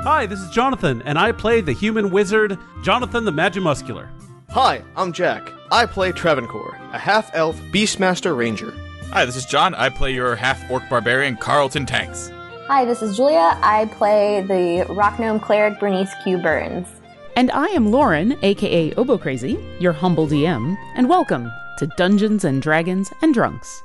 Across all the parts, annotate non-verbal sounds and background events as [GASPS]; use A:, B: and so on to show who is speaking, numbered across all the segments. A: Hi, this is Jonathan, and I play the human wizard, Jonathan the Magimuscular.
B: Hi, I'm Jack. I play Travancore, a half elf Beastmaster Ranger.
C: Hi, this is John. I play your half orc barbarian, Carlton Tanks.
D: Hi, this is Julia. I play the rock gnome cleric Bernice Q. Burns.
E: And I am Lauren, aka Obo Crazy, your humble DM, and welcome to Dungeons and Dragons and Drunks.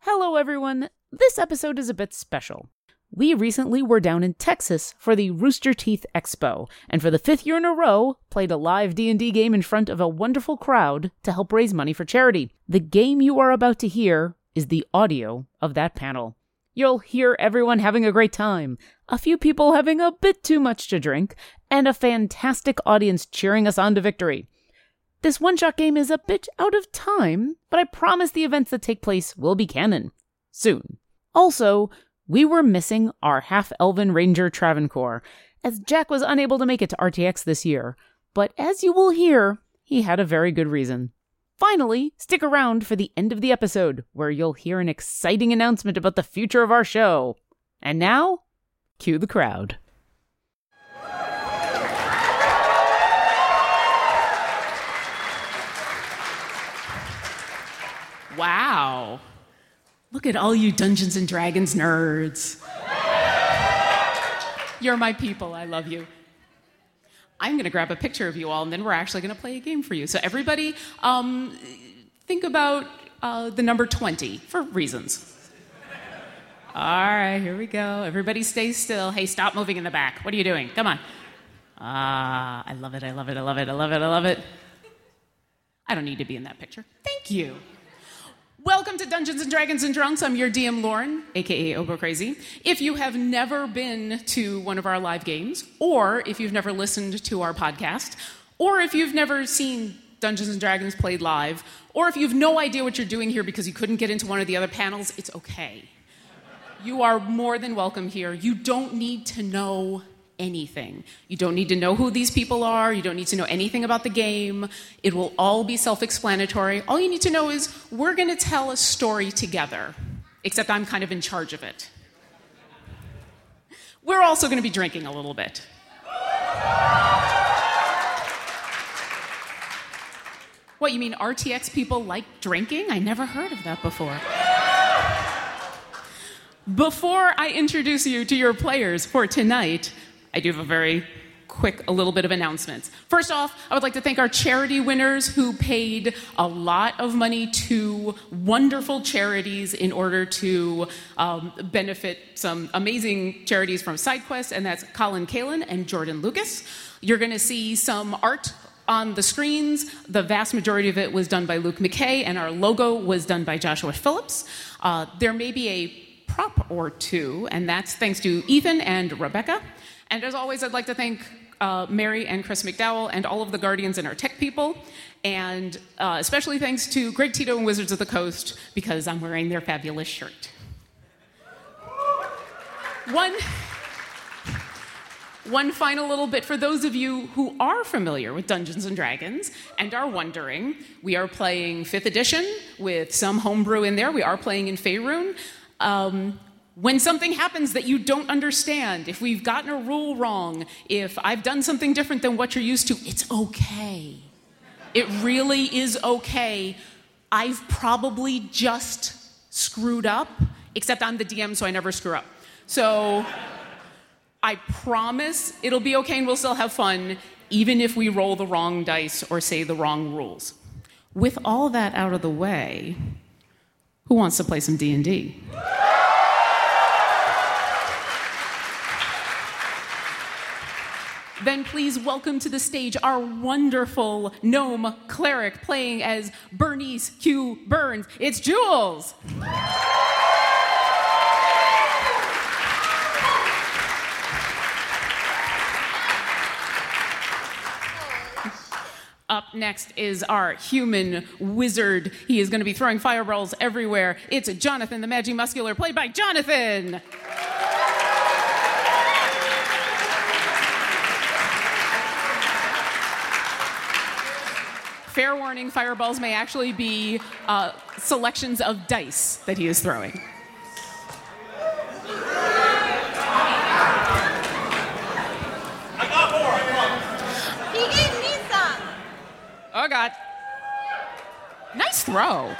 E: Hello, everyone. This episode is a bit special. We recently were down in Texas for the Rooster Teeth Expo, and for the fifth year in a row, played a live D&D game in front of a wonderful crowd to help raise money for charity. The game you are about to hear is the audio of that panel. You'll hear everyone having a great time, a few people having a bit too much to drink, and a fantastic audience cheering us on to victory. This one shot game is a bit out of time, but I promise the events that take place will be canon. Soon. Also, we were missing our half elven ranger Travancore, as Jack was unable to make it to RTX this year. But as you will hear, he had a very good reason. Finally, stick around for the end of the episode, where you'll hear an exciting announcement about the future of our show. And now, cue the crowd.
F: Wow. Look at all you Dungeons and Dragons nerds. You're my people. I love you. I'm going to grab a picture of you all, and then we're actually going to play a game for you. So, everybody, um, think about uh, the number 20 for reasons. All right, here we go. Everybody stay still. Hey, stop moving in the back. What are you doing? Come on. Ah, I love it. I love it. I love it. I love it. I love it. I don't need to be in that picture. Thank you. Welcome to Dungeons and Dragons and Drunks. I'm your DM Lauren, aka Obo Crazy. If you have never been to one of our live games, or if you've never listened to our podcast, or if you've never seen Dungeons and Dragons played live, or if you have no idea what you're doing here because you couldn't get into one of the other panels, it's okay. You are more than welcome here. You don't need to know anything. You don't need to know who these people are. You don't need to know anything about the game. It will all be self explanatory. All you need to know is we're going to tell a story together, except I'm kind of in charge of it. We're also going to be drinking a little bit. What, you mean RTX people like drinking? I never heard of that before. Before I introduce you to your players for tonight, I do have a very quick, a little bit of announcements. First off, I would like to thank our charity winners who paid a lot of money to wonderful charities in order to um, benefit some amazing charities from SideQuest, and that's Colin Kalin and Jordan Lucas. You're going to see some art on the screens. The vast majority of it was done by Luke McKay, and our logo was done by Joshua Phillips. Uh, there may be a prop or two, and that's thanks to Ethan and Rebecca. And as always, I'd like to thank uh, Mary and Chris McDowell and all of the Guardians and our tech people. And uh, especially thanks to Greg Tito and Wizards of the Coast because I'm wearing their fabulous shirt. One. One final little bit for those of you who are familiar with Dungeons and Dragons and are wondering, we are playing 5th edition with some homebrew in there. We are playing in Faerun. Um, when something happens that you don't understand, if we've gotten a rule wrong, if I've done something different than what you're used to, it's okay. It really is okay. I've probably just screwed up, except I'm the DM, so I never screw up. So. I promise it'll be okay and we'll still have fun, even if we roll the wrong dice or say the wrong rules. With all that out of the way, who wants to play some D&D? Then please welcome to the stage our wonderful gnome cleric playing as Bernice Q. Burns. It's Jules. Up next is our human wizard. He is going to be throwing fireballs everywhere. It's Jonathan the Magi Muscular, played by Jonathan. Fair warning fireballs may actually be uh, selections of dice that he is throwing. Oh, throw.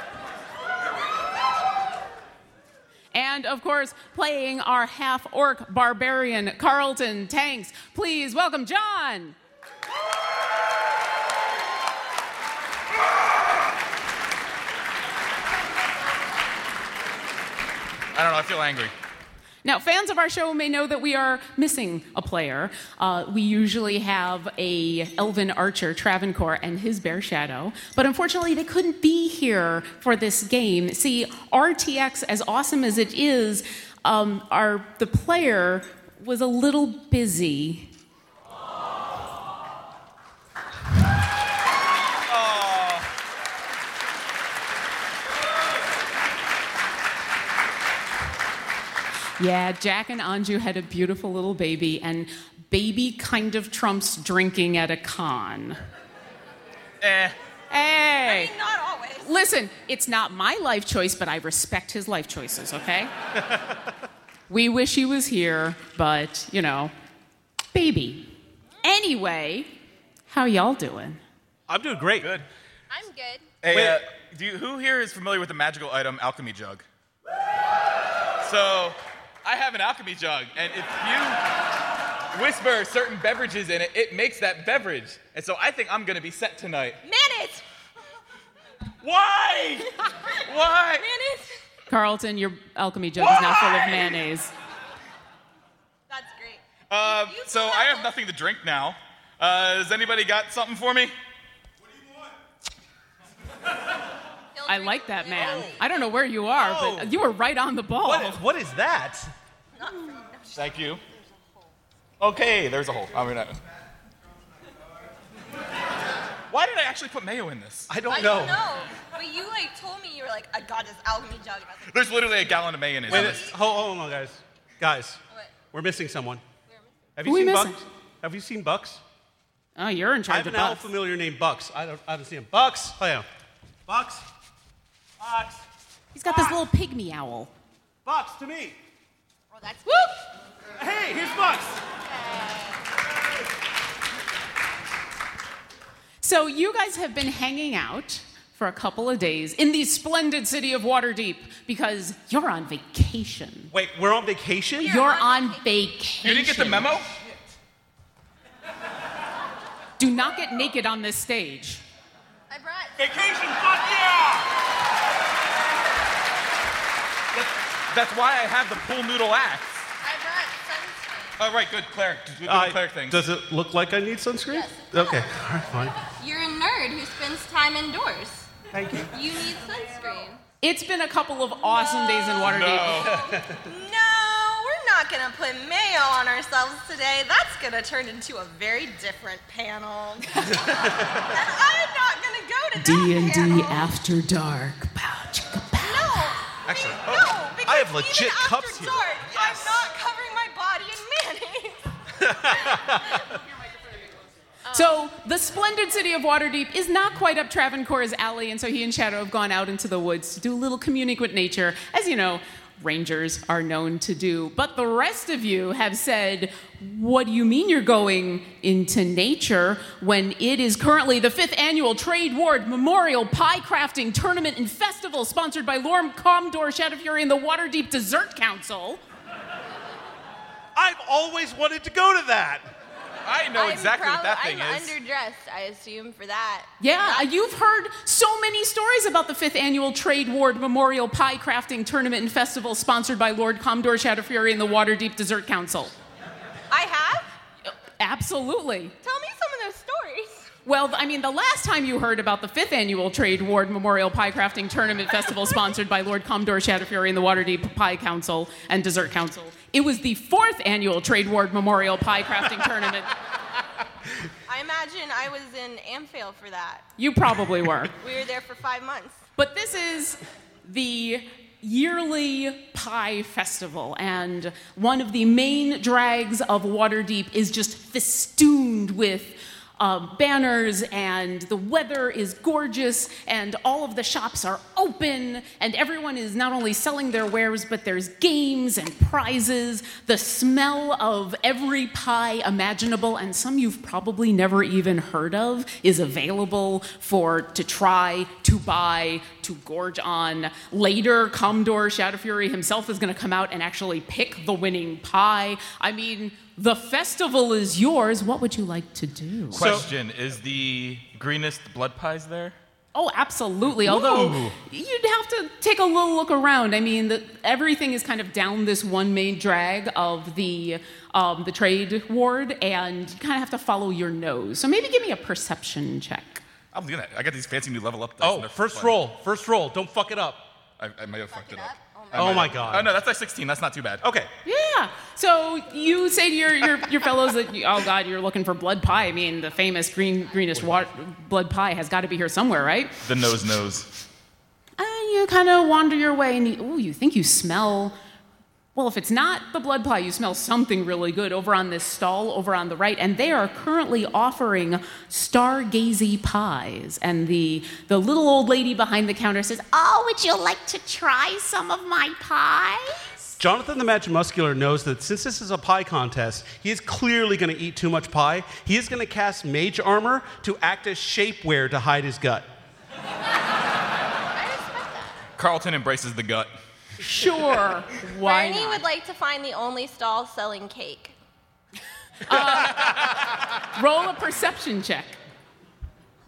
F: And of course, playing our half orc barbarian Carlton Tanks. Please welcome John.
G: I don't know. I feel angry.
F: Now, fans of our show may know that we are missing a player. Uh, we usually have a elven archer, Travancore, and his bear shadow, but unfortunately, they couldn't be here for this game. See, RTX, as awesome as it is, um, our the player was a little busy. Yeah, Jack and Anju had a beautiful little baby, and baby kind of trumps drinking at a con.
G: Eh.
F: Hey!
H: Not always.
F: Listen, it's not my life choice, but I respect his life choices, okay? we wish he was here, but, you know, baby. Anyway, how y'all doing?
I: I'm doing great.
G: Good.
H: I'm good.
G: Hey, uh, do you, who here is familiar with the magical item alchemy jug? So, I have an alchemy jug, and if you whisper certain beverages in it, it makes that beverage. And so, I think I'm gonna be set tonight.
H: Manage!
G: Why? Why?
H: Manage!
F: Carlton, your alchemy jug is now full of mayonnaise.
H: That's great.
G: Um,
H: You
G: so
H: smell
G: I have
H: it.
G: nothing to drink now. Uh, has anybody got something for me?
H: He'll
F: I
H: drink
F: like that
H: it.
F: man. I don't know where you are, but you were right on the ball.
I: what is that?
G: Thank you. Okay, there's a hole. I mean, uh, I- why did I actually put mayo in this?
I: I don't
H: I
I: know.
H: don't know. But you like told me you were like, I got this alchemy jug. And I was like,
G: There's literally a gallon of mayo in it.
I: Wait, hold, hold on, guys. Guys,
H: what?
I: we're missing someone. Have you
F: Who we
I: seen
F: missing?
I: Bucks? Have you seen Bucks?
F: Oh, you're in
I: I
F: charge
I: have
F: of
I: an owl
F: buff.
I: familiar named Bucks. I, don't, I haven't seen him. Bucks. Oh yeah. Bucks. Bucks.
F: He's got this little pygmy owl.
I: Bucks to me.
H: Oh, that's
F: Whoop!
I: Hey, here's Bucks.
F: So you guys have been hanging out for a couple of days in the splendid city of Waterdeep because you're on vacation.
I: Wait, we're on vacation.
F: You're on vacation.
G: You didn't get the memo?
F: Do not get naked on this stage.
H: I brought.
G: Vacation, fuck yeah! That's, that's why I have the pool noodle axe.
H: I brought sunscreen.
G: All right, good, Claire. Good,
I: Uh,
G: Claire things.
I: Does it look like I need sunscreen?
H: Yes.
I: Okay. All right, fine.
H: You're a nerd who spends time indoors.
I: Thank you.
H: You need sunscreen.
F: It's been a couple of awesome days in Waterdeep.
H: No, we're not gonna put mayo on ourselves today. That's gonna turn into a very different panel. [LAUGHS] and I'm not gonna go to that panel.
F: After Dark. Pow, chicka, pow.
H: No,
G: Actually,
H: be-
G: oh,
H: no,
G: I
H: because
I: have legit
H: even after
I: cups here.
H: dark, I'm not covering my body in mayonnaise.
G: [LAUGHS]
F: So the splendid city of Waterdeep is not quite up Travancore's alley, and so he and Shadow have gone out into the woods to do a little communique with nature, as you know, rangers are known to do. But the rest of you have said, "What do you mean you're going into nature when it is currently the fifth annual Trade Ward Memorial Pie Crafting Tournament and Festival, sponsored by Lorm Comdor Shadow Fury and the Waterdeep Dessert Council?"
I: I've always wanted to go to that.
G: I know exactly what that thing is.
H: underdressed, I assume, for that.
F: Yeah, uh, you've heard so many stories about the fifth annual Trade Ward Memorial Pie Crafting Tournament and Festival sponsored by Lord Commodore Shadowfury and the Waterdeep Dessert Council.
H: I have?
F: Absolutely.
H: Tell me some of those stories.
F: Well, I mean, the last time you heard about the fifth annual Trade Ward Memorial Pie Crafting Tournament Festival sponsored by Lord Commodore Shadowfury and the Waterdeep Pie Council and Dessert Council, it was the fourth annual Trade Ward Memorial Pie Crafting Tournament.
H: I imagine I was in Amphale for that.
F: You probably were.
H: We were there for five months.
F: But this is the yearly pie festival, and one of the main drags of Waterdeep is just festooned with um, banners, and the weather is gorgeous, and all of the shops are open, and everyone is not only selling their wares, but there's games and prizes. The smell of every pie imaginable, and some you've probably never even heard of, is available for to try, to buy, to gorge on. Later, Commodore Shadow Fury himself is going to come out and actually pick the winning pie. I mean, the festival is yours. What would you like to do?
C: Question Is the greenest blood pies there?
F: Oh, absolutely. Although
C: Ooh.
F: you'd have to take a little look around. I mean, the, everything is kind of down this one main drag of the um, the trade ward, and you kind of have to follow your nose. So maybe give me a perception check.
C: I'm gonna. I got these fancy new level up dice. and
I: Oh,
C: they're
I: first
C: fun.
I: roll. First roll. Don't fuck it up.
C: I, I might have fucked it up. I
I: Oh
C: might
I: my
C: have-
I: God.
C: Oh no, that's like 16. That's not too bad.
I: Okay.
F: Yeah. So you say to your, your, your fellows that, you- oh God, you're looking for blood pie. I mean, the famous green greenish wa- blood pie has got to be here somewhere, right?
C: The nose knows.
F: And you kind of wander your way, and you, ooh, you think you smell. Well, if it's not the blood pie, you smell something really good over on this stall over on the right, and they are currently offering stargazy pies. And the the little old lady behind the counter says, "Oh, would you like to try some of my pies?"
I: Jonathan the Magic Muscular knows that since this is a pie contest, he is clearly going to eat too much pie. He is going to cast Mage Armor to act as shapewear to hide his gut.
C: Carlton embraces the gut.
F: [LAUGHS] Sure. Why
J: Bernie
F: not?
J: would like to find the only stall selling cake.
F: Roll a perception check.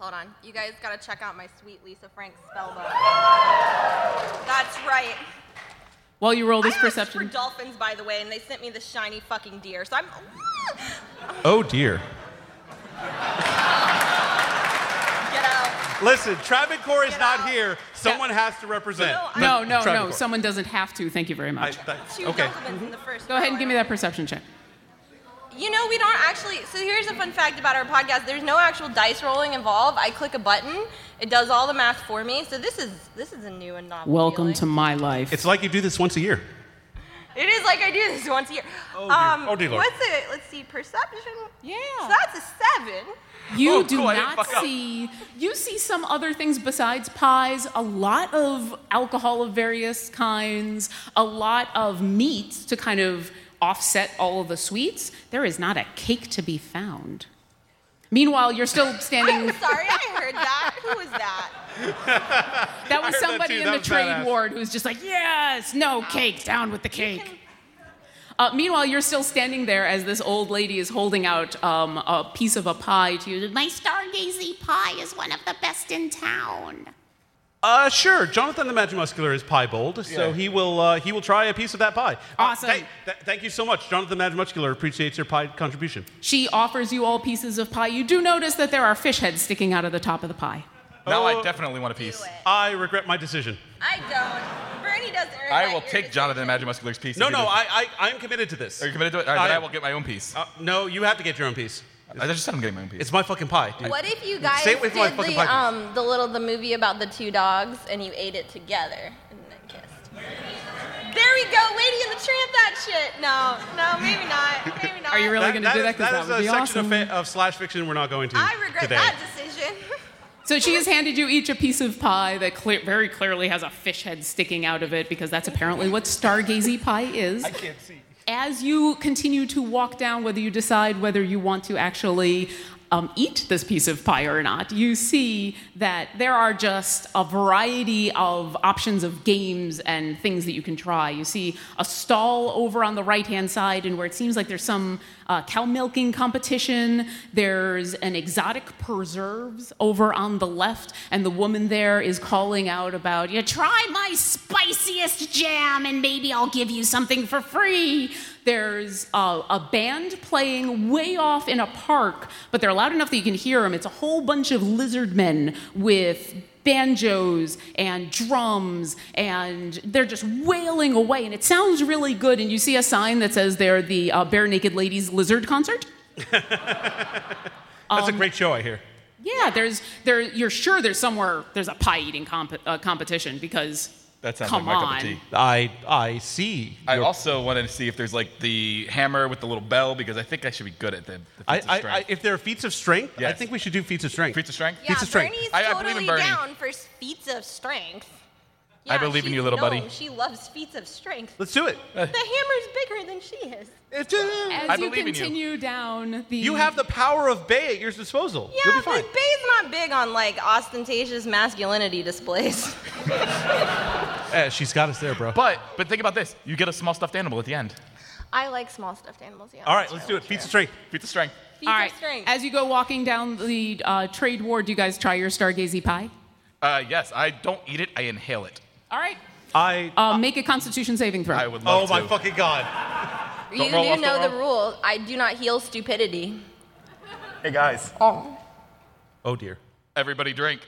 J: Hold on. You guys gotta check out my sweet Lisa Frank spell book. That's right.
F: While you roll this
J: I asked for
F: perception,
J: dolphins, by the way, and they sent me the shiny fucking deer. So I'm. [LAUGHS]
I: Oh dear.
J: Get out.
I: Listen, Travancore is
J: Get
I: not
J: out.
I: here. Someone has to represent.
J: No, I-
F: no, no, no.
I: Travancore.
F: Someone doesn't have to. Thank you very
I: I-
F: much.
I: that-
J: Two
I: okay.
J: compliments in the first.
F: Go ahead and
J: row.
F: give me that perception check.
J: You know, we don't actually. So here's a fun fact about our podcast. There's no actual dice rolling involved. I click a button, it does all the math for me. So this is this is a new and novel.
F: Welcome
J: feeling.
F: to my life.
I: It's like you do this once a year.
J: It is like I do this once a year. Um,
I: Oh, dear. Oh, dear Lord.
J: What's it? Let's see. Perception.
F: Yeah.
J: So that's a seven.
F: You
C: Oh,
F: do
C: cool, I didn't
F: not
C: fuck up.
F: see. You see some other things besides pies. A lot of alcohol of various kinds. A lot of meat to kind of offset all of the sweets. There is not a cake to be found. Meanwhile, you're still
C: [LAUGHS]
F: standing.
J: I'm sorry, I heard that. Who was that?
F: That was
I: heard that
F: somebody
I: too.
F: in
I: That
F: the
I: was
F: trade
I: badass.
F: ward who's just like, yes, no cake, down with the cake. Uh, meanwhile, you're still standing there as this old lady is holding out um, a piece of a pie to you. My stargazy pie is one of the best in town.
I: Uh, sure. Jonathan the Magic Muscular is pie bold, so he will uh, he will try a piece of that pie. Uh,
F: Awesome.
I: thank- th- thank you so much, Jonathan the Magic Muscular. Appreciates your pie contribution.
F: She offers you all pieces of pie. You do notice that there are fish heads sticking out of the top of the pie.
C: Now
I: Oh.
C: I definitely want a piece.
I: I regret my decision.
J: I don't. Bernie doesn't. regret
C: I will
J: your
C: take
J: decision.
C: Jonathan the Magic Muscular's piece.
I: No,
C: if he
I: no,
C: does-
I: I, I I'm committed to this.
C: Are you committed to it? All right, then
I: I-
C: I will get my own piece.
I: Uh, no, you have to get your own piece.
C: I just said I'm getting my own piece.
I: It's my fucking pie, dude.
J: What if you guys
I: Say it with
J: did
I: my fucking
J: the
I: podcast.
J: um the little the movie about the two dogs and you ate it together and then kissed? There we go, Lady and the Tramp. That shit. No, no, maybe not. Maybe
I: [LAUGHS]
J: not.
F: Are you really
I: That-
F: going to
I: that
F: do
I: is-
F: that? Because that,
I: is
F: would
I: a
F: be
I: section
F: awesome.
I: of, fa- of slash fiction we're not going to.
J: I regret
I: today.
J: that decision. [LAUGHS]
F: So she has handed you each a piece of pie that clear, very clearly has a fish head sticking out of it because that's apparently what stargazy pie is. I can't see. As you continue to walk down, whether you decide whether you want to actually um, eat this piece of pie or not, you see that there are just a variety of options of games and things that you can try. You see a stall over on the right hand side, and where it seems like there's some uh, cow milking competition, there's an exotic preserves over on the left, and the woman there is calling out about, you try my spiciest jam, and maybe I'll give you something for free. There's uh, a band playing way off in a park, but they're loud enough that you can hear them. It's a whole bunch of lizard men with banjos and drums and they're just wailing away and it sounds really good and you see a sign that says they're the uh, bare naked ladies lizard concert
I: That's a great show, I hear.
F: yeah, there's there. You're sure there's somewhere there's a pie eating comp- uh, competition because
C: That sounds
F: Come
C: like my cup
F: on.
C: of tea.
I: I I see.
C: I
I: your-
C: also wanted to see if there's like the hammer with the little bell because I think I should be good at them. The
I: I,
C: feats of
I: I,
C: strength.
I: I, if there are feats of strength, I
C: Yes.
I: think we should do feats of strength.
C: feats of strength.
J: Yeah,
I: Feats of strength.
J: Bernie's
C: I- I believe
J: totally
C: in Bernie.
J: down for feats of strength.
C: I believe in
J: she's
C: you, little
J: no,
C: buddy.
J: She loves feats of
I: [LAUGHS]
J: strength.
I: Let's do it.
J: the hammer's bigger than she is.
F: As
C: I
F: you
C: believe in you.
F: continue down the.
I: You have the power of Bay at your disposal. You'll
J: Yeah,
I: be fine.
J: but Bay's not big on like ostentatious masculinity displays. [LAUGHS]
I: Eh, she's got us there, bro.
C: But but think about this. You get a small stuffed animal at the end.
J: I like small stuffed animals. Yeah.
I: All right,
J: that's
I: let's do
J: really
I: it. Feats of
J: true.
I: strength.
C: Feats of strength.
J: Feats
F: All
J: of
F: right.
J: strength.
F: As you go walking down the uh, trade war, do you guys try your stargazy pie?
C: Uh, yes, I don't eat it. I inhale it.
F: All right.
I: I.
F: Uh, make a Constitution saving throw.
C: I would
I: oh
C: love
I: my
C: to.
I: fucking god.
D: You
C: roll off
D: do
C: the
D: know the
C: roll.
D: rule. I do not heal stupidity.
C: Hey guys,
D: Oh.
I: Oh dear.
C: everybody drink.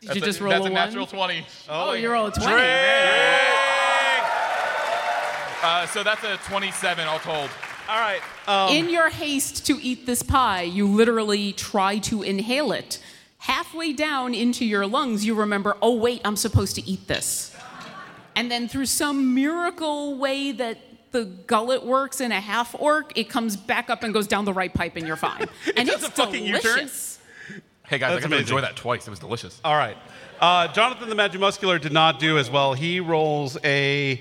F: Did you
C: That's
F: just
C: a,
F: roll
C: That's
F: a,
C: a natural
F: one?
C: twenty.
F: Oh, you roll a twenty.
C: Uh, so that's a twenty-seven all told.
I: All right. Um,
F: In your haste to eat this pie, you literally try to inhale it. Halfway down into your lungs, you remember, oh, wait, I'm supposed to eat this. And then, through some miracle way that the gullet works in a half orc, it comes back up and goes down the right pipe, and you're fine. and
I: does
F: it's
I: a fucking U-turn?
F: delicious.
C: Hey guys,
I: That's
C: I got to enjoy
I: amazing.
C: that twice. It was delicious.
I: all right. Uh, Jonathan the Magimuscular did not do as well. He rolls a.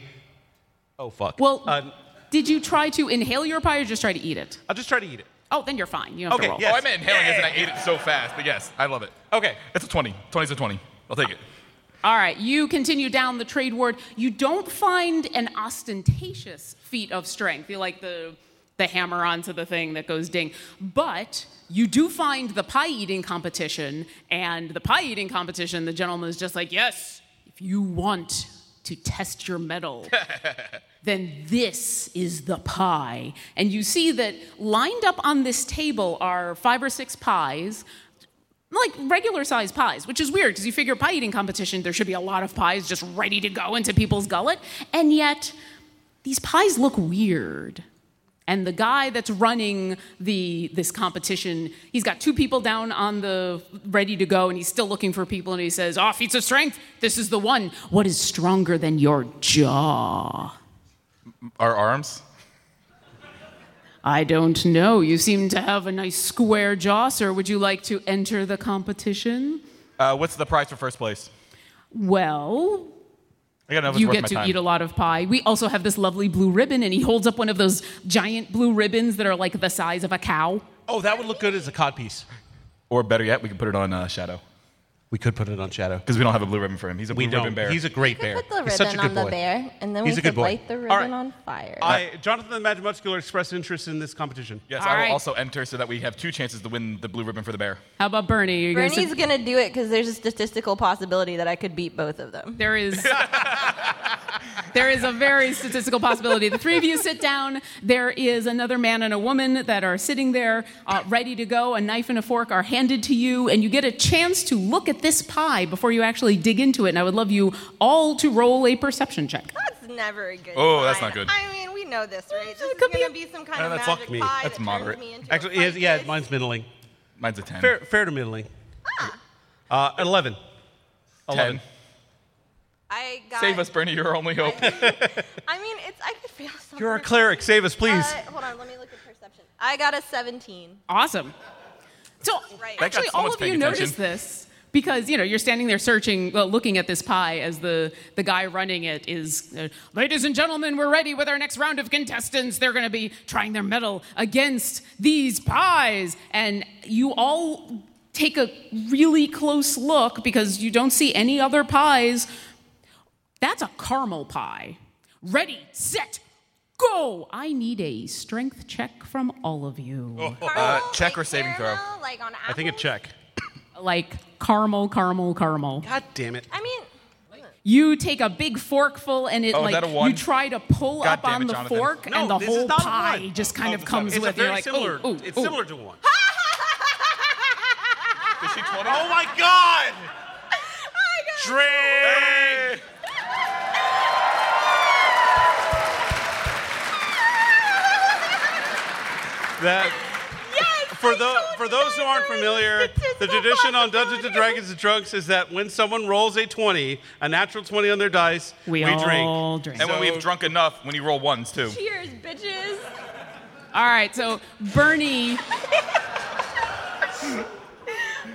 I: Oh fuck.
F: Well,
I: Uh,
F: did you try to inhale your pie or just try to eat it?
I: I'll just try to eat it.
F: Oh, then you're fine. You don't have
I: Okay,
F: to roll.
I: yes.
C: Oh, I meant inhaling it, and I ate it so fast. But yes, I love it.
I: Okay.
C: It's a twenty. 20's a twenty. I'll take it.
F: All right, you continue down the trade ward. You don't find an ostentatious feat of strength. You like the the hammer onto the thing that goes ding. But you do find the pie eating competition, and the pie eating competition, the gentleman is just like, yes, if you want to test your mettle, then this is the pie. And you see that lined up on this table are five or six pies, like regular sized pies, which is weird because you figure pie eating competition, there should be a lot of pies just ready to go into people's gullet. And yet, these pies look weird. And the guy that's running the this competition, he's got two people down on the ready to go, and he's still looking for people. And he says, "Ah, feats of strength. This is the one. What is stronger than your jaw?"
C: Our arms.
F: I don't know. You seem to have a nice square jaw, sir. Would you like to enter the competition?
C: Uh, what's the prize for first place?
F: Well,
C: I gotta know if it's
F: you
C: worth
F: get
C: my
F: to
C: time.
F: eat a lot of pie. We also have this lovely blue ribbon, and he holds up one of those giant blue ribbons that are like the size of a cow.
I: Oh, that would look good as a codpiece.
C: Or better yet, we could put it on uh, Shadow
I: We could put it on Shadow.
C: because we don't have a blue ribbon for him. He's a
I: We
C: blue ribbon
I: don't.
C: bear.
I: He's a great bear.
D: Put the
I: He's such a
D: ribbon
I: good
D: on the
I: boy.
D: bear, and then
I: He's
D: we
I: a good
D: could
I: boy.
D: light the ribbon
I: All right.
D: on fire.
I: I, Jonathan the Magimuscular expressed interest in this competition.
C: yes,
F: All
C: I will
F: right.
C: also enter so that we have two chances to win the blue ribbon for the bear.
F: How about Bernie? You're gonna sit-
D: Bernie's gonna do it because there's a statistical possibility that I could beat both of them.
F: there is
C: [LAUGHS]
F: there is a very statistical possibility. The three of you sit down. There is another man and a woman that are sitting there, uh, ready to go. A knife and a fork are handed to you, and you get a chance to look at this pie before you actually dig into it. And I would love you all to roll a perception check.
J: That's never a good.
C: Oh, that's
J: sign.
C: not good.
J: I mean, we know this, right? This
F: could
J: is gonna be, some kind
I: Uh,
J: of
I: that's
J: magic
I: fuck me.
J: pie
C: That's
J: that
C: moderate.
J: Turns me into
I: Actually,
J: a
I: yeah, yeah,
J: fungus.
I: mine's middling.
C: Mine's a ten.
I: Fair, fair to middling.
F: Ah.
I: Uh, 11. 11.
C: Ten.
J: I got.
C: Save us, Bernie. You're our only hope.
J: [LAUGHS] I mean, it's. I could
I: [LAUGHS]
J: fail. Something.
I: You're a cleric. Save us, please.
J: Uh, hold on, let me look at perception. I got a 17.
F: Awesome. So
J: Right. Thank God
F: actually, all
C: someone's
F: of you
C: paying
F: noticed
C: attention.
F: this because you know you're standing there searching, well, looking at this pie as the the guy running it is, uh, ladies and gentlemen, we're ready with our next round of contestants. They're going to be trying their metal against these pies, and you all take a really close look because you don't see any other pies. That's a caramel pie. Ready, set, go! I need a strength check from all of you.
C: Uh,
J: Caramel,
C: check
J: like
C: or saving throw.
J: caramel, Like on
I: I think a
J: apples?
I: check.
F: like caramel, caramel, caramel.
I: God damn it.
J: I mean,
F: You take a big forkful and it
C: Oh, is
F: like
C: that a one?
F: you try to pull
C: God
F: up
C: damn
F: on
C: it,
F: the
C: Jonathan.
F: fork
I: No,
F: and the
I: this
F: whole
I: is not a
F: pie
I: one.
F: just kind
I: Oh,
F: of comes
I: it's a
F: with
I: very
F: You're like,
I: similar,
F: ooh, ooh,
I: It's
F: ooh.
I: similar to one.
C: [LAUGHS] Is she 20?
I: Oh
J: [LAUGHS]
I: my god!
C: Drink!
I: That
J: yes!
I: for,
H: I
I: tho-
H: told
I: for
H: you
I: those who
H: guys
I: aren't
H: already.
J: [LAUGHS]
H: [LAUGHS]
I: familiar,
H: It's just
I: the
H: a
I: tradition on Dungeons and
H: possibility.
I: Dragons and Drunks is that when someone rolls a 20, a natural 20 on their dice,
F: We all drink.
C: And when
I: So-
C: we've drunk enough, when you roll ones too.
H: Cheers, bitches.
F: All right, so Bernie,
H: Oh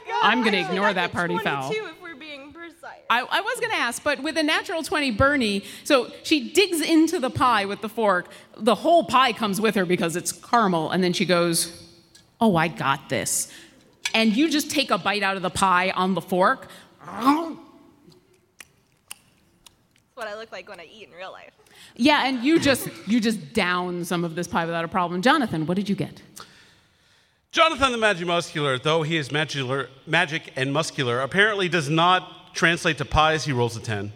H: my god.
F: I'm gonna
H: Actually,
F: ignore
H: that's
F: that party
H: a 22
F: foul.
H: If we're being precise.
F: I, I was going to ask, but with a natural 20, Bernie, so she digs into the pie with the fork. The whole pie comes with her because it's caramel. And then she goes, Oh, I got this. And you just take a bite out of the pie on the fork.
H: That's what I look like when I eat in real life.
F: Yeah, and you just you just down some of this pie without a problem. Jonathan, what did you get?
I: Jonathan the Magimuscular, though he is magular, magic and muscular, apparently does not translate to pies. He rolls a 10.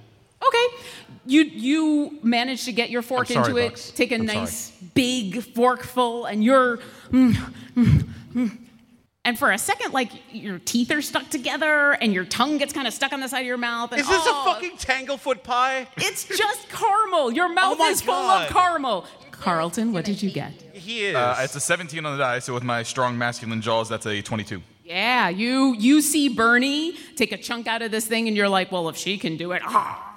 F: Okay. You you managed to get your fork
I: I'm sorry,
F: into it,
I: Bucks.
F: take a
I: I'm
F: nice big forkful, and you're. mm, mm, mm. And for a second, like your teeth are stuck together, and your tongue gets kind of stuck on the side of your mouth. And
I: Is this
F: oh,
I: a fucking Tanglefoot pie?
F: It's just caramel. Your mouth
I: my
F: is full
I: God.
F: of caramel. Carlton, what did you get?
I: He is.
C: Uh, it's a 17 on the die, so with my strong masculine jaws, that's a 22.
F: Yeah, you you see Bernie take a chunk out of this thing, and you're like, well, if she can do it, ah.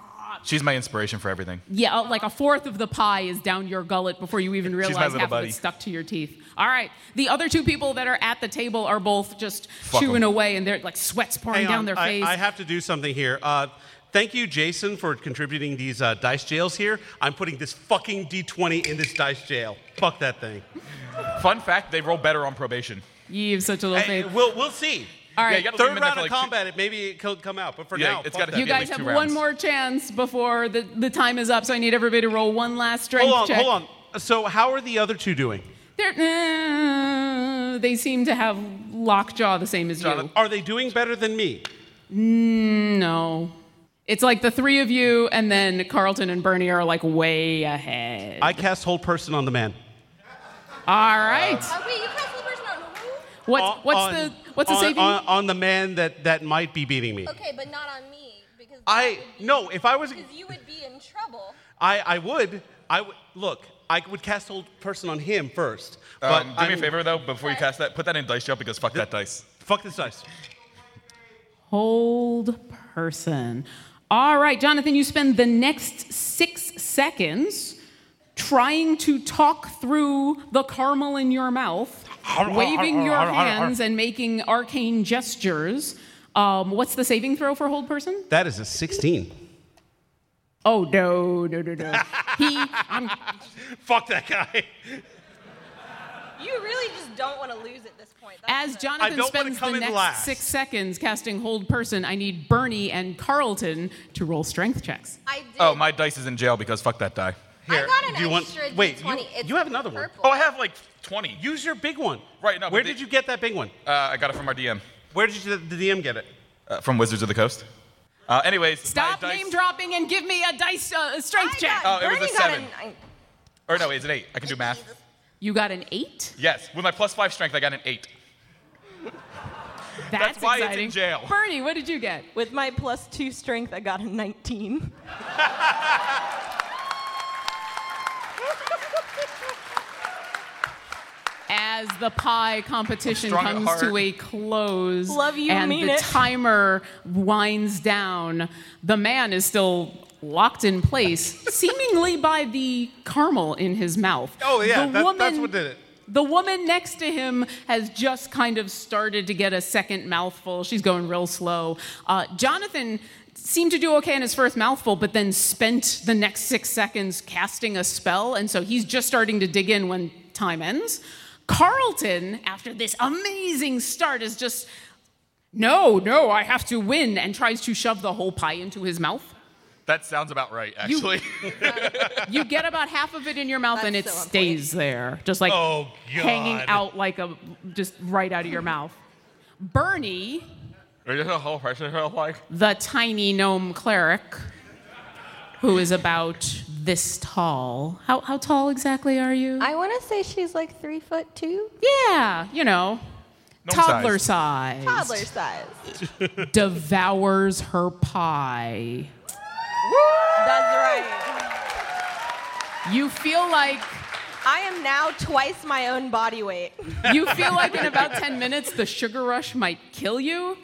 C: She's my inspiration for everything.
F: Yeah, uh, like a fourth of the pie is down your gullet before you even
C: my
F: realize
C: little
F: half of
C: buddy.
F: it's stuck to your teeth. All right, the other two people that are at the table are both just
C: Fuck 'em.
F: chewing away, and they're like sweats pouring
I: Hang
F: down
I: on,
F: their
I: I-
F: face.
I: I, have to do something here. Uh, thank you, Jason, for contributing these uh, dice jails here. I'm putting this fucking D20 in this dice jail. Fuck that thing.
C: Fun fact, they roll better on probation.
F: you have such a little
I: Hey,
F: faith.
I: we'll, we'll see.
F: All
C: Yeah,
F: right,
C: you gotta
I: Third
C: leave 'em in there
I: round
C: for
I: of
C: like two-
I: combat, it maybe it could come out, but for
C: Yeah,
I: now,
C: it's
I: fuck
C: gotta
I: that.
C: be
F: you
C: at
F: guys
C: least
F: have
C: two
F: one
C: rounds.
F: more chance before the, the time is up. So I need everybody to roll one last strength
I: Hold on,
F: check.
I: hold on. So, how are the other two doing?
F: They're, uh, they seem to have lockjaw the same as you. Mm,
I: Are they doing better than me?
F: No. It's like the three of you, and then Carlton and Bernie are like way ahead.
I: I cast whole person on the man.
F: All right.
H: Uh, wait, you cast the person on who?
F: What's, what's
I: On-
F: the what's the
I: on-
F: saving?
I: on, on the man that that might be beating me?
H: Okay, but not on me because
I: I no. If I was,
H: because you would be in trouble.
I: I I would. I would look. I would cast whole person on him first. But
C: Um, do
I: I'm-
C: me a favor though, before you cast that, put that in dice jail because fuck that dice.
I: Fuck this dice.
F: Hold person. All right, Jonathan, you spend the next six seconds trying to talk through the caramel in your mouth, waving your hands and making arcane gestures. Um, what's the saving throw for hold person?
I: That is a 16.
F: Oh no, no, no,
I: [LAUGHS]
F: no. he, I'm,
I: Fuck that guy. [LAUGHS]
H: You really just don't want to lose at this point. That's
F: As
H: the-
F: Jonathan
I: don't wanna
F: spends the
I: come in
F: next
I: last.
F: six seconds casting hold person, I need Bernie and Carlton to roll strength checks.
H: I did.
C: Oh, my dice is in jail because fuck that die.
H: I
I: Here,
H: got an
I: do you want-
H: extra
I: wait,
H: D20.
I: you-
H: It's
I: you have another one.
H: purple.
C: Oh, I have like 20. You,
I: Use your big one.
C: Right, no, but
I: Where
C: the-
I: did you get that big one?
C: uh, I got it from our DM,
I: Where did you, the DM get it?
C: uh, from Wizards of the Coast. Uh, anyways, my
F: Stop
C: dice-
F: name dropping and give me a dice uh,
H: I
F: strength check.
H: got-
C: Oh, it was a
H: Bernie got
C: seven.
H: nine.
C: Or no, wait, it's an eight. I can do math.
F: You got an eight.
C: Yes, with my plus five strength, I got an eight.
F: That's,
C: why it's in
F: exciting.
C: jail.
F: Bernie, what did you get?
K: With my plus two strength, I got a 19.
F: As the pie competition
C: Strong at
F: comes
C: heart.
F: to a close,
K: Love you,
F: and
K: mean
F: the
K: it.
F: timer winds down, the man is still locked in place, seemingly by the caramel in his mouth.
I: Oh, yeah,
F: The
I: that- that's what did it.
F: The woman next to him has just kind of started to get a second mouthful. She's going real slow. Uh, Jonathan seemed to do okay in his first mouthful, but then spent the next six seconds casting a spell, and so he's just starting to dig in when time ends. Carlton, after this amazing start, is just, no, no, I have to win, and tries to shove the whole pie into his mouth.
C: That sounds about right, actually. [LAUGHS]
F: You get about half of it in your mouth, and it
H: That's so on
F: stays there, just like
I: Oh, God.
F: [LAUGHS] hanging out like a just right out of your mouth. Bernie,
C: Are you the whole person who like?
F: the tiny gnome cleric, who is about this tall. How how tall exactly are you?
L: I want to say she's like three foot two.
F: yeah, you know, toddler size.
K: Toddler size.
F: Devours her pie.
K: That's right.
F: You feel like
H: I am now twice my own body weight.
F: You feel like in about 10 minutes the sugar rush might kill you.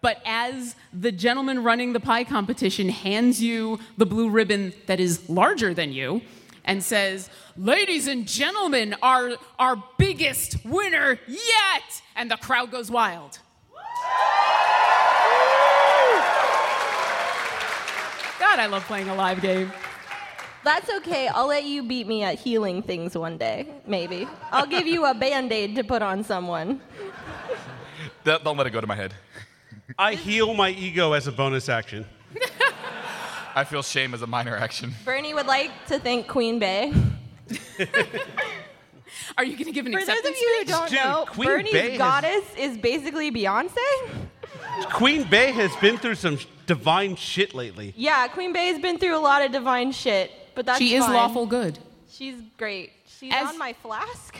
F: But as the gentleman running the pie competition hands you the blue ribbon that is larger than you and says, Ladies and gentlemen, our, our biggest winner yet! And the crowd goes wild. God, I love playing a live game.
H: That's okay. I'll let you beat me at healing things one day, maybe. I'll give you a band aid to put on someone.
C: Don't don't let it go to my head.
I: I heal my ego as a bonus action.
C: I feel shame as a minor action.
H: Bernie would like to thank Queen Bay.
F: Are you going to give an
H: For those of
F: acceptance
H: you who
F: speech?
H: don't
I: Dude,
H: know,
I: Queen
H: Bernie's
I: Bay has-
H: goddess is basically Beyonce.
I: Queen Bey has been through some sh- divine shit lately.
H: Yeah, Queen Bay's been through a lot of divine shit, but that's
F: She is
H: fine.
F: lawful good.
H: She's great. She's
F: As-
H: on my flask.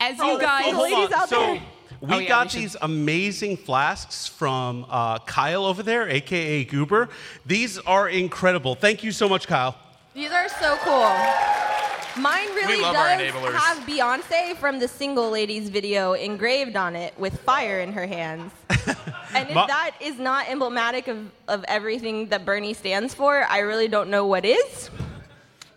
F: As you guys.
H: Oh, hold on. ladies out
I: Oh, so
H: there.
I: we
F: Oh, yeah,
I: got
F: we should-
I: these amazing flasks from uh, Kyle over there, aka Goober. These are incredible. Thank you so much, Kyle.
H: These are so cool. Mine really
C: love our enablers.
H: does have Beyonce from the single ladies video engraved on it with fire in her
C: [LAUGHS]
H: hands. and if
I: Ma-
H: that is not emblematic of, of everything that Bernie stands for, I really don't know what is.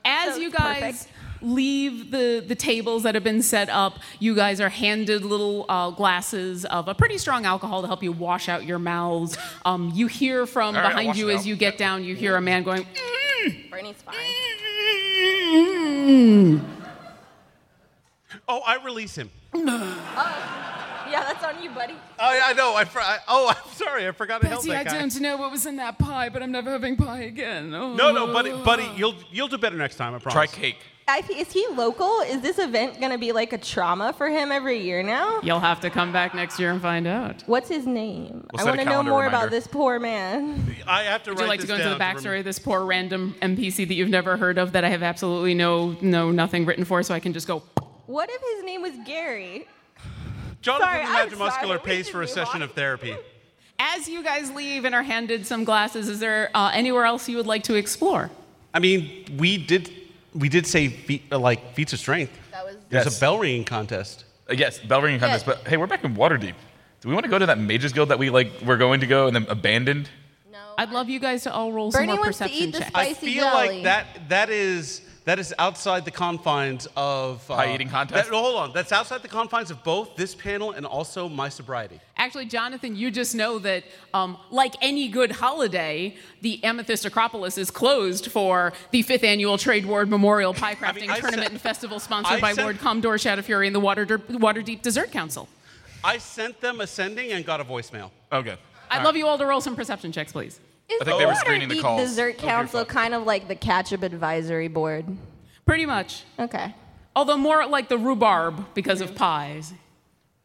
F: As
H: So
F: you
H: it's
F: guys leave the, the tables that have been set up, you guys are handed little uh, glasses of a pretty strong alcohol to help you wash out your mouths. Um, you hear from
C: All right, I'll
F: behind
C: wash
F: you
C: it
F: as
C: out.
F: you get down, you hear a man going, "Mm,
H: Bernie's fine.
I: Oh, I release him.
H: Oh. Yeah, that's on you, buddy.
I: Oh, yeah, I know. I, fr- I oh, I'm sorry. I forgot to help
F: Betsy, I
I: that guy.
F: don't know what was in that pie, but I'm never having pie again. Oh.
I: No, no, buddy, buddy, you'll you'll do better next time. I promise.
C: Try cake.
H: I th- is he local? Is this event going to be like a trauma for him every year now?
F: You'll have to come back next year and find out.
H: What's his name?
C: We'll
H: I
C: set a
H: want to know
C: calendar
H: more about
C: reminder.
H: this poor man.
I: I have to
F: Would
I: write
F: you like to
I: this
F: go into the
I: down to
F: backstory
I: rem-
F: of this poor random NPC that you've never heard of that I have absolutely no, no, nothing written for, so I can just go
H: What if his name was Gary?
I: Jonathan
H: Sorry, I'm
I: the Magimuscular
H: sorry. We
I: pays
H: should
I: for a
H: move
I: session
H: on.
I: of therapy.
F: As you guys leave and are handed some glasses, is there uh, anywhere else you would like to explore?
I: I mean, we did we did say feat, uh, like feats of strength. That was there's
C: Yes.
I: a bell ringing contest.
C: Uh, yes, bell ringing contest.
H: Good.
C: But hey, we're back in Waterdeep. Do we want to go to that Mages Guild that we like? We're going to go and then abandoned.
F: I'd love you guys to all roll
D: Bernie
F: some more
D: wants to
F: perception
D: eat the
F: checks.
D: spice-
I: I
D: Spicy
I: feel
D: jelly.
I: like that that is that is outside the confines of uh,
C: Pie eating contest?
I: that- no, hold on, that's outside the confines of both this panel and also my sobriety.
F: Actually, Jonathan, you just know that, um, like any good holiday, the Amethyst Acropolis is closed for the fifth annual Trade Ward Memorial Pie Crafting
I: mean, I
F: Tournament
I: said-
F: and Festival, sponsored
I: I
F: by
I: said-
F: Ward Commodore Shadow Fury and the Water Waterdeep Dessert Council.
I: I sent them ascending and got a voicemail.
C: Okay.
F: I'd love you all to roll some perception checks, please.
H: Is
C: I think they were screening the
H: Waterdeep
C: calls.
H: Dessert Council kind of like the ketchup advisory board?
F: Pretty much.
H: Okay.
F: Although more like the rhubarb because of pies.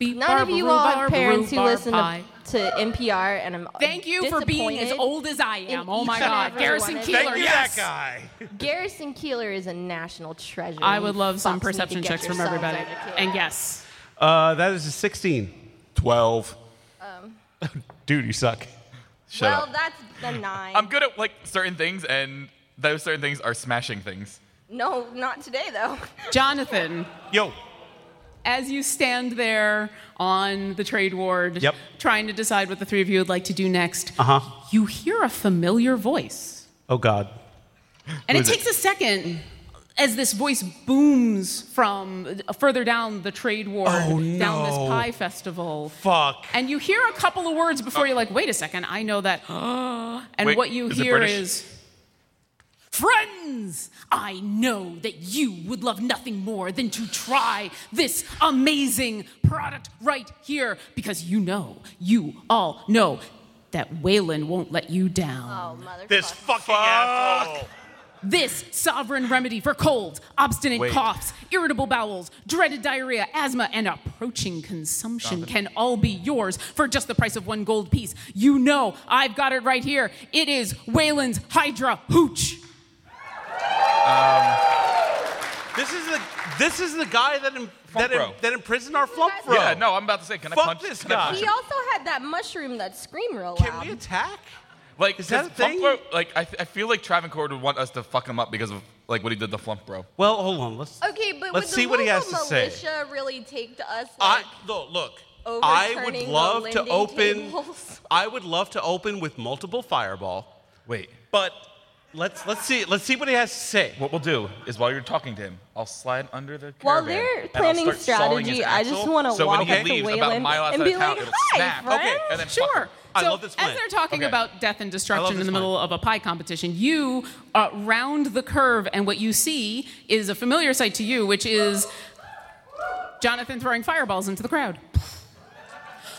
F: Beet
H: None
F: barb,
H: of you all have
F: rhubarb,
H: parents who
F: rhubarb
H: listen
F: pie.
H: to, to NPR, and I'm
F: Thank you for being as
H: disappointed.
F: old as I am.
H: in
F: Oh my
H: each and
F: God,
H: every
F: Garrison
H: one of you.
F: Keeler,
I: Thank you,
F: yes.
I: that guy.
H: Garrison Keeler is a national treasure.
F: I
H: You
F: would love
H: fucks
F: some
H: need to
F: perception
H: get
F: checks from
H: yourselves
F: everybody.
H: educated.
F: And yes,
I: [LAUGHS] Uh, that is a 16.
C: Twelve.
I: [LAUGHS] Dude, you suck.
C: Shut
H: well,
C: up.
H: that's the 9
C: I'm good at like certain things, and those certain things are smashing things.
H: no, not today though.
F: Jonathan,
I: Yo,
F: as you stand there on the trade ward,
I: Yep.
F: trying to decide what the three of you would like to do next,
I: Uh huh.
F: you hear a familiar voice.
I: Oh God.
F: And
C: Who
F: it
C: is it?
F: takes a second as this voice booms from further down the trade ward,
I: Oh,
F: down this
I: no.
F: pie festival.
I: Fuck.
F: And you hear a couple of words before you're like, wait a second, I know that. [GASPS] and
C: Wait,
F: what you
C: is it
F: hear
C: British?
F: is, friends, I know that you would love nothing more than to try this amazing product right here because you know, you all know that Waylon won't let you down.
I: This fucking asshole.
F: This sovereign remedy for colds, obstinate
C: Wait.
F: coughs, irritable bowels, dreaded diarrhea, asthma, and approaching consumption can all be yours for just the price of one gold piece. You know, I've got it right here. It is Wayland's Hydra Hooch.
I: This is the this is the guy that im- that, im-
C: Flumpro.
I: that imprisoned our flump bro.
C: Yeah. No, I'm about to say, can I
I: Fuck
C: punch
I: this
C: can I
I: guy.
C: punch
H: He
C: him?
H: also had that mushroom that scream real
I: Can
H: loud.
I: we attack?
C: Like,
I: Is that
C: does
I: a thing?
C: Funklo- like I, th- I feel like Travancore would want us to fuck him up because of Like what he did to Flump Bro.
I: Well, hold on. Let's
H: Okay, but
I: let's
H: would the
I: see what he
H: local
I: has to say.
H: militia really take to us?
I: I
H: Like,
I: look, look. I would
H: overturning the
I: love to
H: lending
I: open.
H: tables.
I: I would love to open with multiple fireball,
C: Wait.
I: but let's let's see let's see what he has to say.
C: What we'll do is while you're talking to him, I'll slide under the caravan.
H: While they're
C: and I'll
H: planning
C: start stalling his
H: strategy, I just
C: axle,
H: want to
C: so
H: walk
C: when he
H: up to
C: leaves
H: Waylon
C: about a mile outside
H: and be
C: of town,
H: like,
C: it'll
H: "Hi,
C: snap.
H: friend."
C: Okay, and then fuck
F: Sure.
C: him.
I: I
F: so
I: love this
F: as
I: plan.
F: they're talking
C: Okay.
F: about death and
I: I love
F: destruction in
I: this
F: the middle of a pie competition, you uh, round the curve, and what you see is a familiar sight to you, which is Jonathan throwing fireballs into the crowd.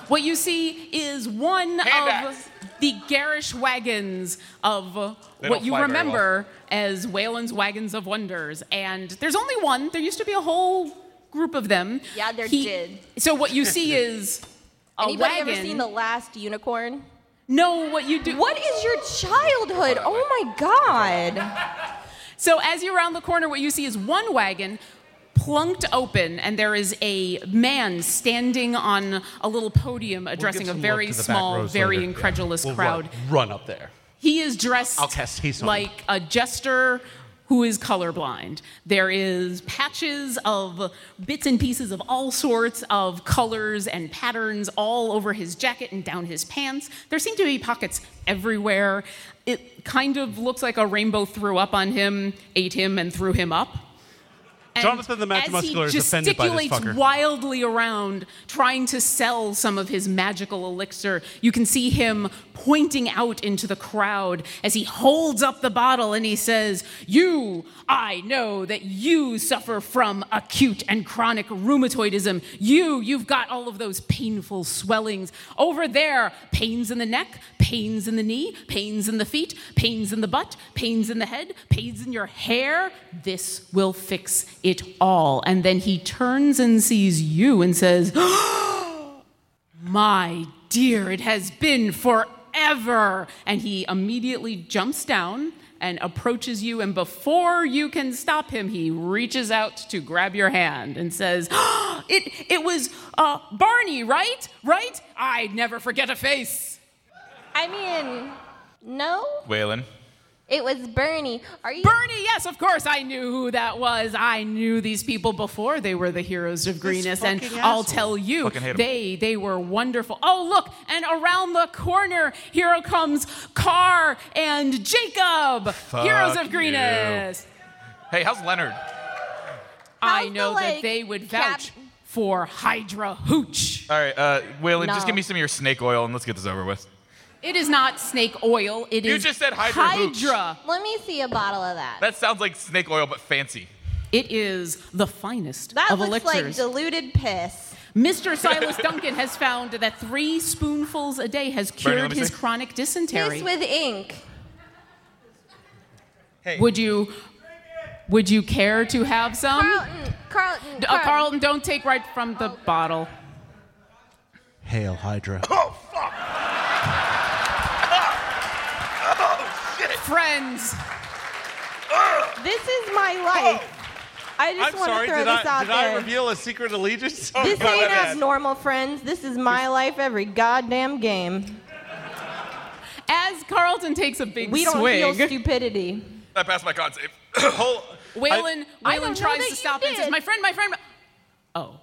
F: What you see is one
C: Hand
F: of
C: axe.
F: the garish wagons of uh,
C: They
F: what
C: don't
F: you
C: fly very
F: remember as Whalen's Wagons of Wonders. And there's only one. There used to be a whole group of them.
H: Yeah, there did.
F: So what you
C: [LAUGHS]
F: see is a
H: Anybody
F: wagon.
H: ever seen the last unicorn?
F: No, what you do.
H: What is your childhood? Oh my god!
F: So as you round the corner, what you see is one wagon plunked open, and there is a man standing on a little podium addressing a very small, very incredulous crowd.
I: Run, up there.
F: He is dressed
I: I'll cast haste on him.
F: like a jester who is colorblind. There is patches of bits and pieces of all sorts of colors and patterns all over his jacket and down his pants. There seem to be pockets everywhere. It kind of looks like a rainbow threw up on him, ate him, and threw him up. And
I: Jonathan the Match
F: as he
I: Muscular is offended by this
F: gesticulates
I: fucker.
F: wildly around trying to sell some of his magical elixir. You can see him pointing out into the crowd as he holds up the bottle and he says, You, I know that you suffer from acute and chronic rheumatoidism. You, you've got all of those painful swellings. Over there, pains in the neck, pains in the knee, pains in the feet, pains in the butt, pains in the head, pains in your hair. This will fix it all. And then he turns and sees you and says, My dear, it has been forever. And he immediately jumps down and approaches you. And before you can stop him, he reaches out to grab your hand and says, [GASPS] It, it was uh, Barney, right? Right? I never forget a face.
H: I mean, no,
C: Waylon.
H: it was Bernie. Are you?
F: Bernie, yes, of course, I knew who that was. I knew these people before they were the heroes of Greenest, and I'll tell you,
C: Fucking hate 'em.
F: they they were wonderful. Oh, look, and around the corner, here comes Carr and Jacob, heroes
C: Fuck
F: of Greenest.
C: Hey, how's Leonard?
F: I
H: How's
F: know
H: the,
F: that
H: like,
F: they would
H: cap-
F: vouch for Hydra Hooch.
C: All right, uh, Waylon,
H: No.
C: just give me some of your snake oil and let's get this over with.
F: It is not snake oil. It is
C: You just said Hydra Hooch.
F: Hydra.
H: Let me see a bottle of that.
C: That sounds like snake oil, but fancy.
F: It is the finest
H: that
F: of
H: looks like
F: elixirs.
H: diluted piss.
F: Mr. Silas Duncan has found that three spoonfuls a day has
C: Bernie, let
F: cured
C: me
F: his
C: see.
F: chronic dysentery.
H: Piss with ink.
F: would you would you care to have some?
H: Carlton, Carlton,
F: Um, D- uh,
H: Carlton.
F: Carlton, don't take right from the bottle.
I: Hail Hydra.
F: Friends,
H: This is my life. I just
I: I'm
H: want
I: sorry.
H: to throw
I: Did
H: this
I: I
H: out
I: did
H: there.
I: I reveal a secret allegiance?
H: [LAUGHS]
C: Oh,
H: this ain't abnormal, friends. This is my life every goddamn game.
F: as Carlton takes a big
H: We don't feel
F: swig,
H: stupidity.
C: I passed my con save. [COUGHS] Hold.
F: [LAUGHS] Waylon
H: I don't
F: Waylon
H: know
F: tries
H: that
F: to
H: you
F: stop and says,
H: did.
F: "My friend, my friend." my-" Oh.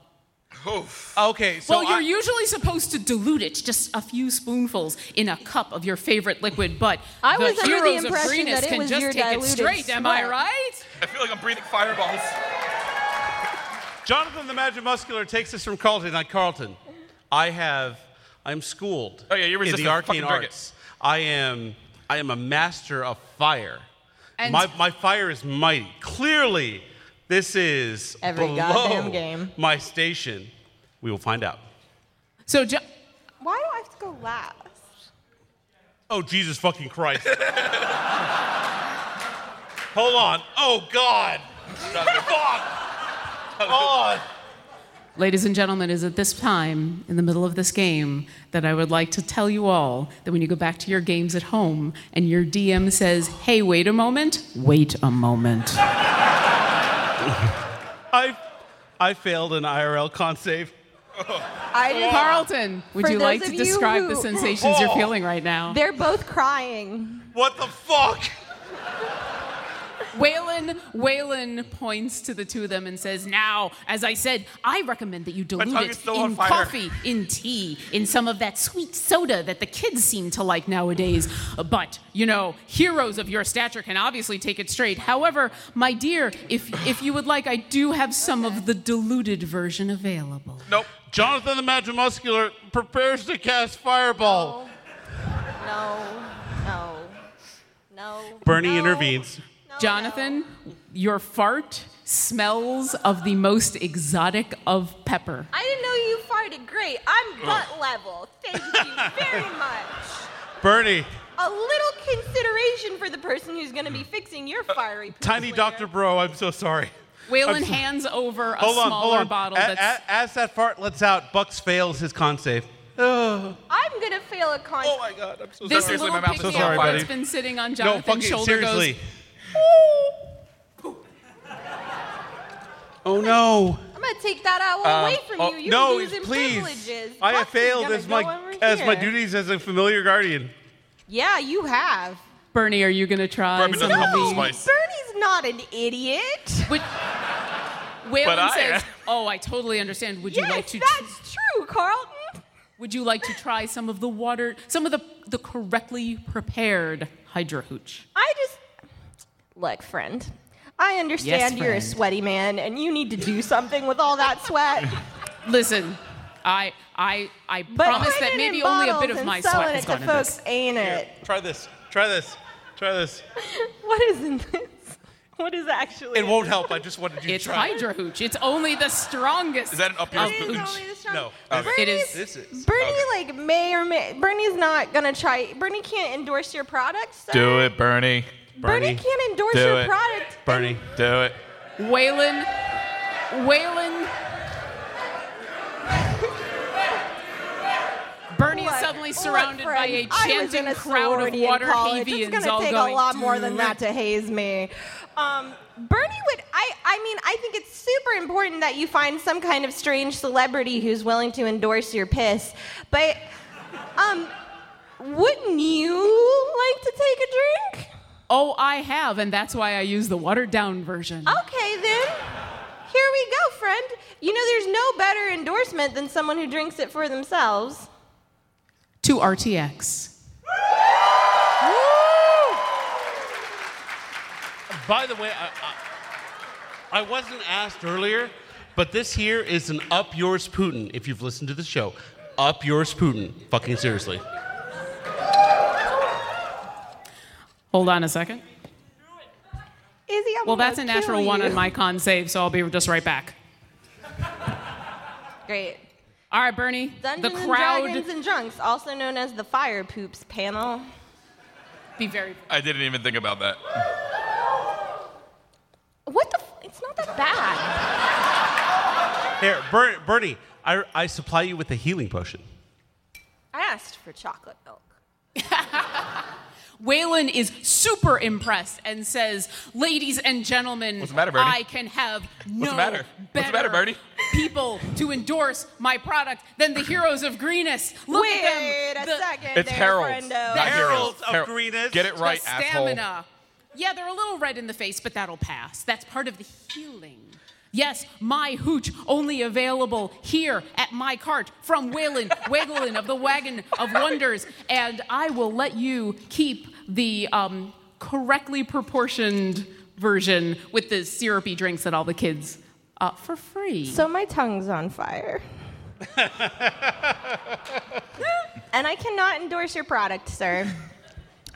C: Oof.
I: Okay. So
F: well,
I: I-
F: you're usually supposed to dilute it just a few spoonfuls in a cup of your favorite liquid, but
H: I was
F: the
H: under the
F: heroes of
H: impression
F: Greenest
H: that it
F: can
H: was
F: just
H: your
F: take it
H: diluted
F: straight. Am I
H: sweat.
F: right?
C: I feel like I'm breathing fireballs.
I: Jonathan the Magic Muscular takes this from Carlton. Not Carlton. I have. I'm schooled.
C: Oh, yeah, you're
I: in
C: resistant.
I: the arcane
C: Fucking drink it.
I: arts. I am. I am a master of fire.
F: And-
I: my my fire is mighty. Clearly, this is
H: Every
I: below
H: goddamn game.
I: my station. We will find out.
F: So, jo-
H: Why do I have to go last?
I: Oh Jesus fucking Christ! Hold on. Oh God. Fuck. Oh.
F: ladies and gentlemen, it is at this time, in the middle of this game, that I would like to tell you all that when you go back to your games at home and your DM says, hey, wait a moment, wait a moment.
I: I I failed an IRL con save.
H: I just,
F: Carlton, would
H: For
F: you
H: those
F: like to
H: of you
F: describe the
H: who-
F: sensations you're feeling right now?
H: They're both crying.
I: What the fuck?
F: Waylon, Waylon points to the two of them and says, "Now, as I said, I recommend that you dilute
C: tongue
F: it
C: is still on
F: in
C: fire.
F: coffee, in tea, in some of that sweet soda that the kids seem to like nowadays. But you know, heroes of your stature can obviously take it straight. However, my dear, if if you would like, I do have some of the diluted version available."
C: Nope.
I: Jonathan the Magimuscular prepares to cast
F: Oh,
I: Fireball.
H: No, no, no.
I: Bernie
H: no.
I: intervenes.
F: Jonathan, your fart smells of the most exotic of pepper.
H: I didn't know you farted. Great. I'm butt level. Thank you
I: [LAUGHS]
H: very much.
I: Bernie,
H: A little consideration for the person who's going to be fixing your fiery. poop
I: Uh, tiny
H: later.
I: Dr. Bro, I'm so sorry.
F: Waylon
I: I'm so-
F: hands over a
I: Hold on,
F: smaller
I: hold on.
F: bottle
I: A-
F: that's
I: a- as that fart lets out, Bucks fails his con save.
H: I'm going to fail a con.
C: Oh my god, I'm so
F: this
C: sorry.
F: little
C: my mouth's
F: pixie
C: so
I: so sorry,
C: sorry,
I: buddy.
F: that's been sitting on
I: No,
F: Jonathan's
I: fucking
F: shoulder [LAUGHS]
I: seriously.
F: goes.
I: Oh no.
H: I'm going to take that owl away from
C: oh,
H: you. You're
I: Um, no,
H: losing
I: please.
H: privileges.
I: I have
H: Bucks is
I: failed
H: gonna
I: as
H: go
I: my
H: over
I: as my
H: here.
I: duties as a familiar guardian.
H: Yeah, you have.
F: Bernie, are you gonna try?
C: Bourbon doesn't
F: some
C: help
F: of
C: with
F: the-
C: the spice.
H: Bernie's not an idiot.
F: Would-
C: But
F: Waylon
C: I
F: says,
C: am.
F: "Oh, I totally understand. Would you
H: Yes,
F: like to?
H: that's true, Carlton.
F: would you like to try some of the water? Some of the the correctly prepared hydra hooch?
H: I just look, friend. I understand you're a
F: friend.
H: sweaty man and you need to do something with all that
F: [LAUGHS]
H: sweat.
F: Listen, I I I
H: But
F: promise
H: put
F: that
H: it
F: maybe
H: in
F: only a bit
H: bottles
F: of
H: and
F: my
H: selling
F: sweat has
H: it
F: gone
H: to
F: into
H: folks,
F: this.
H: ain't it?
I: Try this. Try this. Try this.
H: [LAUGHS] What is in this? What is actually?
I: It
H: in
I: won't
H: this?
I: help. I just wanted you to
F: It's
I: try. it.
F: hydra Oh, hooch. It's only the strongest.
C: Is that an up yours
F: of
C: booch?
H: It is
F: hooch.
H: only the strong-
I: No.
H: Bernie's,
F: It is-
I: This is-
H: Bernie
I: okay.
H: like may or may Bernie's not gonna try. Bernie can't endorse your product. So
C: Do it, Bernie.
H: Bernie,
I: Bernie.
H: can't endorse
C: Do
H: your
C: it.
H: product.
I: Bernie.
C: Do it.
F: Waylon, Waylon. Bernie is
H: Look,
F: suddenly
H: look,
F: surrounded by a
H: friend, I was in
F: chanting
H: a
F: crowd of
H: sorority in
F: water
H: college.
F: Havians
H: It's
F: all
H: gonna take
F: going.
H: a lot more than that to haze me. Um, Bernie would. I. I mean, I think it's super important that you find some kind of strange celebrity who's willing to endorse your piss. But, um, wouldn't you like to take a drink?
F: Oh, I have, and that's why I use the watered down version.
H: Okay, then. Here we go, friend. You know, there's no better endorsement than someone who drinks it for themselves.
F: To RTX.
I: By the way, I, I, I wasn't asked earlier, but this here is an Up Yours Putin. If you've listened to the show, Up Yours Putin. Fucking seriously.
F: Hold on a second.
H: Izzy, I'm
F: Well,
H: gonna
F: that's a
H: kill
F: natural one
H: you.
F: on my con save, so I'll be just right back.
H: Great.
F: All right, Bernie.
H: Dungeons
F: the crowd.
H: and Dragons and Drunks, also known as the Fire Poops panel.
F: be very.
C: I didn't even think about that.
H: What the? F- it's not that bad.
I: Here, Ber- Bernie, I, I supply you with a
H: [LAUGHS]
I: healing potion.
H: I asked for chocolate milk.
F: Waylon is super impressed and says, "Ladies and gentlemen,
C: What's the matter, Bernie?
F: I can have no
C: the matter? What's the matter,
F: better
C: Bernie?
F: people to endorse my product than the heroes of Greenest. Look
H: Wait
F: at them.
H: a
F: the,
H: second.
C: It's
H: there,
C: Harold.
H: friendo.
C: Not
I: Harold of
C: Harold.
I: Greenest.
C: Get it
F: the
C: right,
F: stamina.
C: asshole.
F: Yeah, they're a little red in the face, but that'll pass. That's part of the healing. Yes, my hooch only available here at my cart from Waylon [LAUGHS] Wagelin of the Wagon of Wonders, and I will let you keep the um, correctly proportioned version with the syrupy drinks that all the kids uh, for free.
H: So my tongue's on fire. and I cannot endorse your product, sir.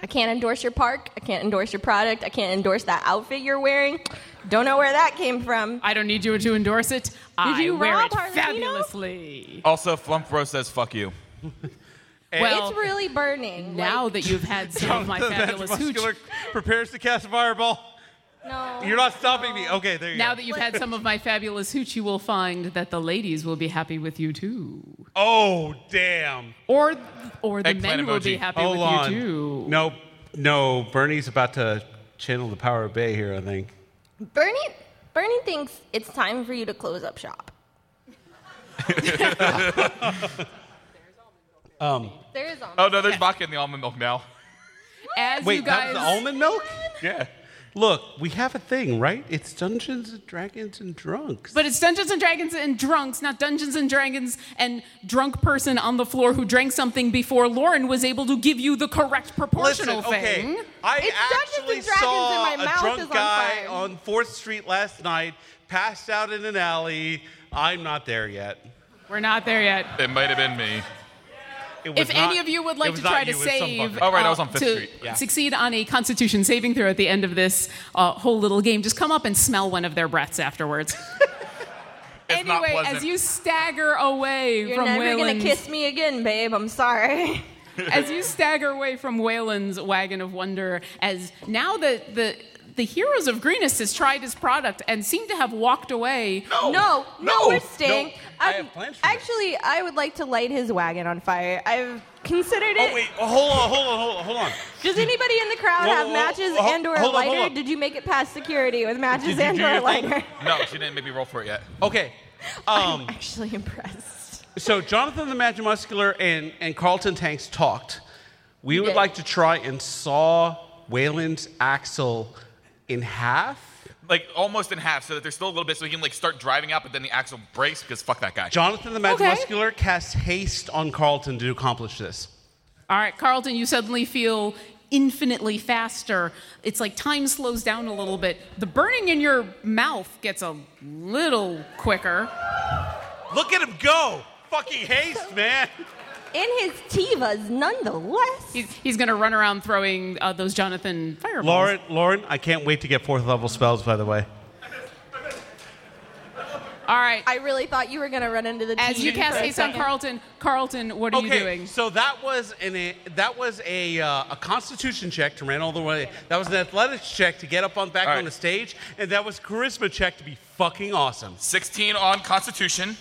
H: I can't endorse your park. I can't endorse your product. I can't endorse that outfit you're wearing. Don't know where that came from.
F: I don't need you to endorse it. Did I
H: you
F: wear
H: rob
F: it
H: Harley Quinn?
F: fabulously.
C: Also, Flumpro says fuck you.
F: well,
H: it's really burning.
F: now that you've had some
C: [LAUGHS]
F: of my
I: The
F: fabulous hooch,
I: Magimuscular prepares to cast fireball.
H: Like, no.
I: You're not stopping me. Okay, there you
F: Now
I: go.
F: that you've had some of my fabulous hooch, you will find that the ladies will be happy with you too,
I: oh, damn.
F: or or the
C: Eggplant
F: men will be
C: emoji.
F: happy
I: Hold
F: with
I: on.
F: you too.
I: No, no. Bernie's about to channel the power of Bay here. I think.
H: Bernie, Bernie thinks it's time for you to close up
I: [LAUGHS]
H: shop.
I: Um,
H: There is almond.
C: Oh no, there's vodka in the almond milk now.
F: As you
I: Wait,
F: guys,
I: that was the almond milk?
C: Yeah.
I: Look, we have a thing, right? It's Dungeons and Dragons and Drunks.
F: But it's Dungeons and Dragons and drunks, not Dungeons and Dragons and drunk person on the floor who drank something before Lauren was able to give you the correct proportional
I: Listen,
F: thing.
I: okay, I
H: It's Dungeons
I: actually
H: and Dragons
I: saw
H: and my
I: a
H: mouth
I: drunk
H: is on
I: guy
H: fire.
I: on Fourth Street last night, passed out in an alley. I'm not there yet.
F: We're not there yet.
C: It might have been me.
I: It was
F: If any
I: not-
F: of you would
I: it
F: like
I: was
F: to
I: not
F: try to
I: you, it was some
F: save,
I: fucker.
C: Oh, right, I
F: uh,
C: was on Fifth
F: to
C: Street, yeah.
F: succeed on a Constitution saving throw at the end of this uh, whole little game, just come up and smell one of their breaths afterwards.
C: It's not
F: anyway,
C: pleasant.
F: as you stagger away
H: You're
F: from
H: never
F: Wayland's,
H: gonna kiss me again, babe. I'm sorry.
F: as you stagger away from Wayland's wagon of wonder, as now that the the heroes of Greenest has tried his product and seem to have walked away.
H: [LAUGHS] No, no,
I: no,
H: we're staying. Um,
I: no. I have plans for this.
H: actually, I would like to light his wagon on fire. I've considered it.
I: Oh wait, oh, hold on, hold on, hold on, hold on.
H: Does anybody in the crowd
I: Whoa,
H: have
I: whoa,
H: matches
I: whoa,
H: and or
I: hold on, hold
H: lighter?
I: on.
H: Did you make it past security with matches
I: Did you
H: and
I: do
H: or
I: your thing?
H: lighter?
C: No, she didn't make me roll for it yet.
F: [LAUGHS]
I: Okay. Um,
H: [LAUGHS] Actually impressed.
I: so Jonathan the Magimuscular and, and Carlton Tanks talked. We would
H: did.
I: like to try and saw Wayland's axle in half.
C: Like almost in half, so that there's still a little bit, so he can like start driving out, but then the axle breaks because fuck that guy.
I: Jonathan the
F: Okay.
I: Magimuscular casts haste on Carlton to accomplish this.
F: All right, Carlton, you suddenly feel infinitely faster. It's like time slows down a little bit. The burning in your mouth gets a little quicker.
I: Look at him go!
F: [LAUGHS]
I: Fucking haste, man!
H: In his tivas, nonetheless.
F: He's, he's going to run around throwing uh, those Jonathan fireballs.
I: Lauren, Lauren, I can't wait to get fourth level spells, by the way.
F: All right.
H: I really thought you were gonna run into the.
F: As
H: team
F: you cast
H: for a
F: haste on
H: second.
F: Carlton, Carlton, what are you doing?
I: so that was an a, that was a uh, a Constitution check to ran all the way. That was an athletics check to get up on back
C: All right.
I: on the stage, and that was charisma check to be fucking awesome.
C: 16 on Constitution.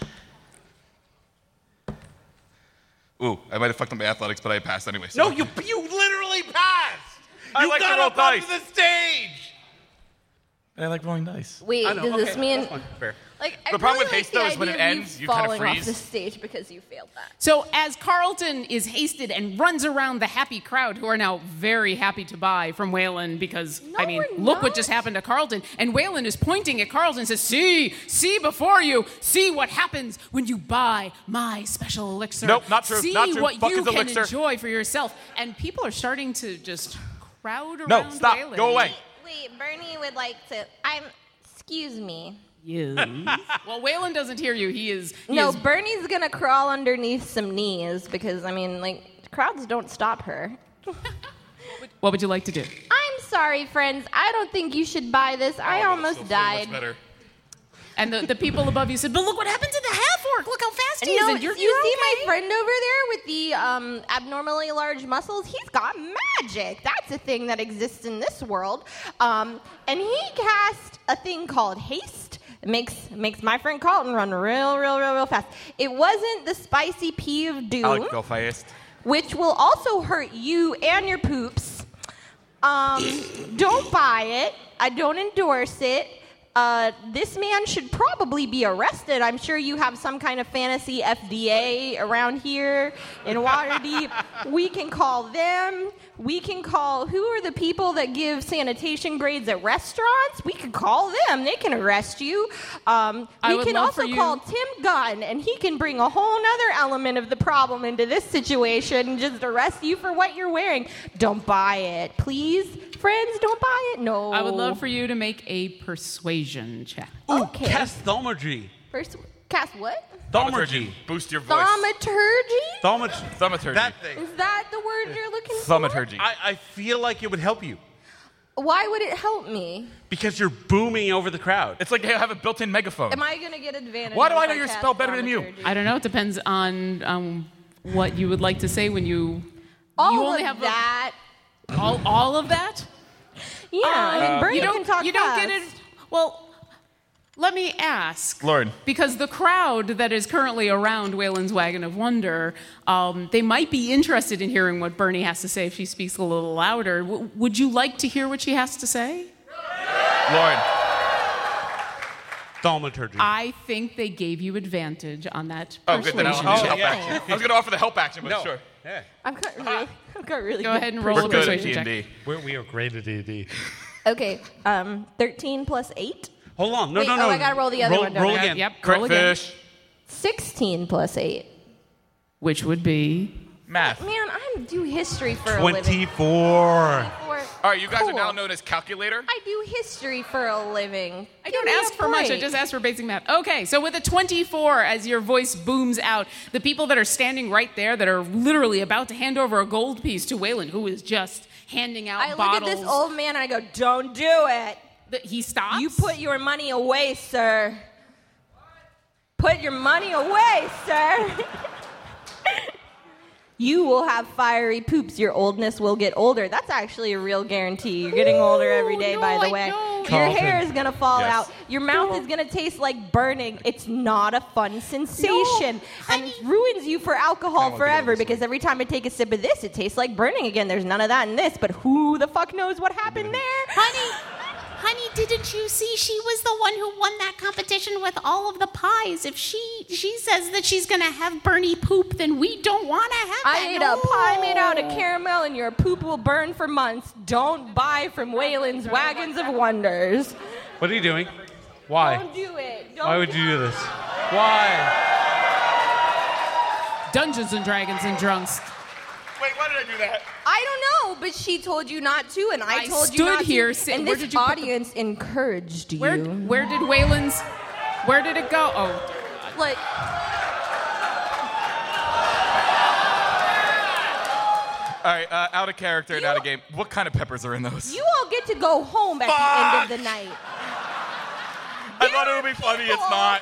C: Ooh, I might have fucked up my athletics, but I passed anyway.
I: No,
C: so-
I: you you literally passed.
C: I
I: you
C: like to
I: got
C: roll
I: up
C: dice.
I: onto the stage.
C: I like rolling dice.
H: Wait,
I: I know,
H: does this
I: okay,
H: mean
I: that's fine, fair.
H: like I
C: The
H: really
C: problem with
H: like
C: haste,
H: the
C: though, is when
H: idea
C: it
H: of you
C: ends, you kinda
H: falling
C: freeze.
H: off the stage because you failed that.
F: So as Carlton is hasted and runs around the happy crowd, who are now very happy to buy from Whalen because I
H: No,
F: mean,
H: we're
F: look what
H: not.
F: just happened to Carlton. And Whalen is pointing at Carlton and says, "See, see before you, see what happens when you buy my special elixir.
C: Nope, not true,
F: See
C: not true.
F: what
C: Fuck
F: you
C: his
F: can
C: elixir."
F: enjoy for yourself." And people are starting to just crowd around.
C: No, stop.
F: Whalen.
C: Go away.
H: Wait, Bernie would like to. I'm. Excuse me.
F: Well, Whalen doesn't hear you. He is he
H: No,
F: is
H: Bernie's gonna crawl underneath some knees because I mean, like crowds don't stop her.
F: What would you like to do?
H: I'm sorry, friends. I don't think you should buy this.
C: Oh,
H: I almost died.
F: And the, the people above you said, But look what happened to the half orc. Look how fast he is.
H: No,
F: And you're,
H: you
F: you're
H: see my
F: okay."
H: friend over there with the um, abnormally large muscles? He's got magic. That's a thing that exists in this world. Um, and he cast a thing called haste. It makes makes my friend Carlton run real, real, real, real fast. It wasn't the spicy pea of doom,
C: I like go fast.
H: which will also hurt you and your poops. Um, [COUGHS] don't buy it. I don't endorse it. Uh, this man should probably be arrested. I'm sure you have some kind of fantasy FDA around here
F: [LAUGHS]
H: in Waterdeep. we can call them. We can call who are the people that give sanitation grades at restaurants? We can call them. They can arrest you. Um,
F: I
H: we
F: would
H: can
F: love
H: also
F: for you-
H: call Tim Gunn, and he can bring a whole nother element of the problem into this situation and just arrest you for what you're wearing. Don't buy it, please. Friends, don't buy it. No.
F: I would love for you to make a persuasion check.
H: Okay.
I: Cast thaumaturgy.
H: First, cast what?
I: Thaumaturgy.
C: Boost your voice.
H: Thaumaturgy?
I: Thaumaturgy.
C: Thaumaturgy.
I: That thing.
H: Is that the word you're looking
C: Thaumaturgy.
I: I, I feel like it would help you
H: for? Why would it help me?
I: because you're booming over the crowd.
C: It's like they have a built-in megaphone.
H: Am I gonna get advantage?
C: Why do
H: if
C: I know your
H: cast
C: spell better than you?
H: thaumaturgy?
F: I don't know. It depends on um, what you would like to say when you.
H: All
F: you only
H: of
F: have a- Uh,
H: that.
F: all, all of that?
H: yeah, I mean, Bernie
F: you don't,
H: can talk
F: you don't
H: fast.
F: get it. Well, let me ask.
C: Lauren.
F: Because the crowd that is currently around Wayland's Wagon of Wonder, um, they might be interested in hearing what Bernie has to say if she speaks a little louder. W- would you like to hear what she has to say?
C: [LAUGHS] Lauren.
I: Thaumaturgy.
H: Ah,
F: I think they gave you advantage on that
C: Oh, good. Then I'll
F: persuasion
C: I'll
F: check.
C: help
I: yeah.
C: action. I was going to offer the help action, but
I: no.
C: sure.
I: Yeah.
H: [LAUGHS] I've got really, I've got really
F: Uh, Go
H: good
F: ahead and roll
C: We're
F: a
C: good at
F: persuasion check.
C: D&D.
I: We're, we are great at D&D.
H: Okay, um, 13 plus 8?
A: Hold on. No,
H: Wait,
A: no, no.
H: oh, I gotta roll the other
A: roll,
H: one, don't
A: Roll
H: I?
A: again.
E: Yep.
C: Correct
E: roll again.
C: fish.
H: 16 plus 8.
E: Which would be
C: Math.
H: Man, I do history for a living.
I: 24.
H: All
C: All right, you guys are now known as calculator.
H: I do history for a living.
F: I don't ask for much. I just ask for basic math. Okay, so with a 24, as your voice booms out, the people that are standing right there that are literally about to hand over a gold piece to Waylon, who is just handing out
H: I look
F: bottles.
H: at this old man and I go, "Don't do it.
F: that he stops.
H: You put your money away, sir. Put your money away, sir. [LAUGHS] you will have fiery poops. Your oldness will get older. That's actually a real guarantee. You're getting older every day,
F: no,
H: by the
F: I
H: way.
F: know.
H: Your
I: Carlton.
H: hair is gonna fall
I: Yes.
H: out. Your mouth is gonna taste like burning. It's not a fun sensation, and it ruins you for alcohol forever. Because every time I take a sip of this, it tastes like burning again. There's none of that in this, but who the fuck knows what happened there?
M: Honey, didn't you see? She was the one who won that competition with all of the pies. If she she says that she's gonna have Bernie poop, then we don't want to have
H: I
M: that.
H: ate a pie made out of caramel, and your poop will burn for months. Don't buy from Wayland's Wagons of Wonders.
I: What are you doing? Why?
H: Don't do it. Oh, Don't
I: Why would you do this?
C: Why?
F: Dungeons and Dragons and Drunks.
C: Wait, why did I do that?
H: I don't know, but she told you not to, and I,
F: I
H: told you not
F: stood here,
H: to.
F: Sid.
H: and
F: Where
H: this
F: did you put the-
H: audience encouraged you.
F: Where where did Waylon's? Where did it go? Oh,
H: Like,
C: All right, uh, out of character and out of game. What kind of peppers are in those?
H: you all get to go home at the end of the night.
C: I thought it would be funny. It's
H: people-
C: not.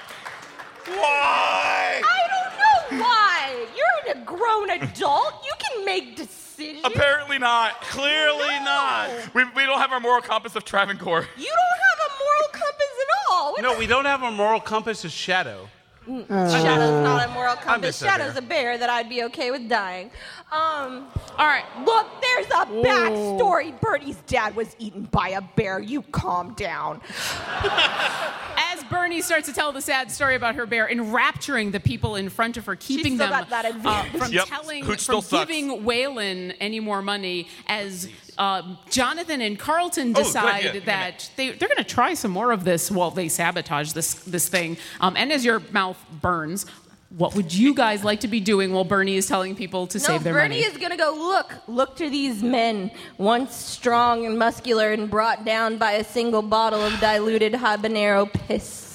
C: Why?
H: I don't know why. You're a grown adult. You can make decisions.
C: Apparently not. Clearly
H: not.
C: We, we don't have our moral compass of Travancore.
H: you don't have a moral compass at all. What
I: No, we don't have a moral compass of shadow.
F: Uh,
H: Shadow's not a moral
I: miss
H: compass.
I: that
H: Shadow's a bear that I'd be okay with dying. Um,
F: all right.
H: look, there's a backstory. Bertie's dad was eaten by a bear. You calm down.
F: As Bernie starts to tell the sad story about her bear, enrapturing the people in front of her, keeping
H: still
F: them uh,
H: got that advantage.
F: from
C: Yep.
F: telling,
C: Hooch
F: from
C: still sucks.
F: giving Waylon any more money, as uh, Jonathan and Carlton decide
C: Oh, yeah, yeah,
F: that they, they're going to try some more of this while they sabotage this this thing. Um, and as your mouth burns, what would you guys like to be doing while Bernie is telling people to
H: No,
F: save their money?
H: Bernie is gonna go look. Look to these men, once strong and muscular, and brought down by a single bottle of diluted habanero piss.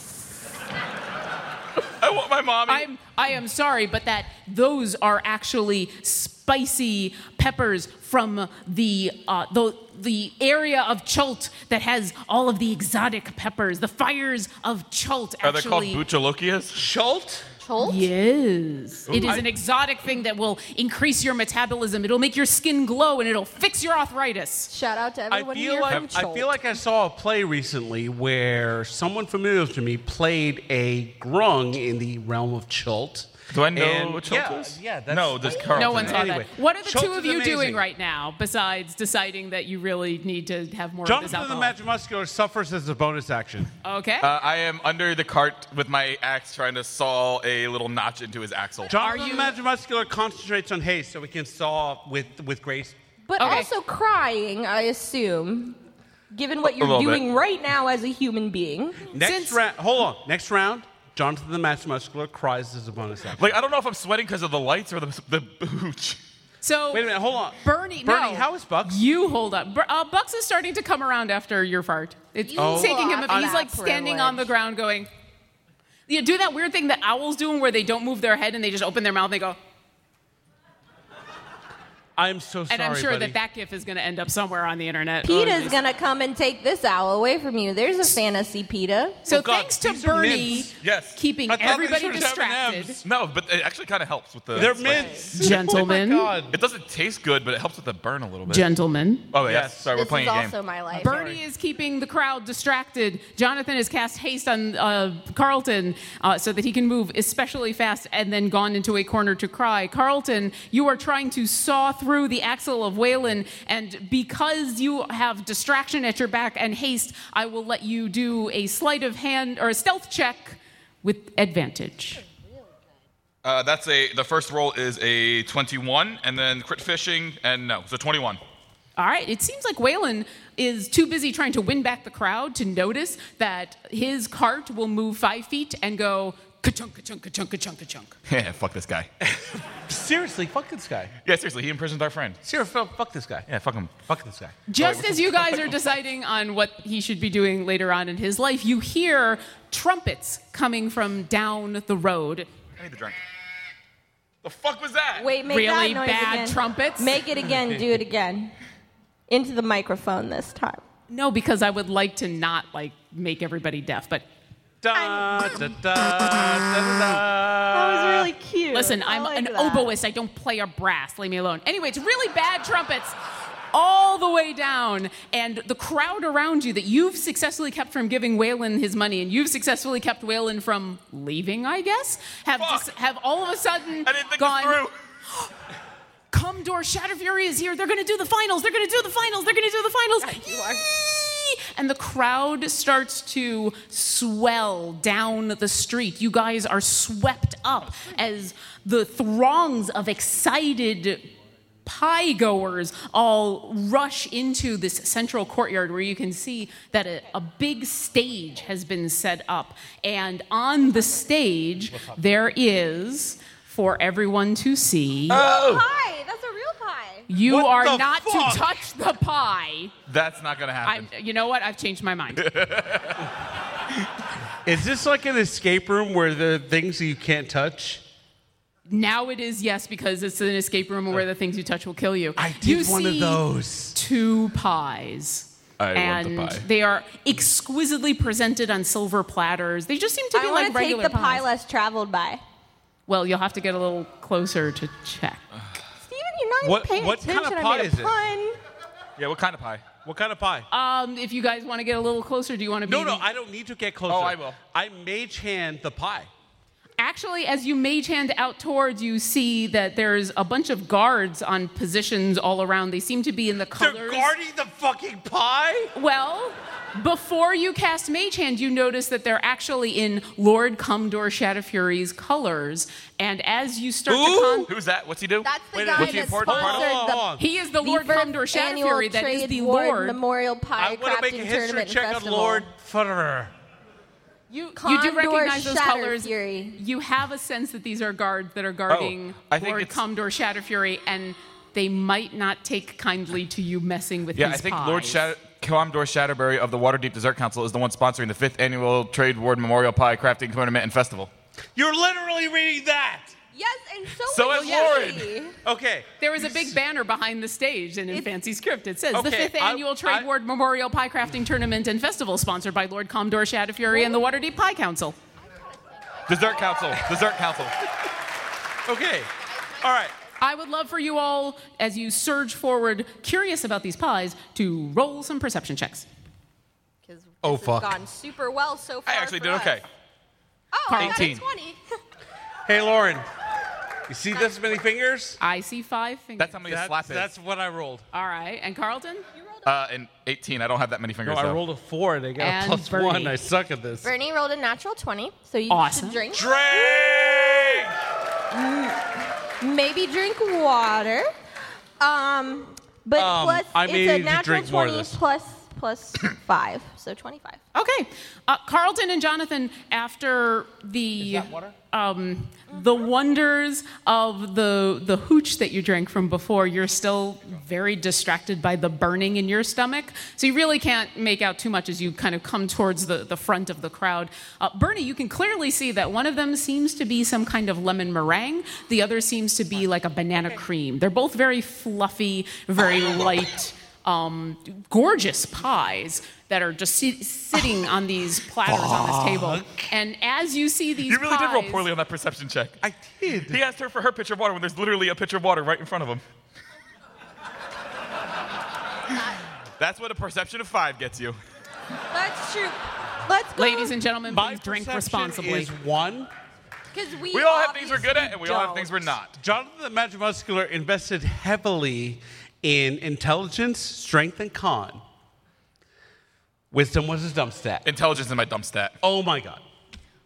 C: I want my mommy.
F: I'm I am sorry, but that those are actually spicy peppers from the uh, the the area of Chult that has all of the exotic peppers. The fires of Chult
C: are they called
F: actually.
C: Buchalokias?
I: Schult?
F: Yes. it is
C: I-
F: an exotic thing that will increase your metabolism. It'll make your skin glow and it'll fix your arthritis.
H: Shout out to
I: I
H: everyone
I: feel
H: here
I: like
H: from Chult.
I: I feel like I saw a play recently where someone familiar to me played a grung in the realm of Chult.
C: Do I know
I: And-
C: what Chult
I: yeah,
C: is?
I: Yeah, that's,
C: No, this Carlton.
F: No one saw
I: Anyway,
F: that. What are the
I: Chult
F: two
I: is
F: of you doing
I: amazing.
F: right now besides deciding that you really need to have more of this
I: Jonathan the
F: alcohol?
I: Magimuscular suffers as a bonus action.
F: okay.
C: Uh, I am under the cart with my axe trying to saw a little notch into his axle.
I: Jonathan
F: you-
I: the Magimuscular concentrates on haste so we can saw with with grace.
H: But
F: Okay.
H: also crying, I assume, given what you're
C: little
H: doing
C: bit.
H: right now as a human being.
I: Next
F: Since-
I: round, hold on. Next round, Jonathan the Magimuscular cries as a bonus action.
C: Like, I don't know if I'm sweating because of the lights or the, the booch.
F: So
I: Wait a minute, hold on.
F: Bernie,
I: Bernie,
F: no.
I: how is Bucks?
F: You hold up. Bur- uh, Bucks is starting to come around after your fart. It's
H: You Oh.
F: taking him.
H: lost
F: He's like
H: that
F: standing on the
H: privilege.
F: ground, going. You do that weird thing that owls do, where they don't move their head and they just open their mouth. and They go,
I: I'm so sorry,
F: and I'm sure
I: buddy.
F: that that gif is going to end up somewhere on the internet. Oh,
H: PETA's
F: geez.
H: gonna come and take this owl away from you. There's a fantasy PETA.
F: So
I: Oh, God,
F: thanks to
I: these are
F: Bernie,
I: mints.
C: Yes.
F: keeping
I: I thought these
F: everybody
I: were just
F: distracted.
I: M&Ms.
C: No, but it actually kind of helps with the.
I: They're mints.
F: Gentlemen.
I: Oh my God.
C: It doesn't taste good, but it helps with the burn a little bit.
F: Gentlemen,
C: oh, yes.
I: Yes.
C: Sorry, we're
H: this
C: playing
H: is
C: a game.
H: also my life.
F: Bernie is keeping the crowd distracted. Jonathan has cast haste on uh, Carlton uh, so that he can move especially fast and then gone into a corner to cry. Carlton, you are trying to saw through the axle of Waylon, and because you have distraction at your back and haste, I will let you do a sleight of hand or a stealth check with advantage.
C: Uh, that's a. The first roll is a 21, and then crit fishing, and no, so 21.
F: All right, it seems like Waylon is too busy trying to win back the crowd to notice that his cart will move five feet and go ka-chunk, ka-chunk, ka-chunk, ka-chunk, ka-chunk.
C: [LAUGHS] Yeah, fuck this guy.
I: Seriously, fuck this guy.
C: Yeah, seriously, he imprisoned our friend.
I: Seriously, fuck- fuck this guy.
C: Yeah, fuck him. Fuck this guy.
F: Just as you guys are deciding on what he should be doing later on in his life, you hear trumpets coming from down the road.
C: I need the drink. The fuck was that?
H: Wait, make
F: Really
H: that noise
F: bad
H: again.
F: trumpets?
H: Make it again. Do it again. Into the microphone this time.
F: No, because I would like to not like make everybody deaf, but
I: Da, da, da, da, da, da.
H: That was really cute.
F: Listen,
H: I
F: I'm
H: like
F: an
H: that.
F: oboist. I don't play a brass. Leave me alone. Anyway, it's really bad trumpets all the way down. And the crowd around you that you've successfully kept from giving Waylon his money and you've successfully kept Waylon from leaving, I guess, have,
C: Fuck.
F: dis- have all of a sudden
C: I didn't think
F: gone,
C: this through.
F: Come door, Shatter Fury is here. They're going to do the finals. They're going to do the finals. They're going to do the finals. Yee! And the crowd starts to swell down the street. You guys are swept up as the throngs of excited pie goers all rush into this central courtyard where you can see that a, a big stage has been set up. And on the stage, there is, for everyone to see,
H: Pie. That's a real pie.
F: you
C: What
F: are
C: the
F: not
C: fuck?
F: to touch the pie.
C: That's not gonna happen.
F: I'm, you know what? I've changed my mind.
I: [LAUGHS] Is this like an escape room where there are things that you can't touch?
F: now it is yes because it's an escape room where the things you touch will kill you.
I: I did
F: you
I: one of
F: see
I: those.
F: Two pies.
C: I want
F: and
C: the pie.
F: they are exquisitely presented on silver platters. They just seem to be
H: I
F: like
H: want to take
F: regular
H: the
F: pies.
H: pie less traveled by.
F: well, you'll have to get a little closer to check.
H: Steven, you're not even
I: What-
H: paying
I: what kind of
H: attention.
I: pie
H: I made
I: is
H: a
I: it?
H: pun.
C: yeah, what kind of pie?
I: What kind of pie?
F: Um, if you guys want to get a little closer, do you want to be?
I: no, no, I don't need to get closer.
C: Oh, I will.
I: I mage hand the pie.
F: Actually, as you mage hand out towards, you see that there's a bunch of guards on positions all around. They seem to be in the colors.
I: They're guarding the fucking pie?
F: Well, before you cast Mage Hand, you notice that they're actually in Lord Commodore Shadowfury's colors. And as you start
I: Ooh.
F: to con-
C: Who's that? What's he do?
H: That's the
I: Wait,
H: guy
I: what's the
H: that sponsored
C: important part?
I: Hold on, hold on.
H: the,
F: he is the,
H: the
F: Lord
H: Verb
F: Commodore
H: annual
F: Shadowfury, that is
H: Trade
F: the
H: Ward
F: Lord.
H: Memorial Pie
I: I
H: Crafting
I: want to make a history
H: Tournament
I: check
H: Festival.
I: on Lord Futterer.
F: you, you do
H: Commodore
F: recognize those
H: Shatter
F: colors.
H: Fury.
F: You have a sense that these are guards that are guarding
C: Oh, I think
F: Lord
C: it's-
F: Commodore Shadowfury, and they might not take kindly to you messing with
C: Yeah,
F: his
C: I think
F: pies.
C: Lord Shatter- Commodore Shatterberry of the Waterdeep Dessert Council is the one sponsoring the fifth annual Trade Ward Memorial Pie Crafting Tournament and Festival.
I: You're literally reading that.
H: Yes, and so,
C: So
H: is
C: is
H: Yeti.
I: Okay.
F: There was a big banner behind the stage, and in fancy script it says the
I: Okay,
F: fifth
I: I-
F: annual Trade
I: I-
F: Ward Memorial Pie Crafting Tournament and Festival, sponsored by Lord Commodore Shadowfury and the Waterdeep Pie Council.
C: Dessert Council. Dessert Council.
I: Okay. All right.
F: I would love for you all, as you surge forward, curious about these pies, to roll some perception checks.
H: Because this
I: Oh,
H: has
I: fuck.
H: gone super well so far.
C: I actually
H: for
C: did
H: us.
C: okay.
H: Oh, I got a
C: 18.
H: 20.
I: Hey, Lauren. You see this many fingers?
F: I see five fingers.
C: That's how many
I: That's,
C: slap is.
I: that's what I rolled.
F: all right, and Carlton,
C: uh, and 18. I don't have that many
I: No,
C: fingers.
I: I
C: though.
I: rolled a four and I got
F: And
I: a plus
F: Bernie.
I: one. I suck at this.
H: [LAUGHS] Bernie rolled a natural 20, so you
F: Awesome.
H: should drink.
I: Drink!
H: Maybe drink water. Um, but
I: Um,
H: plus,
I: I
H: it's
I: may
H: a
I: need to
H: natural
I: drink more of
H: 20
I: this.
H: plus,
C: [COUGHS]
H: plus 5, so 25.
F: okay, uh, Carlton and Jonathan. After the um, the wonders of the the hooch that you drank from before, you're still very distracted by the burning in your stomach. So you really can't make out too much as you kind of come towards the, the front of the crowd. Uh, Bernie, you can clearly see that one of them seems to be some kind of lemon meringue. The other seems to be like a banana cream. They're both very fluffy, very light. Um, gorgeous pies that are just sit- sitting on these platters on this table. And as you see these
C: You really did roll
F: pies-
C: poorly on that perception check.
I: I did.
C: he asked her for her pitcher of water when there's literally a pitcher of water right in front of him. That's what a perception of five gets you.
H: That's true. Let's go.
F: Ladies and gentlemen,
I: My
F: please drink
I: perception
F: responsibly.
I: Is one.
H: Because we,
C: We all have things we're good at, and we
H: obviously
C: all have things we're
H: don't.
C: not.
I: Jonathan the Magic Muscular invested heavily in intelligence, strength, and con. Wisdom was his dump stat.
C: Intelligence is my dump stat.
I: Oh my god.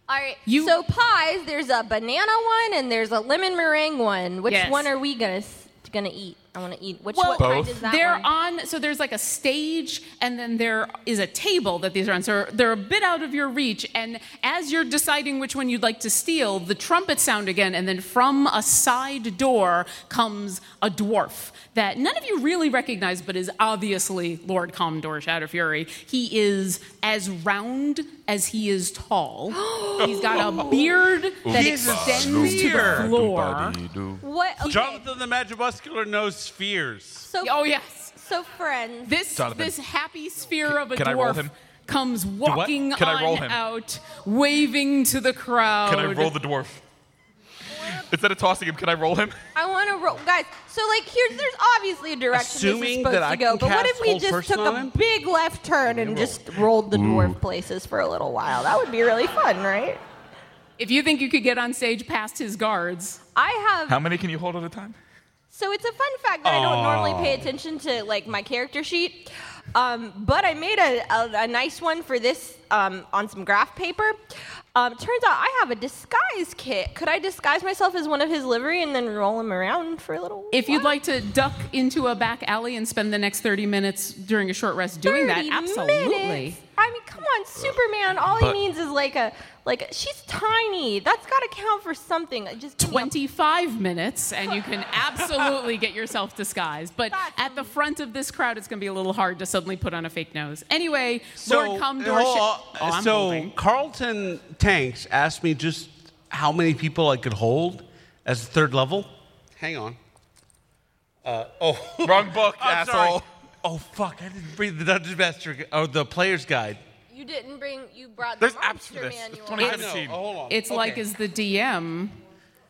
H: All right.
F: You-
H: so pies, there's a banana one and there's a lemon meringue one. Which
F: Yes.
H: one are we gonna s- gonna eat? I want to eat. Which
F: Well,
H: what kind is that?
F: they're
H: one?
F: on. So there's like a stage, and then there is a table that these are on. So they're a bit out of your reach. And as you're deciding which one you'd like to steal, the trumpets sound again, and then from a side door comes a dwarf that none of you really recognize, but is obviously Lord Commodore Shadowfury. He is as round as he is tall. He's got a beard that extends to the floor.
H: What? Okay.
I: Jonathan the Magimuscular knows fears.
H: So,
F: Oh yes.
H: so friends.
F: This
C: Jonathan.
F: this happy sphere of a
C: can I
F: dwarf
C: roll him?
F: comes walking
C: Can I roll
F: on
C: him?
F: out, waving to the crowd.
C: Can I roll the dwarf? Instead of tossing him, can I roll him?
H: I want to roll, guys. So like, here's there's obviously a direction this is
I: Assuming
H: supposed
I: that I
H: to go,
I: can
H: but what
I: cast
H: if we
I: Hold
H: just
I: Person
H: took
I: on him?
H: a big left turn and just rolled the dwarf places for a little while? That would be really fun, right?
F: If you think you could get on stage past his guards,
H: I have
C: How many can you hold at a time?
H: So it's a fun fact that I don't normally pay attention to, like my character sheet. Um, but I made a, a, a nice one for this um, on some graph paper. Um, turns out I have a disguise kit. Could I disguise myself as one of his livery and then roll him around for a little?
F: if
H: while?
F: you'd like to duck into a back alley and spend the next 30 minutes during a short rest doing that,
H: 30
F: absolutely.
H: minutes? I mean, come on, Superman. All
I: But-
H: he needs is like a like. a- she's tiny. That's got to count for something. Just give me a
F: 25 minutes and you can absolutely get yourself disguised. But
H: That's
F: at the front of this crowd, it's going to be a little hard to suddenly put on a fake nose. Anyway, Lord Commodore.
I: oh,
F: Sha-
I: uh,
F: Oh, I'm
I: so
F: holding.
I: Carlton Tanks asked me just how many people I could hold as the third level. Hang on. Uh, oh,
C: Wrong book,
I: I'm sorry.
C: asshole.
I: Oh fuck! I didn't read the Dungeon Master gu- or the Player's Guide.
H: You didn't bring. You brought
C: There's
H: the
C: apps
H: monster
C: for this. There's
H: manual.
C: 20
I: I
C: I've
I: know.
C: seen.
I: Oh, hold on.
F: It's
I: Okay.
F: like as the DM,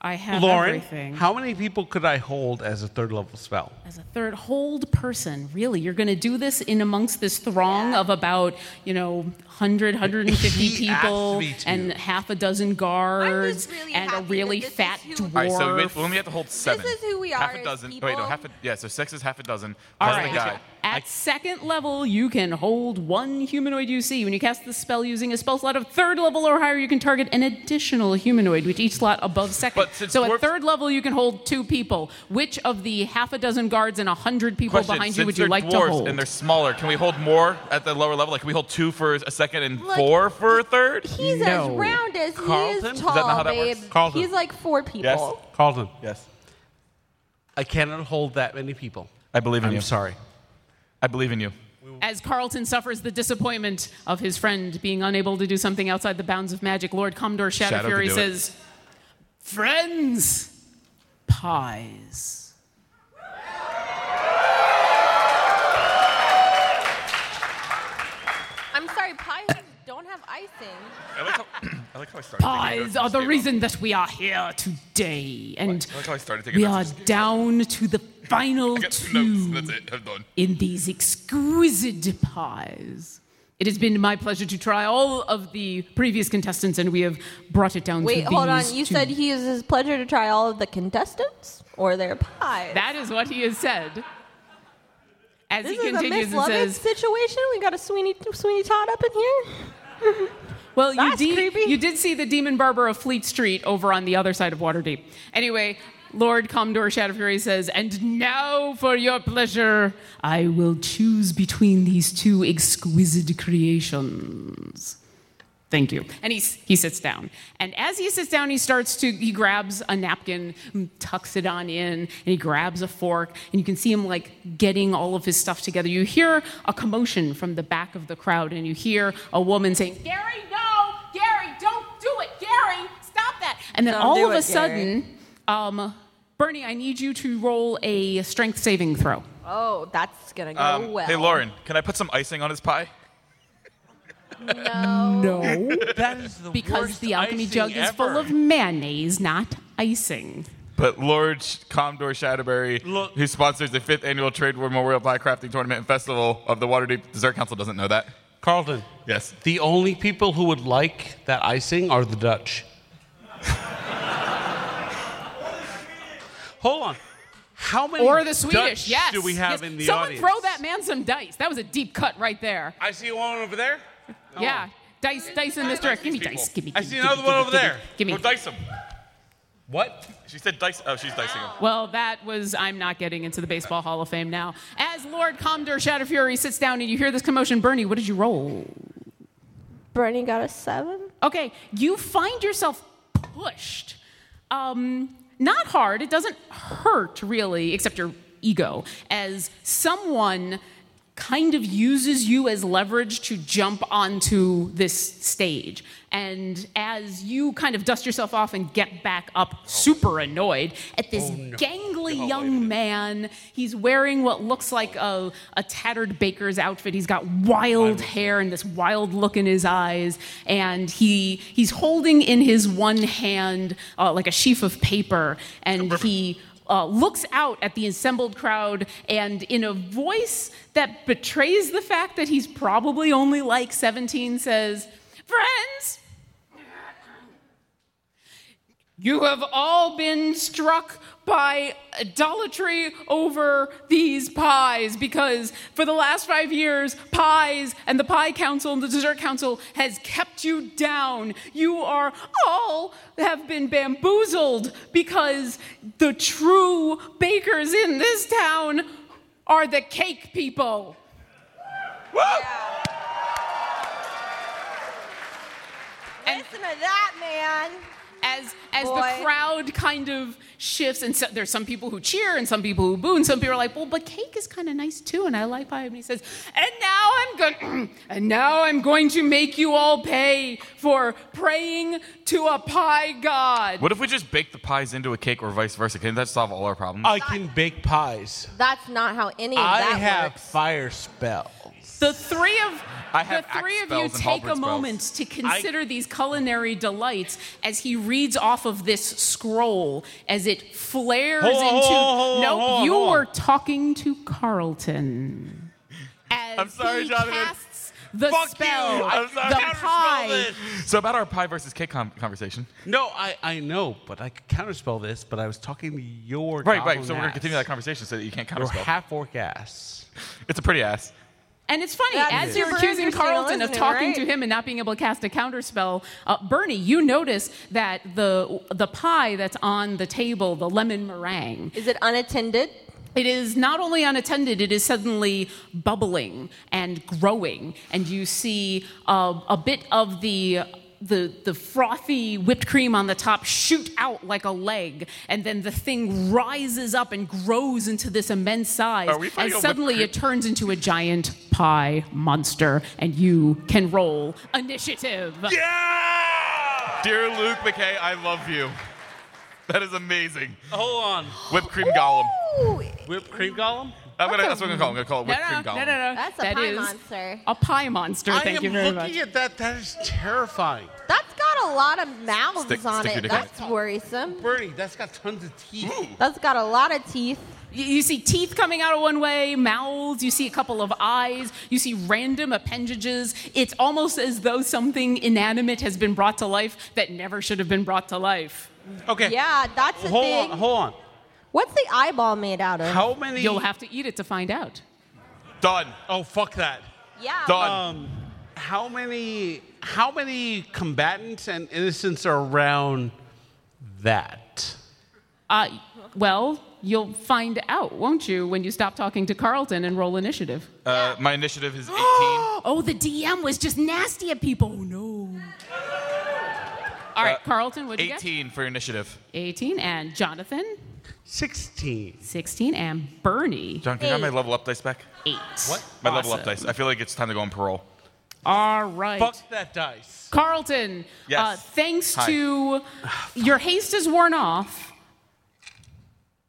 F: I have
I: Lauren,
F: everything.
I: how many people could I hold as a third level spell?
F: as a third hold person, really, you're going to do this in amongst this throng of about, you know, 100, 150
I: [LAUGHS] He asked
F: people
I: me to.
F: and half a dozen guards
H: really
F: and a
H: happy
F: really
H: that this
F: fat
H: is who-
F: dwarf.
H: All
C: All right, so we, we only have to hold seven.
H: is who we
C: Half
H: are
C: a
H: as
C: dozen. Wait, no,
H: people.
C: half a. Yeah, so six is half a dozen.
F: All
C: Plus the
F: right.
C: guy.
F: At second level, you can hold one humanoid you see. When you cast the spell using a spell slot of third level or higher, you can target an additional humanoid with each slot above second.
C: But since
F: so
C: dwarves-
F: at third level, you can hold two people. Which of the half a dozen guards and a hundred people
C: Question,
F: behind you
C: since
F: would you
C: they're
F: like to
C: dwarves
F: hold?
C: And they're smaller. Can we hold more at the lower level? Like, can we hold two for a second and
H: Look,
C: four for a third?
H: He's
F: No.
H: as round as
I: Carlton?
H: he
I: Is
H: is
I: that
H: tall,
C: not how that
H: babe.
C: works?
I: Carlton.
H: He's like four people.
C: Yes.
I: Carlton,
C: Yes.
I: I cannot hold that many people.
C: I believe in
I: I'm
C: you.
I: sorry.
C: I believe in you.
F: As Carlton suffers the disappointment of his friend being unable to do something outside the bounds of magic, Lord Commodore
C: Shadow could
F: Shadowfury
C: do it.
F: says, Friends, pies.
H: I'm sorry, pies don't have icing.
C: I like how I, like how I started. thinking
F: Pies
C: about
F: are the
C: this
F: reason that we are here today. And
C: I like how I started thinking
F: we
C: about
F: are
C: this game.
F: down to the final
C: [LAUGHS] I got two
F: two.
C: notes. That's it. I'm done.
F: in these exquisite pies. It has been my pleasure to try all of the previous contestants, and we have brought it down
H: Wait,
F: to
H: hold on.
F: these
H: You
F: two.
H: said he is his pleasure to try all of the contestants or their pies.
F: that is what he has said. As
H: this
F: he
H: is a Miss
F: continues and
H: Lovett
F: says,
H: situation. We got a Sweeney Sweeney Todd up in here.
F: "Well, you,
H: That's
F: de-
H: creepy.
F: you did see the demon barber of Fleet Street over on the other side of Waterdeep." Anyway, Lord Commodore Shadowfury says, "And now, for your pleasure, I will choose between these two exquisite creations." Thank you. And he, s- he sits down. And as he sits down, he starts to, he grabs a napkin, mm, tucks it on in, and he grabs a fork. And you can see him like getting all of his stuff together. You hear a commotion from the back of the crowd, and you hear a woman saying, Gary, no! Gary, don't do it! Gary, stop that! And then
H: Don't
F: all
H: do
F: of a
H: it, Gary.
F: sudden, um, Bernie, I need you to roll a strength saving throw.
H: Oh, that's gonna go
C: Um,
H: well.
C: Hey, Lauren, can I put some icing on his pie?
F: No.
I: That is the
F: Because
I: worst
F: the alchemy
I: icing
F: jug is full
I: ever.
F: of mayonnaise, not icing.
C: But Lord Sh- Commodore Shadowberry,
I: Look-
C: who sponsors the fifth annual Trade War Memorial Pie Crafting Tournament and Festival of the Waterdeep Dessert Council, doesn't know that.
I: Carlton.
C: Yes.
I: The only people who would like that icing are the [LAUGHS] Dutch. Hold on. How many
F: Or the Swedish,
I: Dutch
F: yes.
I: do we have
F: Yes.
I: in the
F: Someone
I: audience?
F: throw that man some dice. That was a deep cut right there.
I: I see one over there.
F: Yeah. Dice, dice in this direction. Give me
C: People.
F: dice. Give me.
I: Oh. I
F: give
I: see
F: me,
I: another
F: give me,
I: one over
F: give me,
I: there.
F: Give me.
C: Or dice him. What? She said dice. Oh, she's dicing him.
F: Well, that was I'm not getting into the Baseball Hall of Fame now. As Lord Comdor Shadowfury sits down and you hear this commotion, Bernie, what did you roll?
H: Bernie got a seven.
F: Okay, you find yourself pushed. Um, not hard, it doesn't hurt really, except your ego, as someone kind of uses you as leverage to jump onto this stage. And as you kind of dust yourself off and get back up, super annoyed at this gangly young man, he's wearing what looks like a, a tattered baker's outfit. He's got wild hair and this wild look in his eyes, and he he's holding in his one hand uh, like a sheaf of paper, and he uh, looks out at the assembled crowd and in a voice that betrays the fact that he's probably only like 17 says, Friends, you have all been struck by idolatry over these pies because for the last five years, pies and the Pie Council and the Dessert Council has kept you down. You are all have been bamboozled because the true bakers in this town are the cake people.
C: Woo!
H: Listen to that, man.
F: as as
H: Boy.
F: the crowd kind of shifts and so, there's some people who cheer and some people who boo and some people are like well but cake is kind of nice too and i like pie and he says and now i'm going [CLEARS THROAT] and now i'm going to make you all pay for praying to a pie god
C: What if we just bake the pies into a cake or vice versa? Can that solve all our problems?
I: I can bake pies.
H: That's not how any of
I: I
H: that
I: have
H: works.
I: fire spells.
F: the three of
C: I have
F: the three
C: axe
F: of you
C: spells and
F: take a
C: halberd spells.
F: moment to consider these culinary delights as he reads off of this scroll as it flares
I: Hold on,
F: into.
I: hold on, hold on,
F: no,
I: hold on,
F: you
I: hold on.
F: were talking to Carlton. As
C: I'm sorry,
F: he
C: Jonathan.
F: casts the
I: Fuck you.
F: spell,
I: I'm sorry,
F: the
I: I counterspelled
F: pie.
I: it.
C: So about our pie versus cake com- conversation.
I: No, I, I know, but I could counterspell this, but I was talking to your
C: Right, right.
I: goblin
C: So we're gonna
I: ass.
C: continue that conversation so that you can't
I: Your
C: counterspell.
I: half orc ass.
C: it's a pretty ass.
F: And it's funny,
H: That's
F: as you're
H: super
F: accusing
H: interesting,
F: Carlton of
H: isn't it,
F: talking
H: right?
F: to him and not being able to cast a counterspell, uh, Bernie, you notice that the the pie that's on the table, the lemon meringue,
H: Is it unattended?
F: It is not only unattended, it is suddenly bubbling and growing, and you see uh, a bit of the the, the frothy whipped cream on the top shoot out like a leg, and then the thing rises up and grows into this immense size.
C: Are we
F: and
C: fighting a whipped
F: suddenly
C: cream?
F: it turns into a giant pie monster, and you can roll initiative.
I: Yeah!
C: Dear Luke McKay, I love you. That is amazing.
I: Hold on.
C: Whipped cream golem.
H: Ooh,
I: Whipped cream golem?
C: I'm gonna, that's what I'm gonna call. it. I'm gonna call it
F: No,
C: whipped
F: no, no, no,
C: cream golem.
F: no, no.
H: That's a
F: That
H: pie
F: is
H: monster.
F: A pie monster.
I: I
F: Thank
I: am
F: you very
I: looking
F: much.
I: at that. That is terrifying.
H: that's got a lot of mouths
C: Stick-
H: on
C: stick your
H: it.
C: dick in
H: That's worrisome.
I: Bernie, that's got tons of teeth.
H: That's got a lot of teeth.
F: You, you see teeth coming out of one way, mouths, you see a couple of eyes, you see random appendages. It's almost as though something inanimate has been brought to life that never should have been brought to life.
I: Okay.
H: Yeah, that's a
I: Hold
H: thing.
I: on, hold on.
H: What's the eyeball made out of?
I: How many?
F: You'll have to eat it to find out.
C: Done.
I: oh, fuck that.
H: yeah.
C: Done.
I: Um, how many? How many combatants and innocents are around that?
F: Uh, well, you'll find out, won't you, when you stop talking to Carlton and roll initiative.
C: uh, my
F: [GASPS]
C: initiative is 18.
F: Oh, the DM was just nasty at people. Oh, no. All right,
C: Uh,
F: Carlton, what'd you get?
C: 18 for initiative.
F: 18. And Jonathan,
I: Sixteen.
F: 16. And Bernie,
C: John, can you have my level up dice back?
F: 8.
I: What?
C: My level up
I: Awesome.
C: dice. I feel like it's time to go on parole.
F: All right.
I: Fuck that dice.
F: Carlton,
C: Yes.
F: uh, thanks
C: Hi. [SIGHS]
F: to your haste is worn off,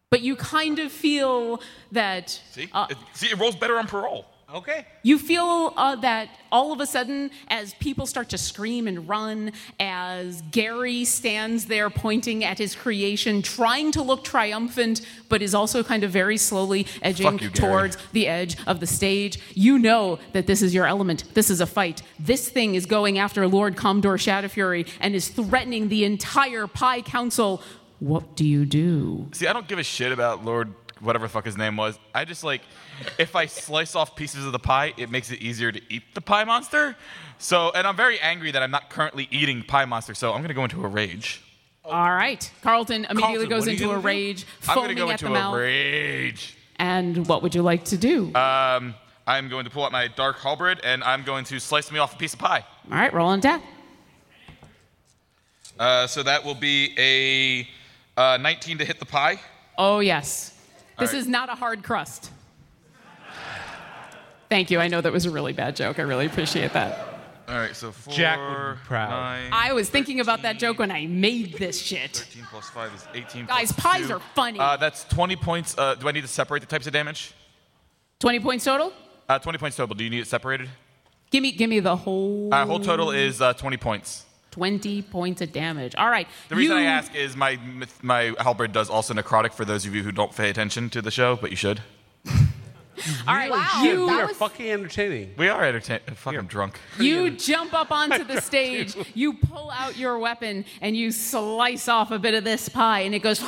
F: but you kind of feel that
C: See?
F: uh,
C: it, see, it rolls better on parole.
I: Okay.
F: you feel uh, that all of a sudden, as people start to scream and run, as Gary stands there pointing at his creation, trying to look triumphant, but is also kind of very slowly edging
C: Fuck you, Gary.
F: towards the edge of the stage. You know that this is your element. This is a fight. This thing is going after Lord Commodore Shadowfury and is threatening the entire Pi Council. What do you do?
C: See, I don't give a shit about Lord whatever the fuck his name was. I just like if I slice off pieces of the pie, it makes it easier to eat the pie monster. So, and I'm very angry that I'm not currently eating pie monster, so I'm going to go into a rage.
F: All right. Carlton
N: immediately goes
F: what are you
N: into a
F: gonna do?
N: rage,
C: I'm gonna
N: foaming
C: go
N: at
C: into
N: the
C: a
N: mouth.
C: rage.
F: And what would you like to do?
C: Um, I'm going to pull out my dark halberd and I'm going to slice me off a piece of pie.
F: All right, roll on deck.
C: Uh, so that will be a uh, 19 to hit the pie.
F: Oh, yes.
C: All
F: This
C: right.
F: is not a hard crust. Thank you. I know that was a really bad joke. I really appreciate that.
C: All right, so four,
G: Jack would be proud.
C: nine,
F: I was thinking about that joke when I made this shit.
C: 13 plus five is 18.
F: Guys,
C: plus
F: pies
C: two.
F: are funny.
C: Uh, that's 20 points. Uh, do I need to separate the types of damage?
F: 20 points total?
C: Uh, 20 points total. Do you need it separated?
F: Give me, give me the whole
C: Uh, whole total is uh, 20 points.
F: 20 points of damage. All right.
C: The reason I
F: you-
C: ask is my my halberd does also necrotic for those of you who don't pay attention to the show, but you should.
F: All right,
I: we
F: you
I: are fucking entertaining.
C: We are entertained. Fuck, I'm drunk.
F: You jump up onto
G: [LAUGHS]
F: the stage, you pull out your weapon, and you slice off a bit of this pie, and it goes.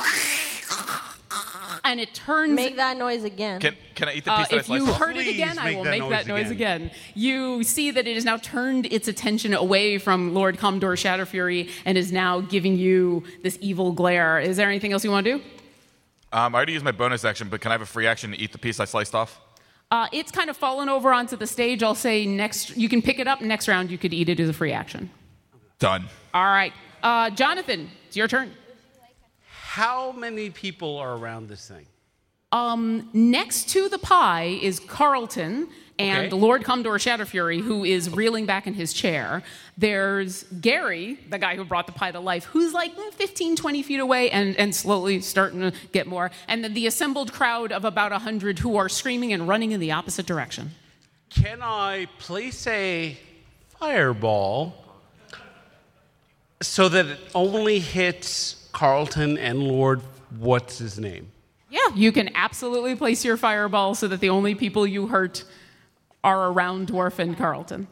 F: And it turns.
H: Make that noise again.
C: Can, can I eat the
F: uh,
C: piece that I
F: if
C: sliced
F: you
C: off?
F: heard it
G: Please
F: again, I
G: make
F: will
G: that
F: make that
G: noise
F: noise again. You see that it has now turned its attention away from Lord Commodore Shadowfury and is now giving you this evil glare. Is there anything else you want to do?
C: Um, I already used my bonus action, but can I have a free action to eat the piece I sliced off?
F: Uh, it's kind of fallen over onto the stage. I'll say next. You can pick it up next round. You could eat it as a free action.
C: Done.
F: All right, uh, Jonathan, it's your turn.
I: How many people are around this thing?
F: Um, next to the pie is Carlton and
I: Okay.
F: Lord Commodore Shadowfury, who is reeling back in his chair. There's Gary, the guy who brought the pie to life, who's like mm, 15, 20 feet away and, and slowly starting to get more. And then the assembled crowd of about 100 who are screaming and running in the opposite direction.
I: Can I place a fireball so that it only hits Carlton and Lord what's his name?
F: Yeah, you can absolutely place your fireball so that the only people you hurt are around Dwarf and Carlton.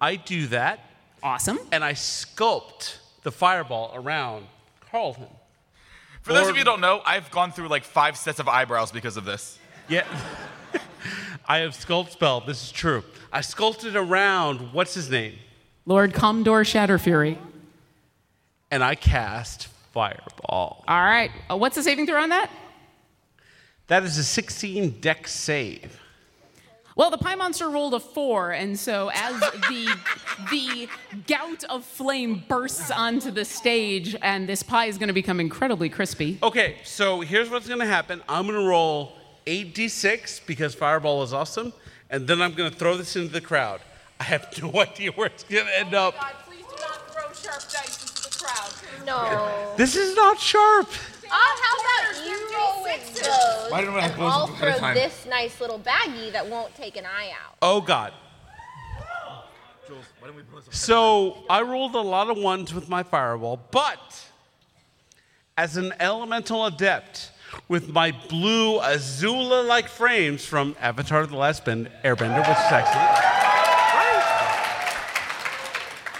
I: I do that
F: Awesome.
I: and I sculpt the fireball around Carlton.
C: For those of you who don't know, I've gone through like five sets of eyebrows because of this.
I: Yeah. [LAUGHS] I have sculpt spell. This is true. I sculpted around what's his name,
F: Lord Commodore Shadowfury.
I: and I cast fireball.
F: All right. Uh, what's the saving throw on that?
I: That is a 16 deck save.
F: Well, the pie monster rolled a four, and so as the [LAUGHS] the gout of flame bursts onto the stage, and this pie is going to become incredibly crispy.
I: Okay, so here's what's gonna happen. I'm gonna roll 8d6 because fireball is awesome, and then I'm gonna throw this into the crowd. I have [LAUGHS] no idea where it's gonna end up.
O: God, please do not throw sharp dice into the crowd.
H: No. Oh,
I: This is not sharp.
H: how about you roll with those?
C: Why didn't I
H: and
C: close
H: I'll
C: it ahead of
H: throw
C: time?
H: this nice little baggie that won't take an eye out.
C: [LAUGHS]
I: Oh god. So I rolled a lot of ones with my fireball, but as an elemental adept with my blue Azula like frames from Avatar The Last Bend, Airbender, which is excellent.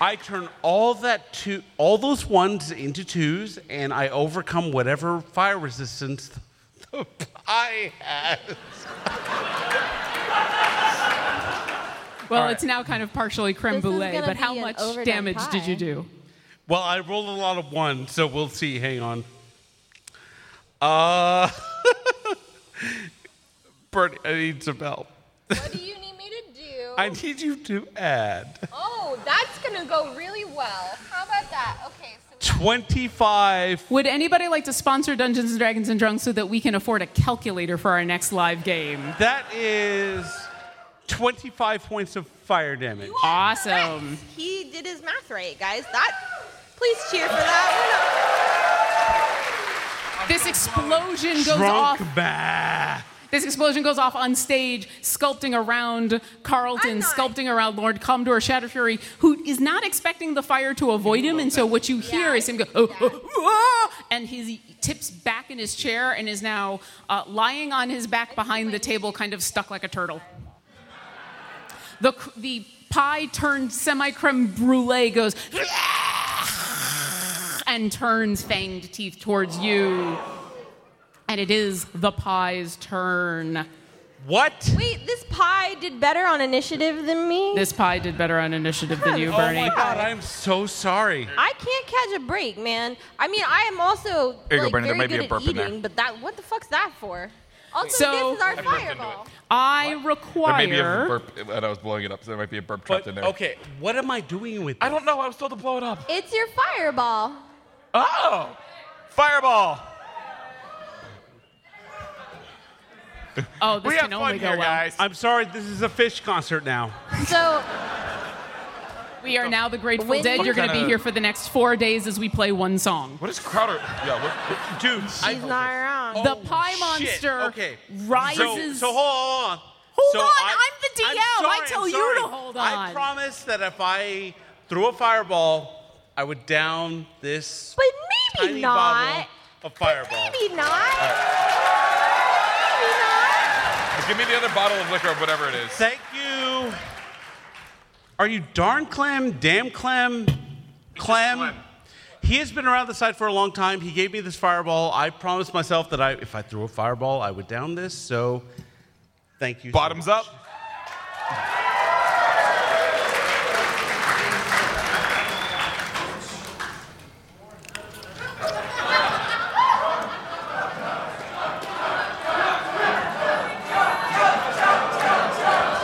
I: I turn all that two, all those ones into twos, and I overcome whatever fire resistance [LAUGHS] the pie has.
F: Well, it's now kind of partially creme
H: This is
F: brulee,
H: gonna
F: but how
H: be an
F: much
H: overdone
F: damage did you
H: pie.
F: do?
I: Well, I rolled a lot of ones, so we'll see. Hang on. Uh, [LAUGHS] Bernie, I need some help.
H: What do you need me to do?
F: Oh.
I: I need you to add
H: oh, that's gonna go really well. How about that? Okay, so
I: 25.
F: Would anybody like to sponsor Dungeons and Dragons and Drunks so that we can afford a calculator for our next live game?
I: That is 25 points of fire damage.
F: Awesome.
H: he did his math right, guys. That. Please cheer for that.
F: This explosion goes off.
I: Drunk bah.
F: This explosion goes off on stage, sculpting around Carlton,
H: I'm not-
F: sculpting around Lord Commodore Shadowfury, who is not expecting the fire to avoid him, and so what you hear is him go, oh, oh, ah," and he tips back in his chair and is now uh, lying on his back behind the table, kind of stuck like a turtle. The, c- the pie turned semi creme brulee goes and turns fanged teeth towards you. And it is the pie's turn.
I: What?
H: Wait, this pie did better on initiative than me.
F: This pie did better on initiative than you,
I: Oh
F: Bernie.
I: my God, I'm so sorry.
H: I can't catch a break, man. I may be a burner. I am also
C: There you go,
H: like,
C: like,
H: very
C: Brandon. There very might be
H: good
C: good a at burp
H: at
C: in there.
H: eating,
C: eating,
H: but that what the fuck's that for? Also,
F: So-
H: this is our
C: I burped into
H: fireball.
F: I
C: There may be a
F: require.
C: burp when I was blowing it up, so there might be a burp trapped
I: But
C: in there.
I: okay, what am I doing with?
C: I don't know. I was told to blow it up.
H: It's your fireball.
C: Oh! Fireball!
F: Oh, this
C: we
F: can
C: have fun
F: only go
C: here,
F: well.
C: guys.
I: I'm sorry. This is a fish concert now.
H: So
F: We are now the Grateful
H: When
F: Dead.
H: you-
F: You're going to be
C: Kinda-
F: here for the next four days as we play one song.
C: What is Crowder? Yeah, what,
I: Dude, I,
H: he's not around.
F: The
C: Oh,
F: pie
I: Oh, shit,
F: monster
I: okay. so,
F: rises.
I: so hold on.
F: Hold
I: So
F: on,
I: I,
F: I'm the
I: I'm
F: DM. I
I: sorry,
F: tell
I: I'm
F: you
I: sorry.
F: to hold
I: I
F: on.
I: promise that if I threw a fireball, I would down this
H: but maybe
I: tiny
H: not.
I: bottle of fireball.
H: Maybe not. Maybe
C: give me the other bottle of liquor, whatever it is.
I: Thank you. Are you darn Clem? Damn Clem? Clem?
C: Clem.
I: He has been around the site for a long time. He gave me this fireball. I promised myself that I, if I threw a fireball, I would down this. So, thank you. so
C: Bottoms
I: much.
C: up.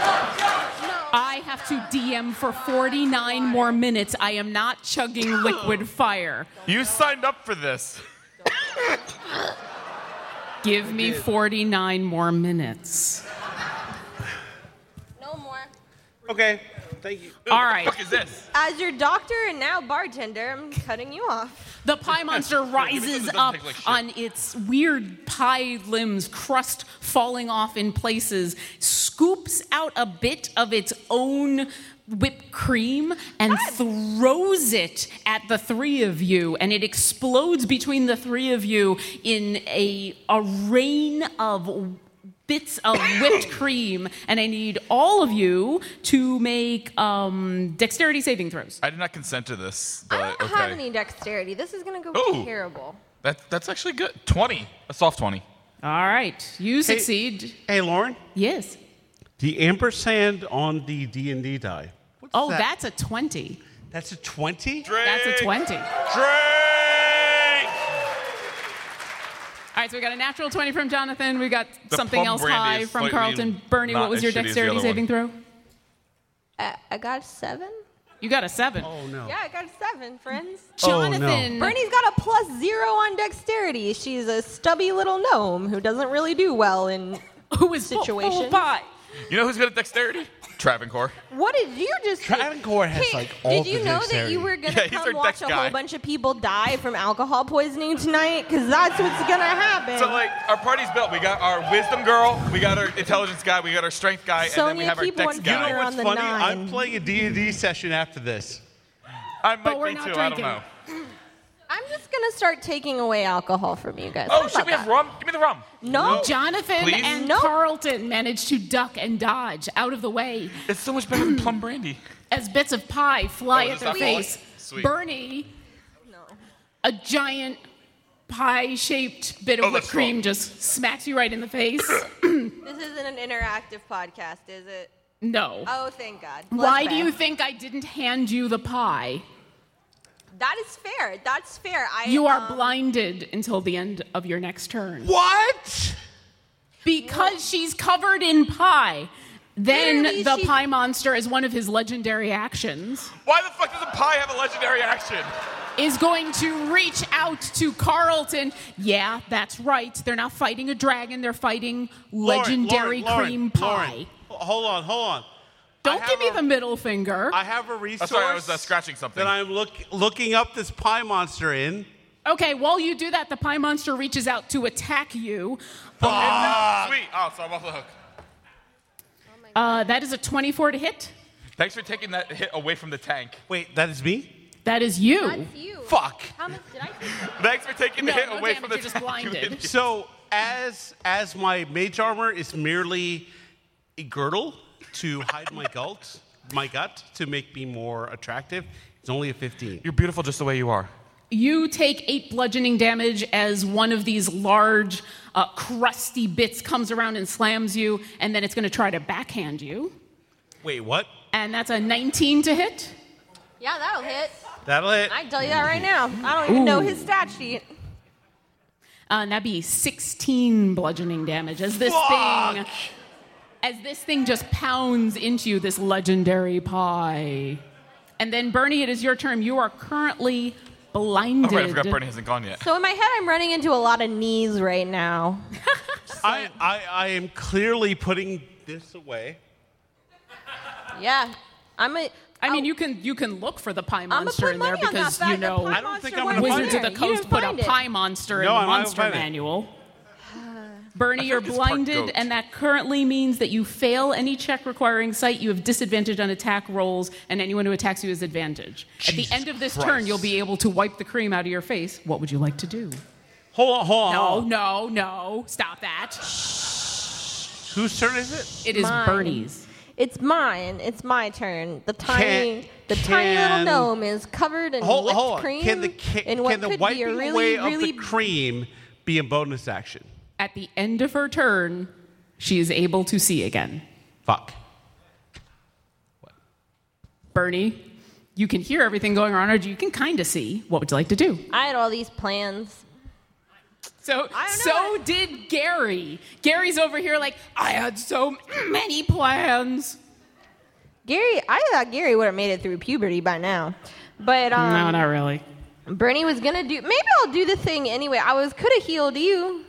F: I have to DM for 49 more minutes. I am not chugging
C: [GASPS]
F: liquid fire.
C: You signed up for this.
F: Give me 49 more minutes.
H: not. No more.
I: Okay. Thank you.
F: All right.
C: What the fuck is this?
H: As your doctor and now bartender, I'm cutting you off.
F: The
C: [LAUGHS]
F: pie monster rises
C: doesn't
F: up
C: take like shit.
F: on its weird pie limbs, crust falling off in places, scoops out a bit of its own whipped cream and
C: Ah!
F: throws it at the three of you and it explodes between the three of you in a a rain of bits
C: [COUGHS]
F: of whipped cream and i need all of you to make um, dexterity saving throws
C: I did not consent to this,
H: I
C: but
H: don't have
C: Uh, okay.
H: any dexterity. This is gonna go
C: Ooh.
H: terrible.
C: That, that's actually good. 20. A soft 20.
F: all right you succeed
I: Hey, Lauren.
F: yes
I: The ampersand on the D and D die.
F: Oh,
I: that?
F: that's a 20.
I: That's a twenty.
F: That's a 20. All
C: Drink!
F: right, so we got a natural 20 from Jonathan. We got
C: The
F: something
C: plum
F: else
C: brandy
F: high
C: is
F: from
C: slightly
F: Carlton. Bernie,
C: not
F: what was
C: as
F: your
C: shitty as the
F: dexterity
C: other
F: saving throw?
H: I, I got a seven.
F: You got a 7.
I: Oh no.
H: Yeah, I got a seven, friends.
F: Jonathan.
H: Bernie's got a plus zero on dexterity. She's a stubby little gnome who doesn't really do well in.
F: [LAUGHS] who is oh, full-
H: Situation.
F: full pie.
C: You know who's good at dexterity? Travancore.
H: What did you just? do?
I: Travancore has,
H: Hey,
I: like, all
H: Did you
I: the
H: know that
I: dexterity.
H: you were gonna
C: [LAUGHS] Yeah, he's our
H: come
C: dex
H: watch a
C: guy.
H: whole bunch of people die from alcohol poisoning tonight? Because that's what's gonna happen.
C: So like our party's built. We got our wisdom girl, we got our intelligence guy, we got our strength guy, and then we
H: Sonia,
C: have our
H: keep
C: dex
H: one
I: You
C: guy.
I: know
H: You're
I: what's
H: on the
I: funny?
H: nine.
I: I'm playing a D and D session after this.
C: I might
F: we're
C: be
F: not
C: too. I don't
F: drinking.
C: know.
H: I'm just gonna start taking away alcohol from you guys.
C: Oh
H: How
C: shit,
H: about
C: we have
H: that?
C: rum. Give me the rum.
H: No,
F: Jonathan
C: Please?
F: and
H: No.
F: Carlton managed to duck and dodge out of the way
C: It's so much better than plum brandy.
F: as bits of pie fly
C: Oh,
F: at
C: is
F: their
C: this alcoholic?
F: face.
C: Sweet.
F: Bernie, a giant pie-shaped bit of
C: Oh,
F: whipped
C: that's
F: cream
C: wrong.
F: just smacks you right in the
C: [COUGHS]
F: face.
H: this isn't an interactive podcast, is it?
F: no.
H: Oh, thank God.
F: Why
H: Bless
F: do you
H: Beth.
F: think I didn't hand you the pie?
H: that is fair. That's fair. I.
F: You are
H: um,
F: blinded until the end of your next turn.
I: What?
F: Because she's covered in pie. Then
H: Literally,
F: the
H: she-
F: pie monster is one of his legendary actions.
C: Why the fuck does a pie have a legendary action?
F: Is going to reach out to Carlton. Yeah, that's right. They're not fighting a dragon, they're fighting
I: Lauren,
F: legendary
I: Lauren, Lauren,
F: cream
I: Lauren.
F: pie.
I: Hold on, hold on.
F: Don't
I: I
F: give me
I: have a-
F: the middle finger.
I: I have a resource.
C: sorry, I was, uh, scratching something.
I: That I'm look, looking up this pie monster in.
F: okay, while you do that, the pie monster reaches out to attack you.
I: Ah.
C: Sweet. Oh, so I'm off the hook.
F: Uh, that is a 24 to hit.
C: Thanks for taking that hit away from the tank.
I: Wait, that is me?
F: That is you.
H: That's you.
I: Fuck.
H: How much did I? Take?
C: Thanks for taking the
F: No,
C: hit
F: no
C: away
F: damage,
C: from the
F: you're just
C: tank. you
F: blinded.
C: idiot.
I: So as as my mage armor is merely a girdle to hide my gut, my gut to make me more attractive. It's only a 15.
C: You're beautiful just the way you are.
F: You take eight bludgeoning damage as one of these large, uh, crusty bits comes around and slams you, and then it's going to try to backhand you.
I: Wait, what?
F: And that's a 19 to hit.
H: Yeah, that'll hit.
I: That'll hit.
H: I can tell you that right now. I don't even know
F: Ooh.
H: his stat sheet.
F: Uh, and that'd be 16 bludgeoning damage as this thing as this thing just pounds into you this legendary pie. And then Bernie, it is your turn. You are currently blinded.
C: Oh, right, I forgot Bernie hasn't gone yet.
H: So in my head, I'm running into a lot of knees right now.
I: I, I, I am clearly putting this away.
H: Yeah, I'm a.
F: I mean, you can you can look for the pie
H: gonna
F: monster
H: put
F: in there
H: money on
F: because
H: that
F: you
H: fact that
F: know
H: pie
I: I don't think
H: monster
I: I'm gonna
H: wasn't
F: Wizards of
H: there.
F: the
H: You
F: Coast
H: didn't
F: put a
H: find it.
F: pie monster in
I: No,
F: the
I: I'm not
F: monster
I: fighting.
H: [SIGHS]
F: manual. Bernie, you're
C: like it's part goat.
F: blinded, and that currently means that you fail any check requiring sight. You have disadvantage on attack rolls, and anyone who attacks you is advantage. At
I: Jesus
F: the end of this
I: Christ.
F: turn, you'll be able to wipe the cream out of your face. What would you like to do?
I: Hold on, hold on.
F: No,
I: hold on.
F: no, no! Stop that.
I: Whose turn is it?
F: It is
H: Mine.
F: Bernie's.
H: It's mine. It's my turn. The tiny, the tiny
I: can-
H: little gnome is covered in
A: Hold,
H: whipped
A: hold on.
H: cream.
A: Can the, ca-
H: and what
A: can the
H: could be
A: wiping
H: a really,
A: away of the
H: really
A: cream be a bonus action?
F: At the end of her turn, she is able to see again.
A: Fuck.
F: Bernie, you can hear everything going on, or you can kind of see. What would you like to do?
H: I had all these plans.
F: So,
H: I don't
F: so
H: know what-
F: did Gary. Gary's over here like, I had so many plans.
H: Gary, I thought Gary would have made it through puberty by now, but um,
F: no, not really.
H: Bernie was gonna do. Maybe I'll do the thing anyway. I was could have healed you.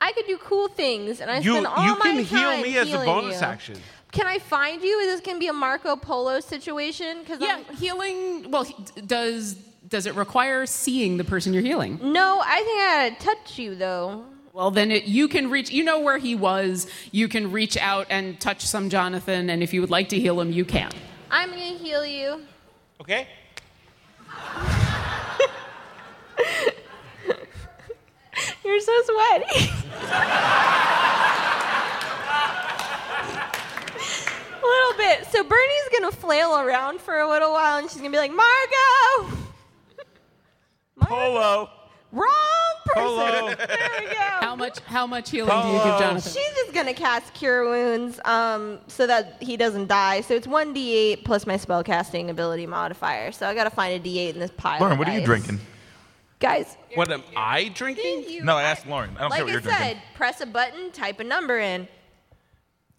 H: I could do cool things, and I
A: You,
H: spend all
A: you
H: my
A: can heal
H: time
A: me as a
H: healing
A: bonus
H: you.
A: action.
H: Can I find you? Is this gonna be a Marco Polo situation? Because
F: Yeah, healing. Well, he- does does it require seeing the person you're healing?
H: no, I think I gotta touch you though.
F: Well, then it, you can reach. You know where he was. You can reach out and touch some Jonathan, and if you would like to heal him, you can.
H: I'm gonna heal you.
I: Okay.
H: [LAUGHS] You're so sweaty. [LAUGHS] a little bit. So Bernie's gonna flail around for a little while, and she's gonna be like, "Margo, [LAUGHS]
I: Polo.
H: wrong person."
I: Polo.
H: There we go.
F: How much? How much healing do
C: Oh.
F: you give Jonathan?
H: She's just gonna cast Cure Wounds, um, so that he doesn't die. So it's one d8 plus my spellcasting ability modifier. So I gotta find a d8 in this pile. of
C: Lauren, what are you
H: dice.
C: drinking?
H: guys?
A: What am I drinking?
H: thank you.
C: No, I asked Lauren. I don't
H: like
C: care what you're
H: I said,
C: drinking.
H: press a button, type a number in.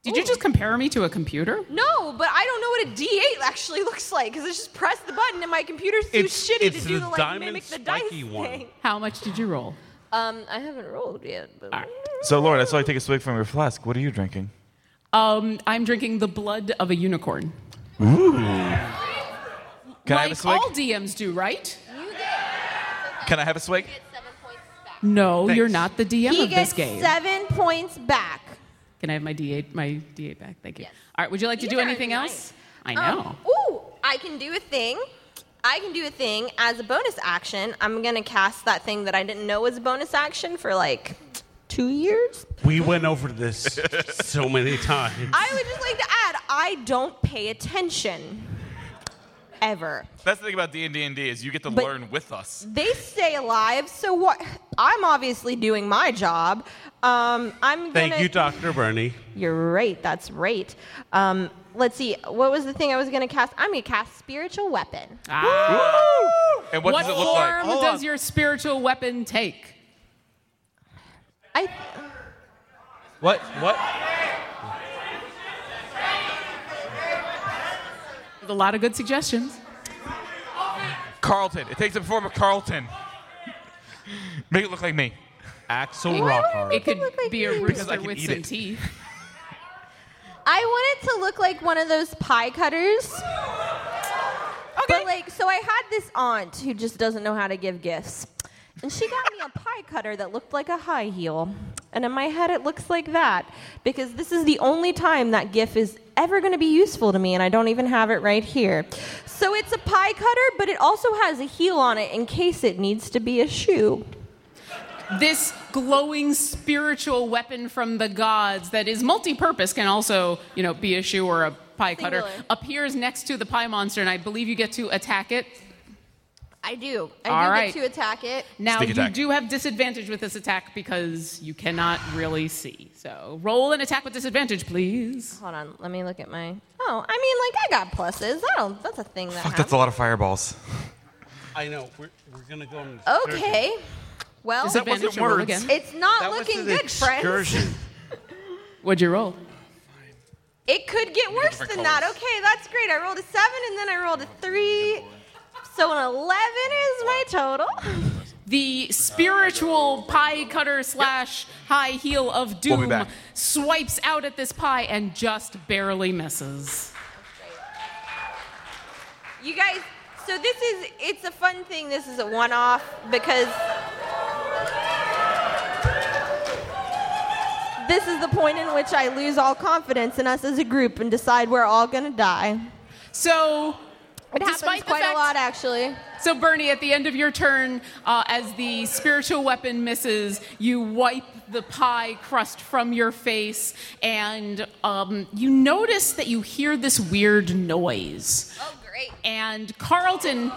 F: Did you just compare me to a computer?
H: No, but I don't know what a D8 actually [LAUGHS] looks like because it's just press the button and my computer's too
A: It's-
H: shitty
A: it's
H: to do
A: the
H: the like
A: diamond
H: mimic the dice
A: spiky one.
H: thing.
F: How much did you roll?
H: Um, I haven't rolled yet, but
F: All right.
C: So, Lauren, I saw you take a swig from your flask. What are you drinking?
F: Um, I'm drinking the blood of a unicorn.
C: Can I
F: like
C: have a swig?
F: all DMs do, right?
C: Can I have a swig?
F: No,
I: Thanks.
F: you're not the DM
H: he
F: of this
H: gets
F: game.
H: seven points back.
F: Can I have my D8, my D8 back? Thank you. All right. Would you like to
H: You
F: do
H: guys
F: anything
H: are
F: else? I
H: Um,
F: know.
H: ooh, I can do a thing. I can do a thing as a bonus action. I'm gonna cast that thing that I didn't know was a bonus action for like two years.
A: We went over this [LAUGHS] so many times.
H: I would just like to add, I don't pay attention ever.
C: That's the thing about D and D and D is you get to
H: But-
C: learn with us.
H: they stay alive. So what? I'm obviously doing my job. Um, I'm
A: [LAUGHS] Thank
H: gonna-
A: you, Dr. Bernie.
H: You're right. That's right. Um, let's see. What was the thing I was gonna cast? I'm gonna cast spiritual weapon.
C: And what,
F: what
C: does it look
F: form
C: like?
F: does your spiritual weapon take?
H: I
I: What? What?
F: There's a lot of good suggestions.
C: Carlton. It takes the form of Carlton. Make it look like me.
A: Axel
H: Why would I
A: Rockhart.
F: It could
H: look like
F: be a
H: me.
C: Because I
F: rooster
C: can
F: with
C: eat
F: some
C: it.
F: teeth.
H: I want it to look like one of those pie cutters. But like, so I had this aunt who just doesn't know how to give gifts, and she got me a pie cutter that looked like a high heel. And in my head, it looks like that because this is the only time that GIF is ever going to be useful to me, and I don't even have it right here. So it's a pie cutter, but it also has a heel on it in case it needs to be a shoe.
F: This glowing spiritual weapon from the gods that is multi-purpose can also, you know, be a shoe or a pie cutter.
H: Singular.
F: Appears next to the pie monster, and I believe you get to attack it.
H: I do. I
F: All
H: do
F: right.
H: get to attack it.
F: Now
C: Sneak
F: you
C: attack.
F: do have disadvantage with this attack because you cannot really see. So roll an attack with disadvantage, please.
H: Hold on, let me look at my. Oh, I mean, like I got pluses. I don't. That's a thing that
C: Fuck, that's a
H: happens.
C: lot of fireballs.
A: I know. We're, we're going to go on.
H: Okay. Well,
F: Disadvantage roll
A: words.
F: again.
H: it's not
A: That was
H: looking
A: an
H: good, friends.
A: excursion.
F: What'd you roll?
H: [LAUGHS] It could get worse than
C: different
H: that.
C: colors.
H: Okay, that's great. I rolled a seven and then I rolled a three. So an eleven is my total.
F: The spiritual pie cutter slash high heel of
C: We'll
F: doom
C: be back.
F: swipes out at this pie and just barely misses.
H: You guys, so this is it's a fun thing. This is a one-off because this is the point in which I lose all confidence in us as a group and decide we're all gonna die.
F: So
H: It
F: Despite
H: happens
F: the
H: quite
F: fact-
H: a lot, actually.
F: So, Bernie, at the end of your turn, uh, as the spiritual weapon misses, you wipe the pie crust from your face, and um, you notice that you hear this weird noise.
H: Oh, great!
F: And Carlton,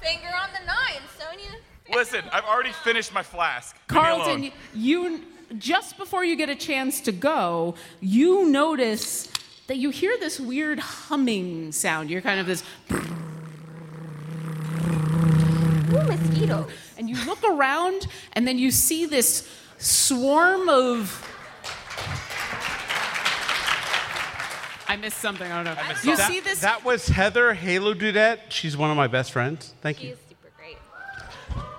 H: Finger on the nine, Sonia.
C: Listen, I've already finished my flask. Leave me
F: Carlton,
C: alone.
F: you just before you get a chance to go, you notice that you hear this weird humming sound. You're kind of this
H: Ooh, mosquito.
F: and you look around and then you see this swarm of I missed something. I don't know. you
A: That-
F: see this
A: That was Heather Halo Dudette. She's one of my best friends. Thank you.
H: super great.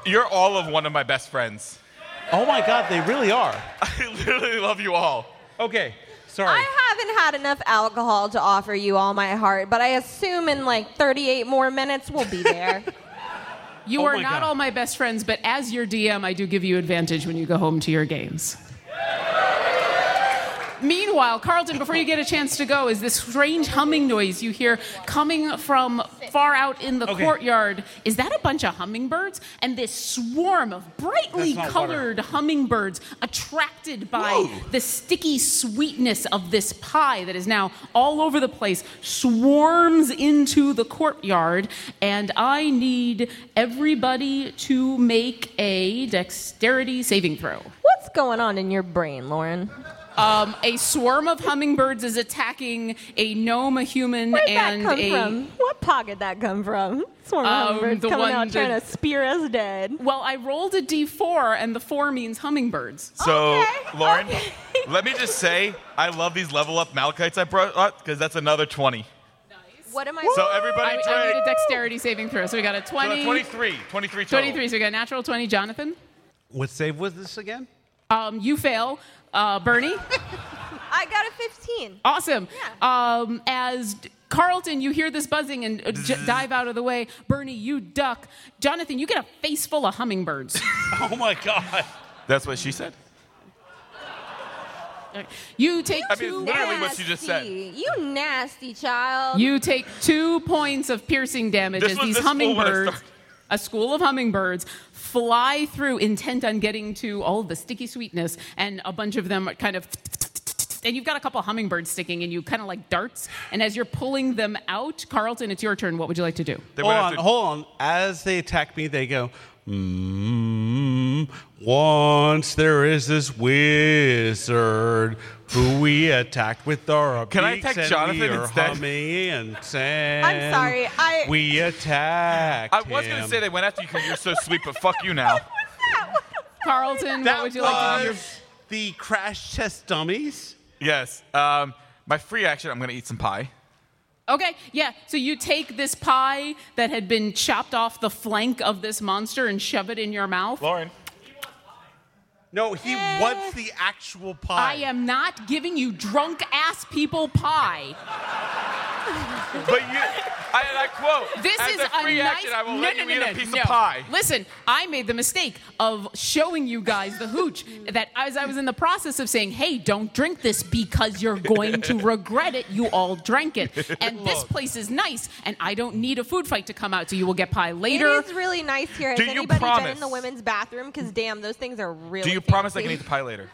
C: You're all of one of my best friends. [LAUGHS]
A: Oh my God, they really are.
C: I literally love you all.
A: Okay, sorry.
H: I haven't had enough alcohol to offer you all my heart, but I assume in like 38 more minutes we'll be [LAUGHS] there.
F: you
A: Oh
F: are
A: my
F: not
A: God.
F: all my best friends, but as your DM, I do give you advantage when you go home to your games. Meanwhile, Carlton, before you get a chance to go, is this strange humming noise you hear coming from far out in the
A: Okay.
F: courtyard. Is that a bunch of hummingbirds? And this swarm of brightly
A: That's not water.
F: colored hummingbirds attracted by the sticky sweetness of this pie that is now all over the place swarms into the courtyard. And I need everybody to make a dexterity saving throw.
H: What's going on in your brain, Lauren?
F: Um, a swarm of hummingbirds is attacking a gnome, a human,
H: Where'd
F: and
H: that come
F: a.
H: from? What pocket that come from? Swarm
F: Um,
H: of hummingbirds
F: the
H: coming
F: one
H: out trying
F: that-
H: to spear us dead.
F: Well, I rolled a d4, and the four means hummingbirds.
C: So,
H: Okay,
C: Lauren,
H: okay.
C: let me just say, I love these level up Malachites I brought up because that's another 20.
H: What am I?
C: So, everybody
F: I, I
C: try
F: need a dexterity saving throw. So we got a
C: so
F: 20.
C: 23. 23 total. [LAUGHS]
F: 23. So we got a natural 20. Jonathan,
A: what save was this again?
F: um, you fail. Uh,
H: [LAUGHS]
F: Bernie,
H: I got a 15.
F: awesome.
H: Yeah.
F: Um, as d- Carlton, you hear this buzzing and uh, j- dive out of the way. Bernie, you duck. Jonathan, you get a face full of
C: [LAUGHS]
F: hummingbirds.
A: Oh my God.
C: That's what she said.
F: You take
C: I mean,
F: two.
C: literally what she just said.
H: Nasty. You nasty child.
F: You take two points of piercing damage
C: This
F: as
C: was
F: these
C: the school when I
F: hummingbirds,
C: started.
F: a school of hummingbirds, fly through, intent on getting to all the sticky sweetness, and a bunch of them are kind of. And you've got a couple hummingbirds sticking in you, kind of like darts. And as you're pulling them out, Carlton, it's your turn. What would you like to do?
C: They
A: hold
C: went
A: on,
C: after-
A: hold on. As they attack me, they go, mm, once there is this wizard who we attacked with our
C: Can I
A: beaks
C: attack
A: and
C: Jonathan
A: we are
C: instead?
A: humming
C: [LAUGHS]
A: and saying,
H: I'm sorry, I-
A: We attacked
C: I was going
A: him."
C: to say they went after you because you're so sweet, but fuck you now.
F: Carlton,
A: that
F: what would you
A: was
F: like to do?
A: the crash test dummies.
C: [LAUGHS] Yes. Um, my free action, I'm going to eat some pie.
F: Okay, yeah. So you take this pie that had been chopped off the flank of this monster and shove it in your mouth.
C: Lauren.
A: No, he wants the actual pie.
F: I am not giving you drunk ass people pie.
C: But you, I, and I quote,
F: This
C: as
F: is
C: a free
F: nice.
C: action, I will
F: no,
C: let
F: no,
C: you
F: no,
C: eat
F: no,
C: a piece
F: no.
C: of pie.
F: Listen, I made the mistake of showing you guys the hooch that as I was in the process of saying, "Hey, don't drink this because you're going
C: [LAUGHS]
F: to regret it. You all drank it, and this place is nice, and I don't need a food fight to come out, so you will get pie
H: it
F: later."
H: is really nice here. Has
C: Do you
H: anybody been
C: promise?
H: in the women's bathroom? Because damn, those things are really.
C: Do you promise I can
H: fancy.
C: eat the pie later?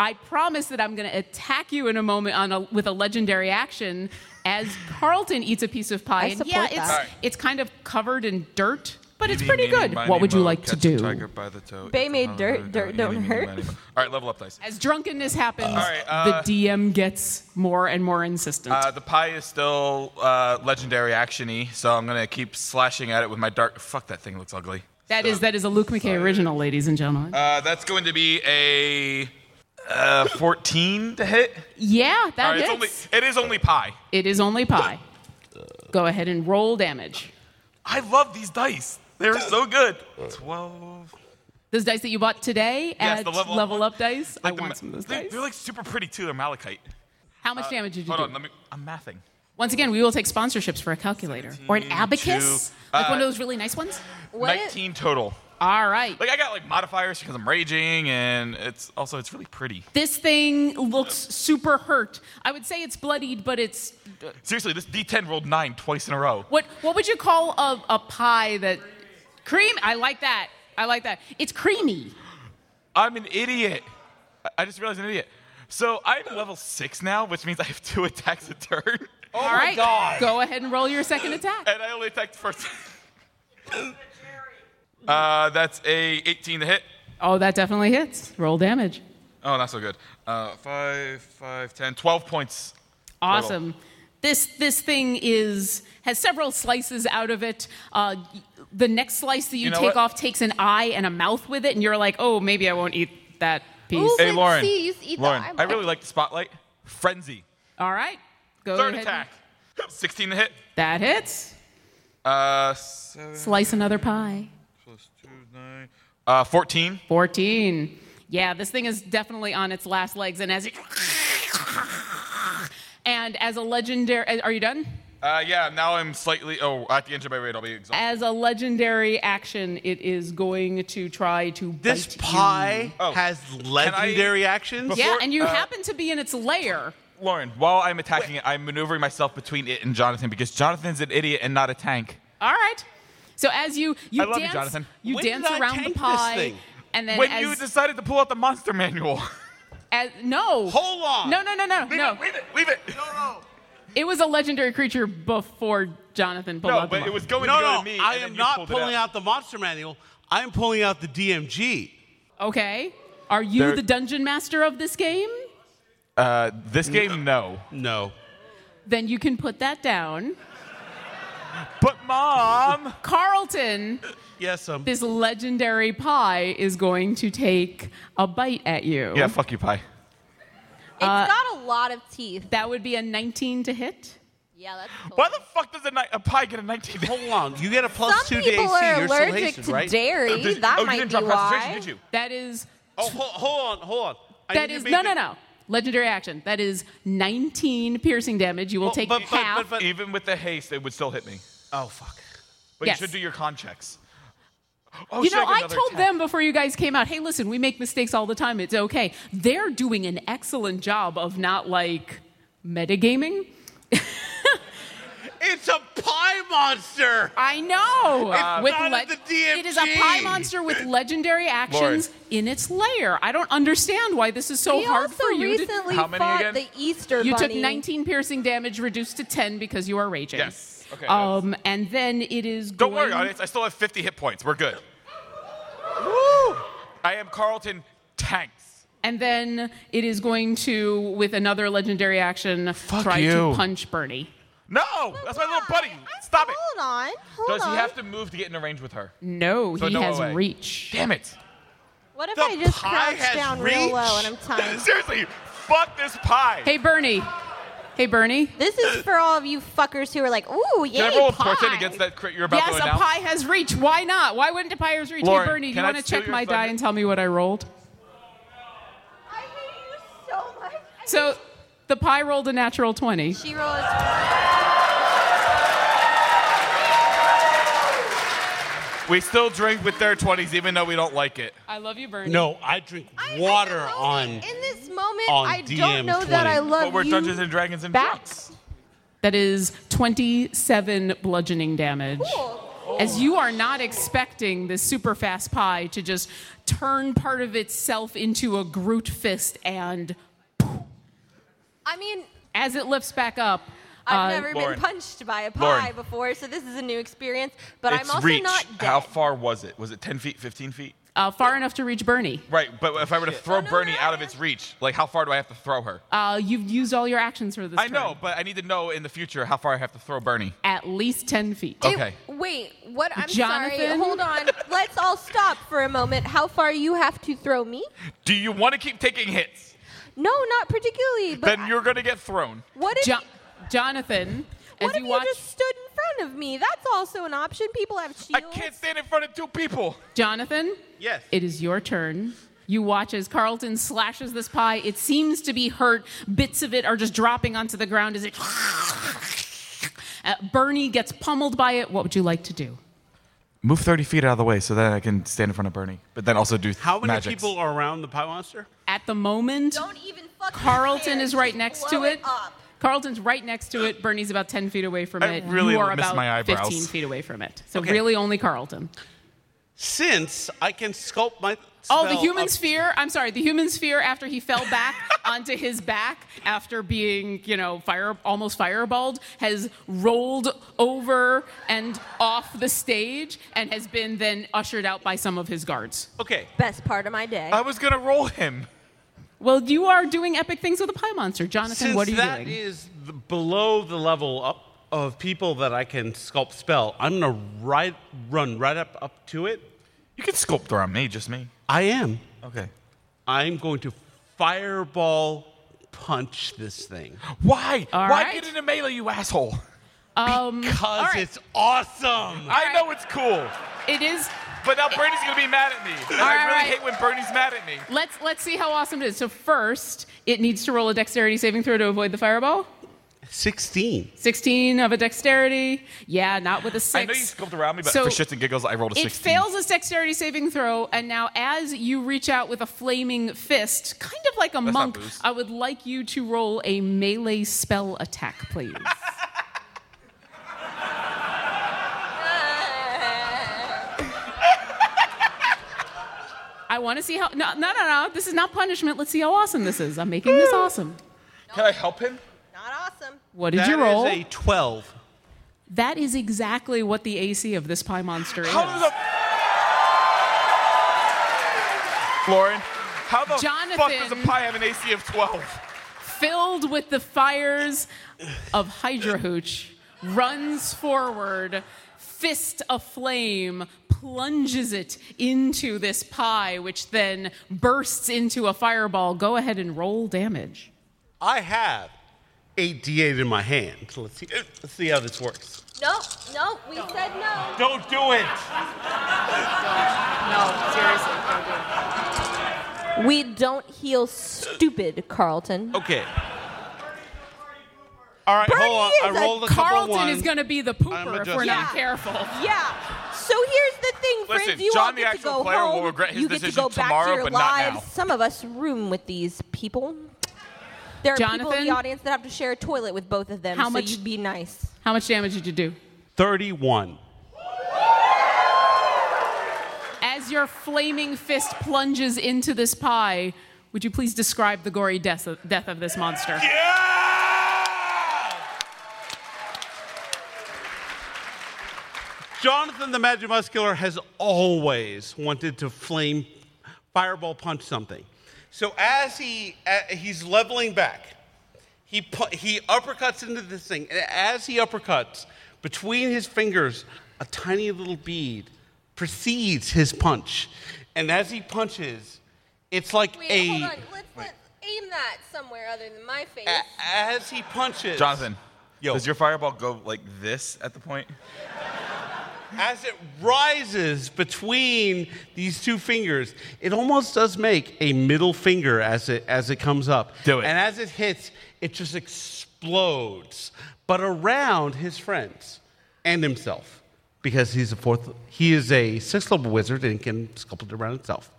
F: I promise that I'm going to attack you in a moment on a, with a legendary action as Carlton eats a piece of pie.
C: I
F: and
C: support
F: yeah, it's
C: that. Alright.
F: it's kind of covered in dirt, but it's
C: Eeny,
F: pretty
C: meeny,
F: good.
C: miny,
F: What would you
C: moe,
F: like to
C: catch the
F: do?
C: tiger by the toe. Oh,
H: Bay
C: It's a
H: made
C: holiday.
H: dirt, dirt don't
C: Eeny, meeny, miny,
H: hurt.
C: moe. All right, level up dice.
F: As drunkenness happens,
C: Alright, uh,
F: the DM gets more and more insistent.
C: Uh, the pie is still uh, legendary action-y, so I'm gonna keep slashing at it with my dark. Fuck, that thing looks ugly.
F: that is that is a Luke McKay original, ladies and gentlemen.
C: Uh, that's going to be a uh, 14 to hit.
F: Yeah,
C: All
F: that
C: right,
F: is.
C: it's only, it is only pie.
F: It is only pie. Go ahead and roll damage.
C: I love these dice. They're so good. 12.
F: Those dice that you bought today
C: Yes,
F: at
C: the level
F: level,
C: up
F: up dice.
C: Like
F: I
C: the
F: want
C: ma-
F: some of those
C: they,
F: dice.
C: They're like super pretty too. They're malachite.
F: How much damage did you
C: Hold
F: do?
C: on, let me. I'm mathing.
F: Once again, we will take sponsorships for a calculator or an abacus,
C: two,
F: like one
C: uh,
F: of those really nice ones.
C: 19 total.
F: All right.
C: Like I got like modifiers because I'm raging, and it's also it's really pretty.
F: This thing looks super hurt. I would say it's bloodied, but it's
C: Seriously, this D10 rolled nine twice in a row.
F: what? What would you call a, a pie that cream? I like that. I like that. It's creamy.
C: I'm an idiot. I- I just realized I'm an idiot. So I'm level six now, which means I have two attacks a turn. Oh
F: All right. Go ahead and roll your second attack.
C: And I only attacked first. Uh, that's a 18 to hit.
F: Oh, that definitely hits. Roll damage.
C: Oh, not so good. Uh, 5, 5, 10, 12 points. total.
F: Awesome. This this thing is has several slices out of it. Uh, y- the next slice that you,
C: You know
F: take
C: what?
F: off takes an eye and a mouth with it, and you're like, oh, maybe I won't eat that piece.
C: Hey, Lauren. Lauren, I really like the spotlight. Frenzy.
F: All right, go
C: Third
F: ahead.
C: attack. 16 to hit.
F: That hits.
C: Uh, seven,
F: Slice another pie.
C: plus 2, 9. Uh, 14.
F: 14. Yeah, this thing is definitely on its last legs, and as it and as a legendary, are you done?
C: Uh, yeah, now I'm slightly. Oh, at the end of my raid, I'll be exhausted.
F: As a legendary action, it is going to try to
I: This
F: bite you.
I: pie
C: Oh,
I: has legendary actions.
F: yeah,
C: Before-
F: and you
C: uh,
F: happen to be in its lair.
C: Lauren, while I'm attacking it, I'm maneuvering myself between it and Jonathan because Jonathan's an idiot and not a tank.
F: All right. So as you you
C: I love you,
F: dance,
C: Jonathan.
F: you
C: When
F: dance
C: did I
F: around the
C: tank this
F: pie,
C: thing?
F: and then
C: when
F: as,
C: you decided to pull out the monster manual. [LAUGHS]
F: as no,
C: Hold on.
F: no, no, no, no,
C: leave
F: no.
C: it, leave it, leave it. No, no.
F: It was a legendary creature before Jonathan pulled out the
C: but
F: mark.
C: it was going
I: no,
C: to go
I: no,
C: to me.
I: I
C: and then
I: am
C: you
I: not
C: pulled it
I: pulling out. the monster manual. I am pulling out the DMG.
F: Okay. Are you
C: There-
F: the dungeon master of this game?
C: Uh, this game, no.
I: No.
F: Then you can put that down.
C: But mom,
F: Carlton,
I: Yes, [LAUGHS] um.
F: this legendary pie is going to take a bite at you.
C: yeah, fuck you, pie.
H: It's
C: uh,
H: got a lot of teeth.
F: That would be a 19 to hit.
H: Yeah, that's cool.
C: Why the fuck does a, ni- a pie get a 19?
I: [LAUGHS] Hold on. You get a plus
H: Some
I: two to
H: people
I: AC.
H: are
I: You're
H: allergic
I: still hasted,
H: to
I: right?
H: dairy. that
C: oh,
H: might
C: you didn't
H: be
C: drop
H: why.
C: concentration, did you?
F: That is
I: Oh, hold, hold on, hold on. I
F: That
I: need to
F: is
I: make
F: no, no,
I: the-
F: no. Legendary action. That is 19 piercing damage. You will
I: Well,
F: take
I: Oh, but- but-
F: half.
I: but- but-
C: Even with the haste, it would still hit me.
I: Oh fuck.
C: But
F: Yes.
C: you should do your con checks. Oh,
F: you
C: shit,
F: know,
C: got
F: I
C: another
F: told
C: attack.
F: them before you guys came out, hey, listen, we make mistakes all the time. It's okay. They're doing an excellent job of not like metagaming.
I: It's a pie monster.
F: I know.
H: Uh,
I: not in the DMG.
F: It is a pie monster with legendary actions in its lair. I don't understand why this is so
H: We
F: hard
H: also
F: for you. to-
H: recently
C: How many
H: fought
C: again?
H: the Easter
F: You
H: Bunny.
F: took 19 piercing damage, reduced to 10 because you are raging.
C: Yes. Okay,
F: Um, and then it is
C: Don't
F: going
C: worry, audience. I still have 50 hit points. We're good. Woo! I am Carlton Tanks.
F: And then it is going to, with another legendary action, try
C: you.
F: to punch Bernie.
C: No, that's my little buddy. Stop it.
H: Hold on. Hold
C: Does
H: on.
C: he have to move to get in a range with her?
F: No,
C: So
F: he
C: no
F: has
C: way.
F: reach.
C: Damn it.
H: What if
I: The
H: I just
I: pie
H: crouch
I: has
H: down real
I: reach.
H: low and
C: [LAUGHS]
H: I'm timed?
C: Seriously, fuck this pie.
F: Hey, Bernie. Hey, Bernie.
H: This is for all of you fuckers who are like, ooh, yay,
C: Can I roll a
H: pie.
C: portent against that crit you're about
F: Yes, a
C: to announce?
F: pie has reach. Why not? Why wouldn't a pie has reach?
C: Lauren,
F: hey, Bernie, do you
C: can I
F: want to
C: steal
F: check
C: your
F: my die
C: thunder?
F: and tell me what I rolled?
H: I hate you so much. I
F: So the pie rolled a natural 20.
H: hate- she rolls.
C: We still drink with their 20s, even though we don't like it.
F: I love you, Bernie.
I: No, I drink
H: I-
I: water
H: I don't-
I: on.
H: In this moment,
I: on
H: I don't know
I: DM20.
H: that I love
C: But we're
H: you.
C: Dungeons and Dragons and
H: back.
C: Drunks.
F: That is 27 bludgeoning damage.
H: Cool.
F: As you are not expecting this super fast pie to just turn part of itself into a Groot fist and
H: I mean,
F: as it lifts back up,
H: I've
F: Uh,
H: never
C: Lauren.
H: been punched by a pie
C: Lauren.
H: before, so this is a new experience. But
C: it's
H: I'm also
C: reach.
H: not dead.
C: How far was it? Was it 10 feet, 15 feet?
F: Uh, far enough to reach Bernie.
C: Right, but if I were to throw
H: Oh,
C: Bernie out of its reach, like how far do I have to throw her?
F: Uh, you've used all your actions for this.
C: I
F: turn.
C: know, but I need to know in the future how far I have to throw Bernie.
F: At least ten feet.
C: Okay.
H: Wait, what? I'm sorry.
F: Jonathan?
H: Hold on. Let's all stop for a moment. How far you have to throw me?
C: Do you want to keep taking hits?
H: No, not particularly. But
C: then you're gonna get thrown.
H: what if
F: Jonathan?
H: What if you, just stood in front of me? That's also an option. People have shields. I can't
C: stand in front of two people.
F: Jonathan?
I: Yes.
F: It is your turn. You watch as Carlton slashes this pie. It seems to be hurt. Bits of it are just dropping onto the ground as it. [LAUGHS] Uh, Bernie gets pummeled by it. What would you like to do?
C: Move 30 feet out of the way so that I can stand in front of Bernie, but then also do
I: How many
C: magics.
I: people are around the pie monster?
F: At the moment, Carlton is right next to
P: blow
F: it.
P: it up.
F: Carlton's right next to it. Bernie's about 10 feet away from
I: I
F: it.
I: really
F: you are
I: miss
F: about
I: my eyebrows.
F: 15 feet away from it. So,
I: Okay.
F: really, only Carlton.
I: Since I can sculpt my.
F: Oh, the
I: spell
F: human
I: up-
F: sphere. I'm sorry, the human sphere. After he fell back [LAUGHS] onto his back, after being you know fire almost fireballed, has rolled over and off the stage, and has been then ushered out by some of his guards.
I: Okay.
H: Best part of my day.
C: I was gonna roll him.
F: Well, you are doing epic things with a pie monster, Jonathan.
I: Since
F: what are you
I: that
F: doing?
I: is the, below the level up of people that I can sculpt spell, I'm gonna right, run right up up to it.
C: You can sculpt around me, just me.
I: I am.
C: Okay.
I: I'm going to fireball punch this thing.
C: Why?
I: All
C: Why
I: right.
C: get into melee, you asshole?
F: Um,
I: because it's awesome.
C: I know it's cool.
F: It is.
C: But now Bernie's gonna be mad at me. And
F: All
C: I
F: right,
C: really
F: right.
C: hate when Bernie's mad at me.
F: Let's let's see how awesome it is. So first, it needs to roll a dexterity saving throw to avoid the fireball.
I: 16.
F: 16 of a dexterity. Yeah, not with a six.
C: I know you sculpt around me, but
F: So-
C: for shits and giggles, I rolled a
F: It
C: 16.
F: fails its dexterity saving throw, and now as you reach out with a flaming fist, kind of like a
C: That's not
F: monk,
C: boost.
F: I would like you to roll a melee spell attack,
I: [LAUGHS]
F: please. I want to see how. No, no, no, no. This is not punishment. Let's see how awesome this is. I'm making
I: [LAUGHS]
F: this awesome.
C: Can I help him?
F: What did
I: That
F: you roll?
I: is a 12.
F: That is exactly what the AC of this pie monster is.
C: Lauren, how the fuck does a pie have an AC of 12?
F: filled with the fires of Hydra Hooch, runs forward, fist aflame, plunges it into this pie, which then bursts into a fireball. Go ahead and roll damage.
I: I have 8d8 in my hand. So let's see, uh, let's see how this works.
H: No, no, we said no.
I: Don't do it.
H: No, seriously, don't do it. We don't heal stupid, Carlton.
I: Okay. All right,
H: Bernie is
I: hold on.
H: a-
I: I rolled a couple
F: Carlton
I: ones.
F: is going to be the pooper
I: I'm
F: if we're not
I: adjusting.
F: careful.
H: Yeah. So here's the thing, friends.
C: Listen,
H: you
C: John,
H: all
C: the
H: get to
C: actual
H: go
C: player, will
H: home.
C: regret his
H: you get to
C: decision
H: go back
C: tomorrow,
H: to your
C: but not
H: lives.
C: now.
H: Some of us room with these people. There are people in
F: Jonathan?
H: the audience that have to share a toilet with both of them.
F: How
H: so
F: much-
H: you be nice.
F: How much damage did you do?
I: 31.
F: As your flaming fist plunges into this pie, would you please describe the gory death of, death of this monster?
I: Jonathan the Magic Muscular has always wanted to flame fireball punch something. So as he uh, he's leveling back, he pu- he uppercuts into this thing, and as he uppercuts, between his fingers, a tiny little bead precedes his punch, and as he punches, it's like
H: Wait,
I: a
H: hold on. Let's, let's aim that somewhere other than my face.
I: as he punches.
C: Jonathan, does your fireball go like this at the point?
I: as it rises between these two fingers, it almost does make a middle finger as it as it comes up. Do it. And as it hits, it just explodes, but around his friends and himself, because he's a fourth. He is a sixth level wizard and can sculpt it around himself.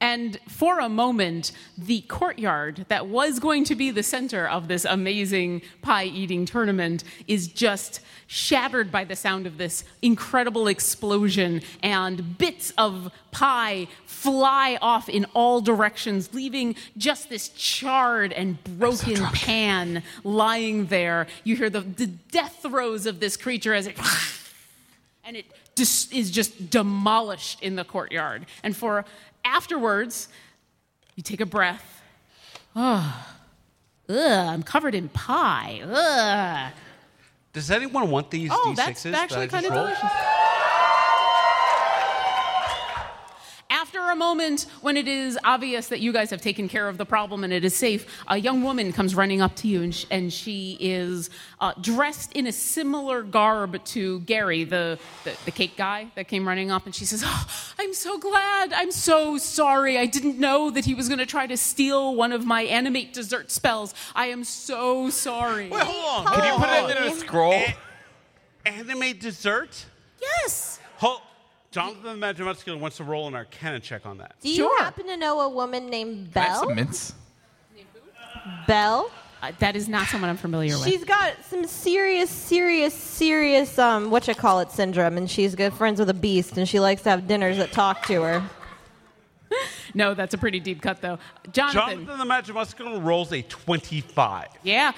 F: And for a moment, the courtyard that was going to be the center of this amazing pie eating tournament is just shattered by the sound of this incredible explosion, and bits of pie fly off in all directions, leaving just this charred and broken pan lying there. You hear the, the death throes of this creature as it. [LAUGHS] and it dis- is just demolished in the courtyard. And for afterwards, you take a breath. [SIGHS] Oh, ugh, I'm covered in pie. Ugh.
I: Does anyone want these
F: Oh,
I: D6s?
F: that's
I: that I
F: actually
I: just
F: kind of
I: rolled?
F: delicious. After a moment, when it is obvious that you guys have taken care of the problem and it is safe, a young woman comes running up to you, and, sh- and she is uh, dressed in a similar garb to Gary, the, the, the cake guy that came running up, and she says, oh, I'm so glad. I'm so sorry. I didn't know that he was going to try to steal one of my animate dessert spells. I am so sorry. Wait,
I: hold
F: on.
C: Can you put it in a scroll?
F: Eh,
I: Anime dessert?
F: Yes.
I: Hold. Jonathan Magimuscular wants to roll an Arcana check on that.
H: Do you happen to know a woman named Belle?
C: mints?
H: Belle?
F: Uh, that is not someone I'm familiar with.
H: She's got some serious, serious, serious um what you call it syndrome, and she's good friends with a beast, and she likes to have dinners that talk to her.
F: No, that's a pretty deep cut, though.
I: Jonathan, the Magimuscular rolls a 25.
F: Yeah.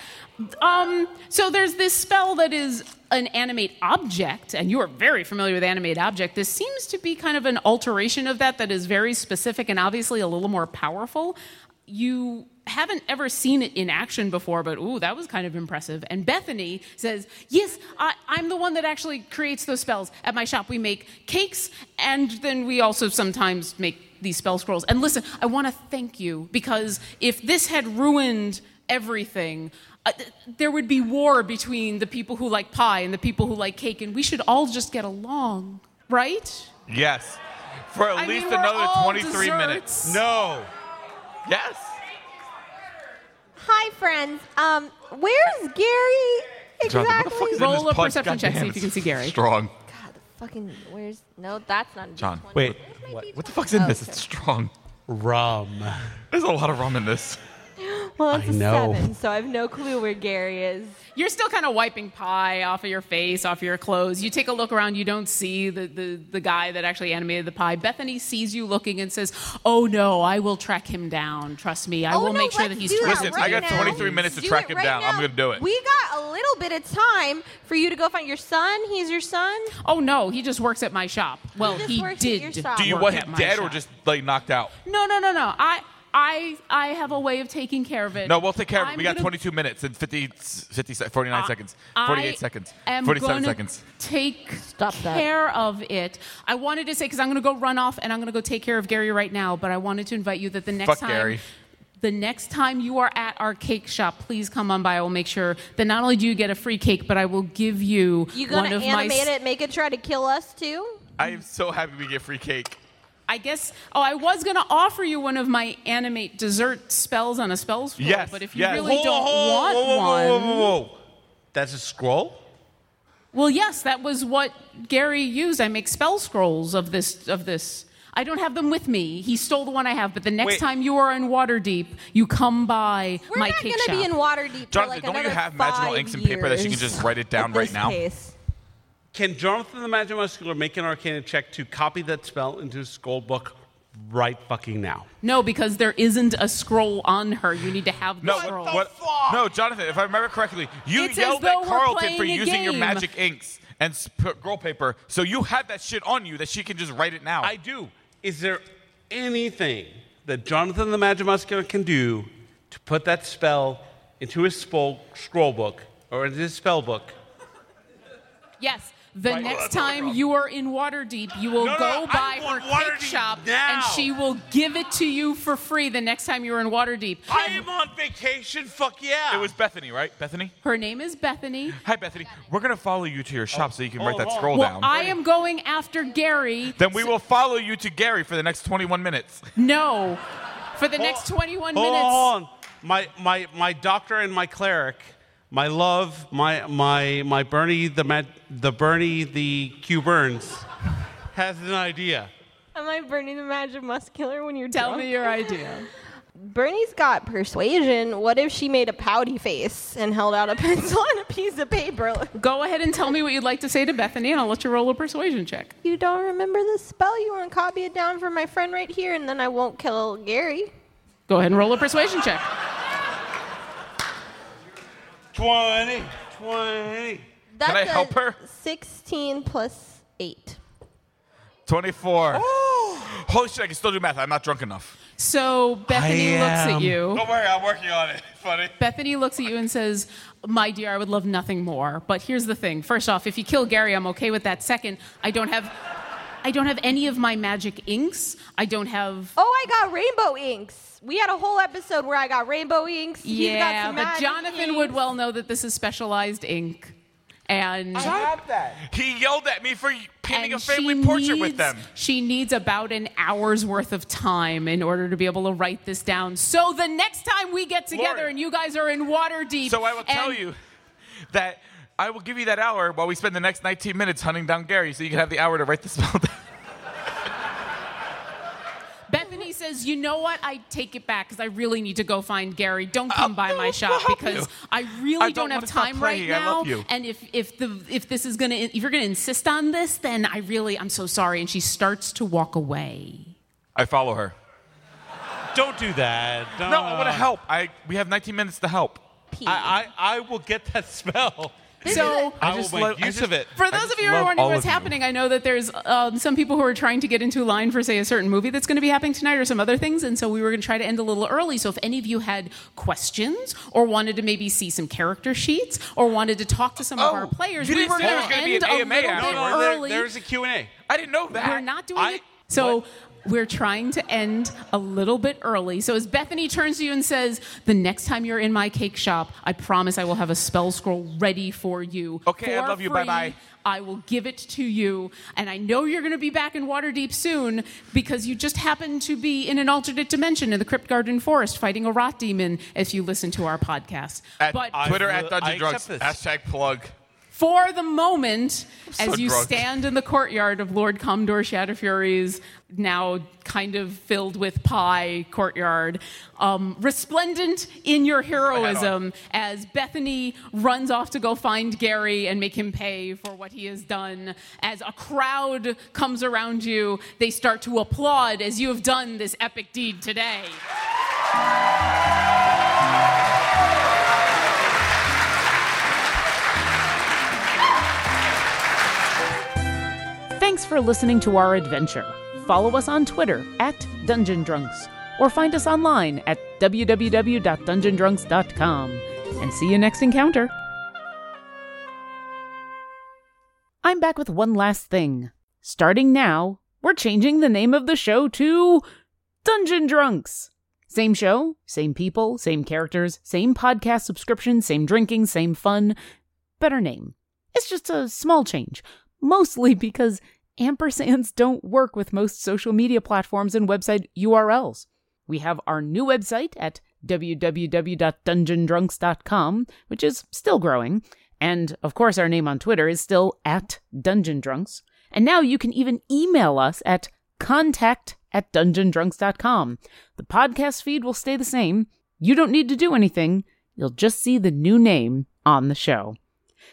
F: Um, so there's this spell that is an animate object, and you are very familiar with animate object. This seems to be kind of an alteration of that that is very specific and obviously a little more powerful. You haven't ever seen it in action before, but ooh, that was kind of impressive. And Bethany says, Yes, I, I'm the one that actually creates those spells. At my shop, we make cakes, and then we also sometimes make these spell scrolls. And listen, I want to thank you because if this had ruined everything. Uh, th- there would be war between the people who like pie and the people who like cake, and we should all just get along, right?
C: Yes. For at
F: I
C: least
F: mean, we're
C: another
F: all
C: 23 minutes.
F: desserts.
I: No.
C: Yes.
H: Hi friends. Um, where's Gary?
C: Jonathan, what the
H: Exactly.
C: fuck is in
F: Roll
C: this
F: a
C: pod?
F: perception
C: God
F: check,
C: damn,
F: see if you can
C: it's
F: see Gary.
C: Strong.
H: Fucking where's no, that's not a
C: John.
H: D20.
C: Wait.
H: Where's my
C: What the
H: D20?
C: fuck's in
H: Oh,
C: this?
H: okay.
C: It's strong.
I: Rum.
C: There's a lot of rum in this.
H: Well, it's
I: I
H: a
I: know.
H: seven, so I have no clue where Gary is.
F: You're still kind of wiping pie off of your face, off of your clothes. You take a look around, you don't see the, the, the guy that actually animated the pie. Bethany sees you looking and says, Oh no, I will track him down. Trust me, I
H: Oh,
F: will
H: no,
F: make sure that
H: let's
F: he's
H: do
F: tracked
H: that
C: Listen,
H: right
C: I got
H: now.
C: 23 minutes to
H: Do
C: track
H: it
C: him
H: right
C: down. I'm
H: now.
C: gonna do it.
H: We got a little bit of time for you to go find your son. He's your son.
F: Oh no, he just works at my shop. Well,
H: just
F: he
H: works at your
F: did.
H: shop.
C: Do you
F: work
C: want
F: at
C: him
F: my
C: dead or
F: shop.
C: just like knocked out?
F: No, no, no, no. I, I, I have a way of taking care of it.
C: No, we'll take care of it.
F: I'm
C: We got
F: gonna-
C: 22 minutes and 50, 50 se- 49
F: I-
C: seconds,
F: I
C: 48 seconds,
F: am
C: 47
F: gonna
C: seconds.
F: Take
H: that.
F: care of it. I wanted to say because I'm going to go run off and I'm going to go take care of Gary right now. But I wanted to invite you that the next
C: Fuck
F: time.
C: Gary.
F: The next time you are at our cake shop, please come on by. I will make sure that not only do you get a free cake, but I will give you,
H: You
F: one
H: gonna
F: of
H: animate
F: my. s-
H: it? Make it try to kill us too?
C: I am so happy we get free cake.
F: I guess. Oh, I was going to offer you one of my animate dessert spells on a spell scroll.
C: Yes,
F: but if you
C: yes.
F: really
C: Whoa,
F: don't
I: whoa,
F: want
I: whoa,
F: one,
I: whoa, whoa, whoa, whoa. That's a scroll?
F: Well, yes, that was what Gary used. I make spell scrolls of this of this. I don't have them with me. He stole the one I have, but the next
C: Wait.
F: time you are in Waterdeep, you come by
H: We're
F: my
H: not
F: cake
H: gonna
F: shop.
H: be in water deep.
C: Jonathan,
H: for like
C: don't you
H: another
C: have magical
H: five
C: inks and paper that you can
H: years
C: just write it down
H: at
C: right
H: this
C: now?
H: pace.
I: Can Jonathan the Magimuscular make an Arcana check to copy that spell into his scroll book right fucking now?
F: no, because there isn't a scroll on her. You need to have the
C: No,
F: scroll.
C: what, what, no, Jonathan, if I remember correctly, you
F: It's as
C: yelled
F: though
C: at
F: we're
C: Carlton
F: playing
C: for
F: a
C: using your
F: game.
C: magic inks and sp- girl paper, so you have that shit on you that she can just write it now.
I: I do. Is there anything that Jonathan the Magimuscular can do to put that spell into his spell, scroll book or into his spell book?
F: Yes. The
I: Right.
F: next
I: Oh, that's not
F: time
I: wrong.
F: you are in Waterdeep, you will
I: No, no,
F: go
I: no, I
F: by her
I: want
F: cake
I: Waterdeep
F: shop
I: now.
F: and she will give it to you for free the next time you're in Waterdeep.
I: I am on vacation. Fuck yeah.
C: It was Bethany, right? Bethany?
F: Her name is Bethany.
C: Hi, Bethany. We're going to follow you to your shop so you can write
I: oh,
C: that
I: oh.
C: scroll
F: Well,
C: down.
F: I am going after Gary.
C: then we will follow you to Gary for the next 21
F: [LAUGHS]
C: minutes.
F: No. For the next 21
I: Oh, Hold
F: minutes.
I: on. My, my, my doctor and my cleric, my love, my, my, my Bernie, the, Mag- the Bernie, the Q Burns, has an idea.
H: Am I burning the magic muscular when you're
F: Tell
H: drunk?
F: me your idea.
H: Bernie's got persuasion. What if she made a pouty face and held out a [LAUGHS] pencil and a piece of paper?
F: Go ahead and tell me what you'd like to say to Bethany, and I'll let you roll a persuasion check.
H: You don't remember the spell? You want to copy it down for my friend right here, and then I won't kill Gary.
F: Go ahead and roll a persuasion check.
A: 20, 20.
H: That's
G: Can I help
H: a
G: her?
H: 16 plus 8.
G: 24. Holy shit, I can still do math. I'm not drunk enough.
F: So Bethany looks at you.
I: Oh.
G: Don't worry, I'm working on it. Funny.
F: Bethany looks at you and says, My dear, I would love nothing more. But here's the thing. First off, if you kill Gary, I'm okay with that. Second, I don't have I don't have any of my magic inks. I don't have
H: Oh, I got rainbow inks. We had a whole episode where I got rainbow inks. He's Oh, got
F: Yeah,
H: some
F: but
H: magic
F: Jonathan
H: inks.
F: would well know that this is specialized ink. And
G: He yelled at me for painting
F: and
G: a family
F: she
G: portrait
F: needs-
G: with them.
F: She needs about an hour's worth of time in order to be able to write this down. So the next time we get together
G: Lori.
F: and you guys are in water deep.
G: So I will tell
F: and-
G: you that I will give you that hour while we spend the next 19 minutes hunting down Gary so you can have the hour to write the spell down.
F: Bethany says, "You know what? I take it back because I really need to go find Gary. Don't come by my shop
G: Uh, help you.
F: because I really
G: I don't
F: don't, have
G: wanna stop
F: time right
G: playing. I
F: now.
G: love you.
F: And if if the if this is gonna if you're gonna insist on this, then I really I'm so sorry." And she starts to walk away.
G: I follow her.
I: Don't do that. Don't.
G: No,
C: Uh,
G: I want to help. I we have 19 minutes to help.
I: I, I, I will get that [LAUGHS] spell.
F: So
I: I will
G: just
I: make
G: love- I
I: use
G: Oh, just-
I: of it.
F: For
G: I
F: those
G: just
F: of you who are
G: love
F: wondering
G: all
F: what's
G: of you.
F: happening, I know that there's um, some people who are trying to get into line for, say, a certain movie that's going to be happening tonight or some other things. And so we were going to try to end a little early. So if any of you had questions or wanted to maybe see some character sheets or wanted to talk to some of our players,
G: Oh, you
F: we
G: didn't
F: were
G: say there
F: going
G: was
F: to
G: gonna be
F: end
G: an AMA
F: a little
G: afterward.
F: bit
G: No,
A: There-
F: early.
A: there's a Q&A.
G: I didn't know that.
F: We're not doing
A: I-
F: it. So we're trying to end a little bit early. So as Bethany turns to you and says, "The next time you're in my cake shop, I promise I will have a spell scroll ready for you.
G: Okay, I
F: for
G: love you.
F: free.
G: Bye-bye."
F: I will give it to you, and I know you're going to be back in Waterdeep soon because you just happen to be in an alternate dimension in the Crypt Garden Forest fighting a rot demon. If you listen to our podcast,
G: At
F: but
G: Twitter
I: I-
G: at Dungeon
I: I
G: Drugs.
I: accept this.
G: Hashtag plug.
F: for the moment, as you
G: drunk.
F: stand in the courtyard of Lord Commodore Shatterfury's now kind of filled with pie courtyard, um, resplendent in your heroism as Bethany runs off to go find Gary and make him pay for what he has done, as a crowd comes around you, they start to applaud as you have done this epic deed today.
E: Thanks for listening to our adventure. Follow us on Twitter at Dungeon Drunks or find us online at www.dungeondrunks.com. And see you next encounter. I'm back with one last thing. Starting now, we're changing the name of the show to Dungeon Drunks. Same show, same people, same characters, same podcast subscription, same drinking, same fun. Better name. It's just a small change, mostly because ampersands don't work with most social media platforms and website URLs. We have our new website at www.dungeondrunks.com, which is still growing. And of course, our name on Twitter is still at Dungeon Drunks. And now you can even email us at contact at dungeondrunks.com. The podcast feed will stay the same. You don't need to do anything. You'll just see the new name on the show.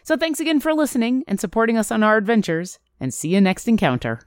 E: So thanks again for listening and supporting us on our adventures, and see you next encounter.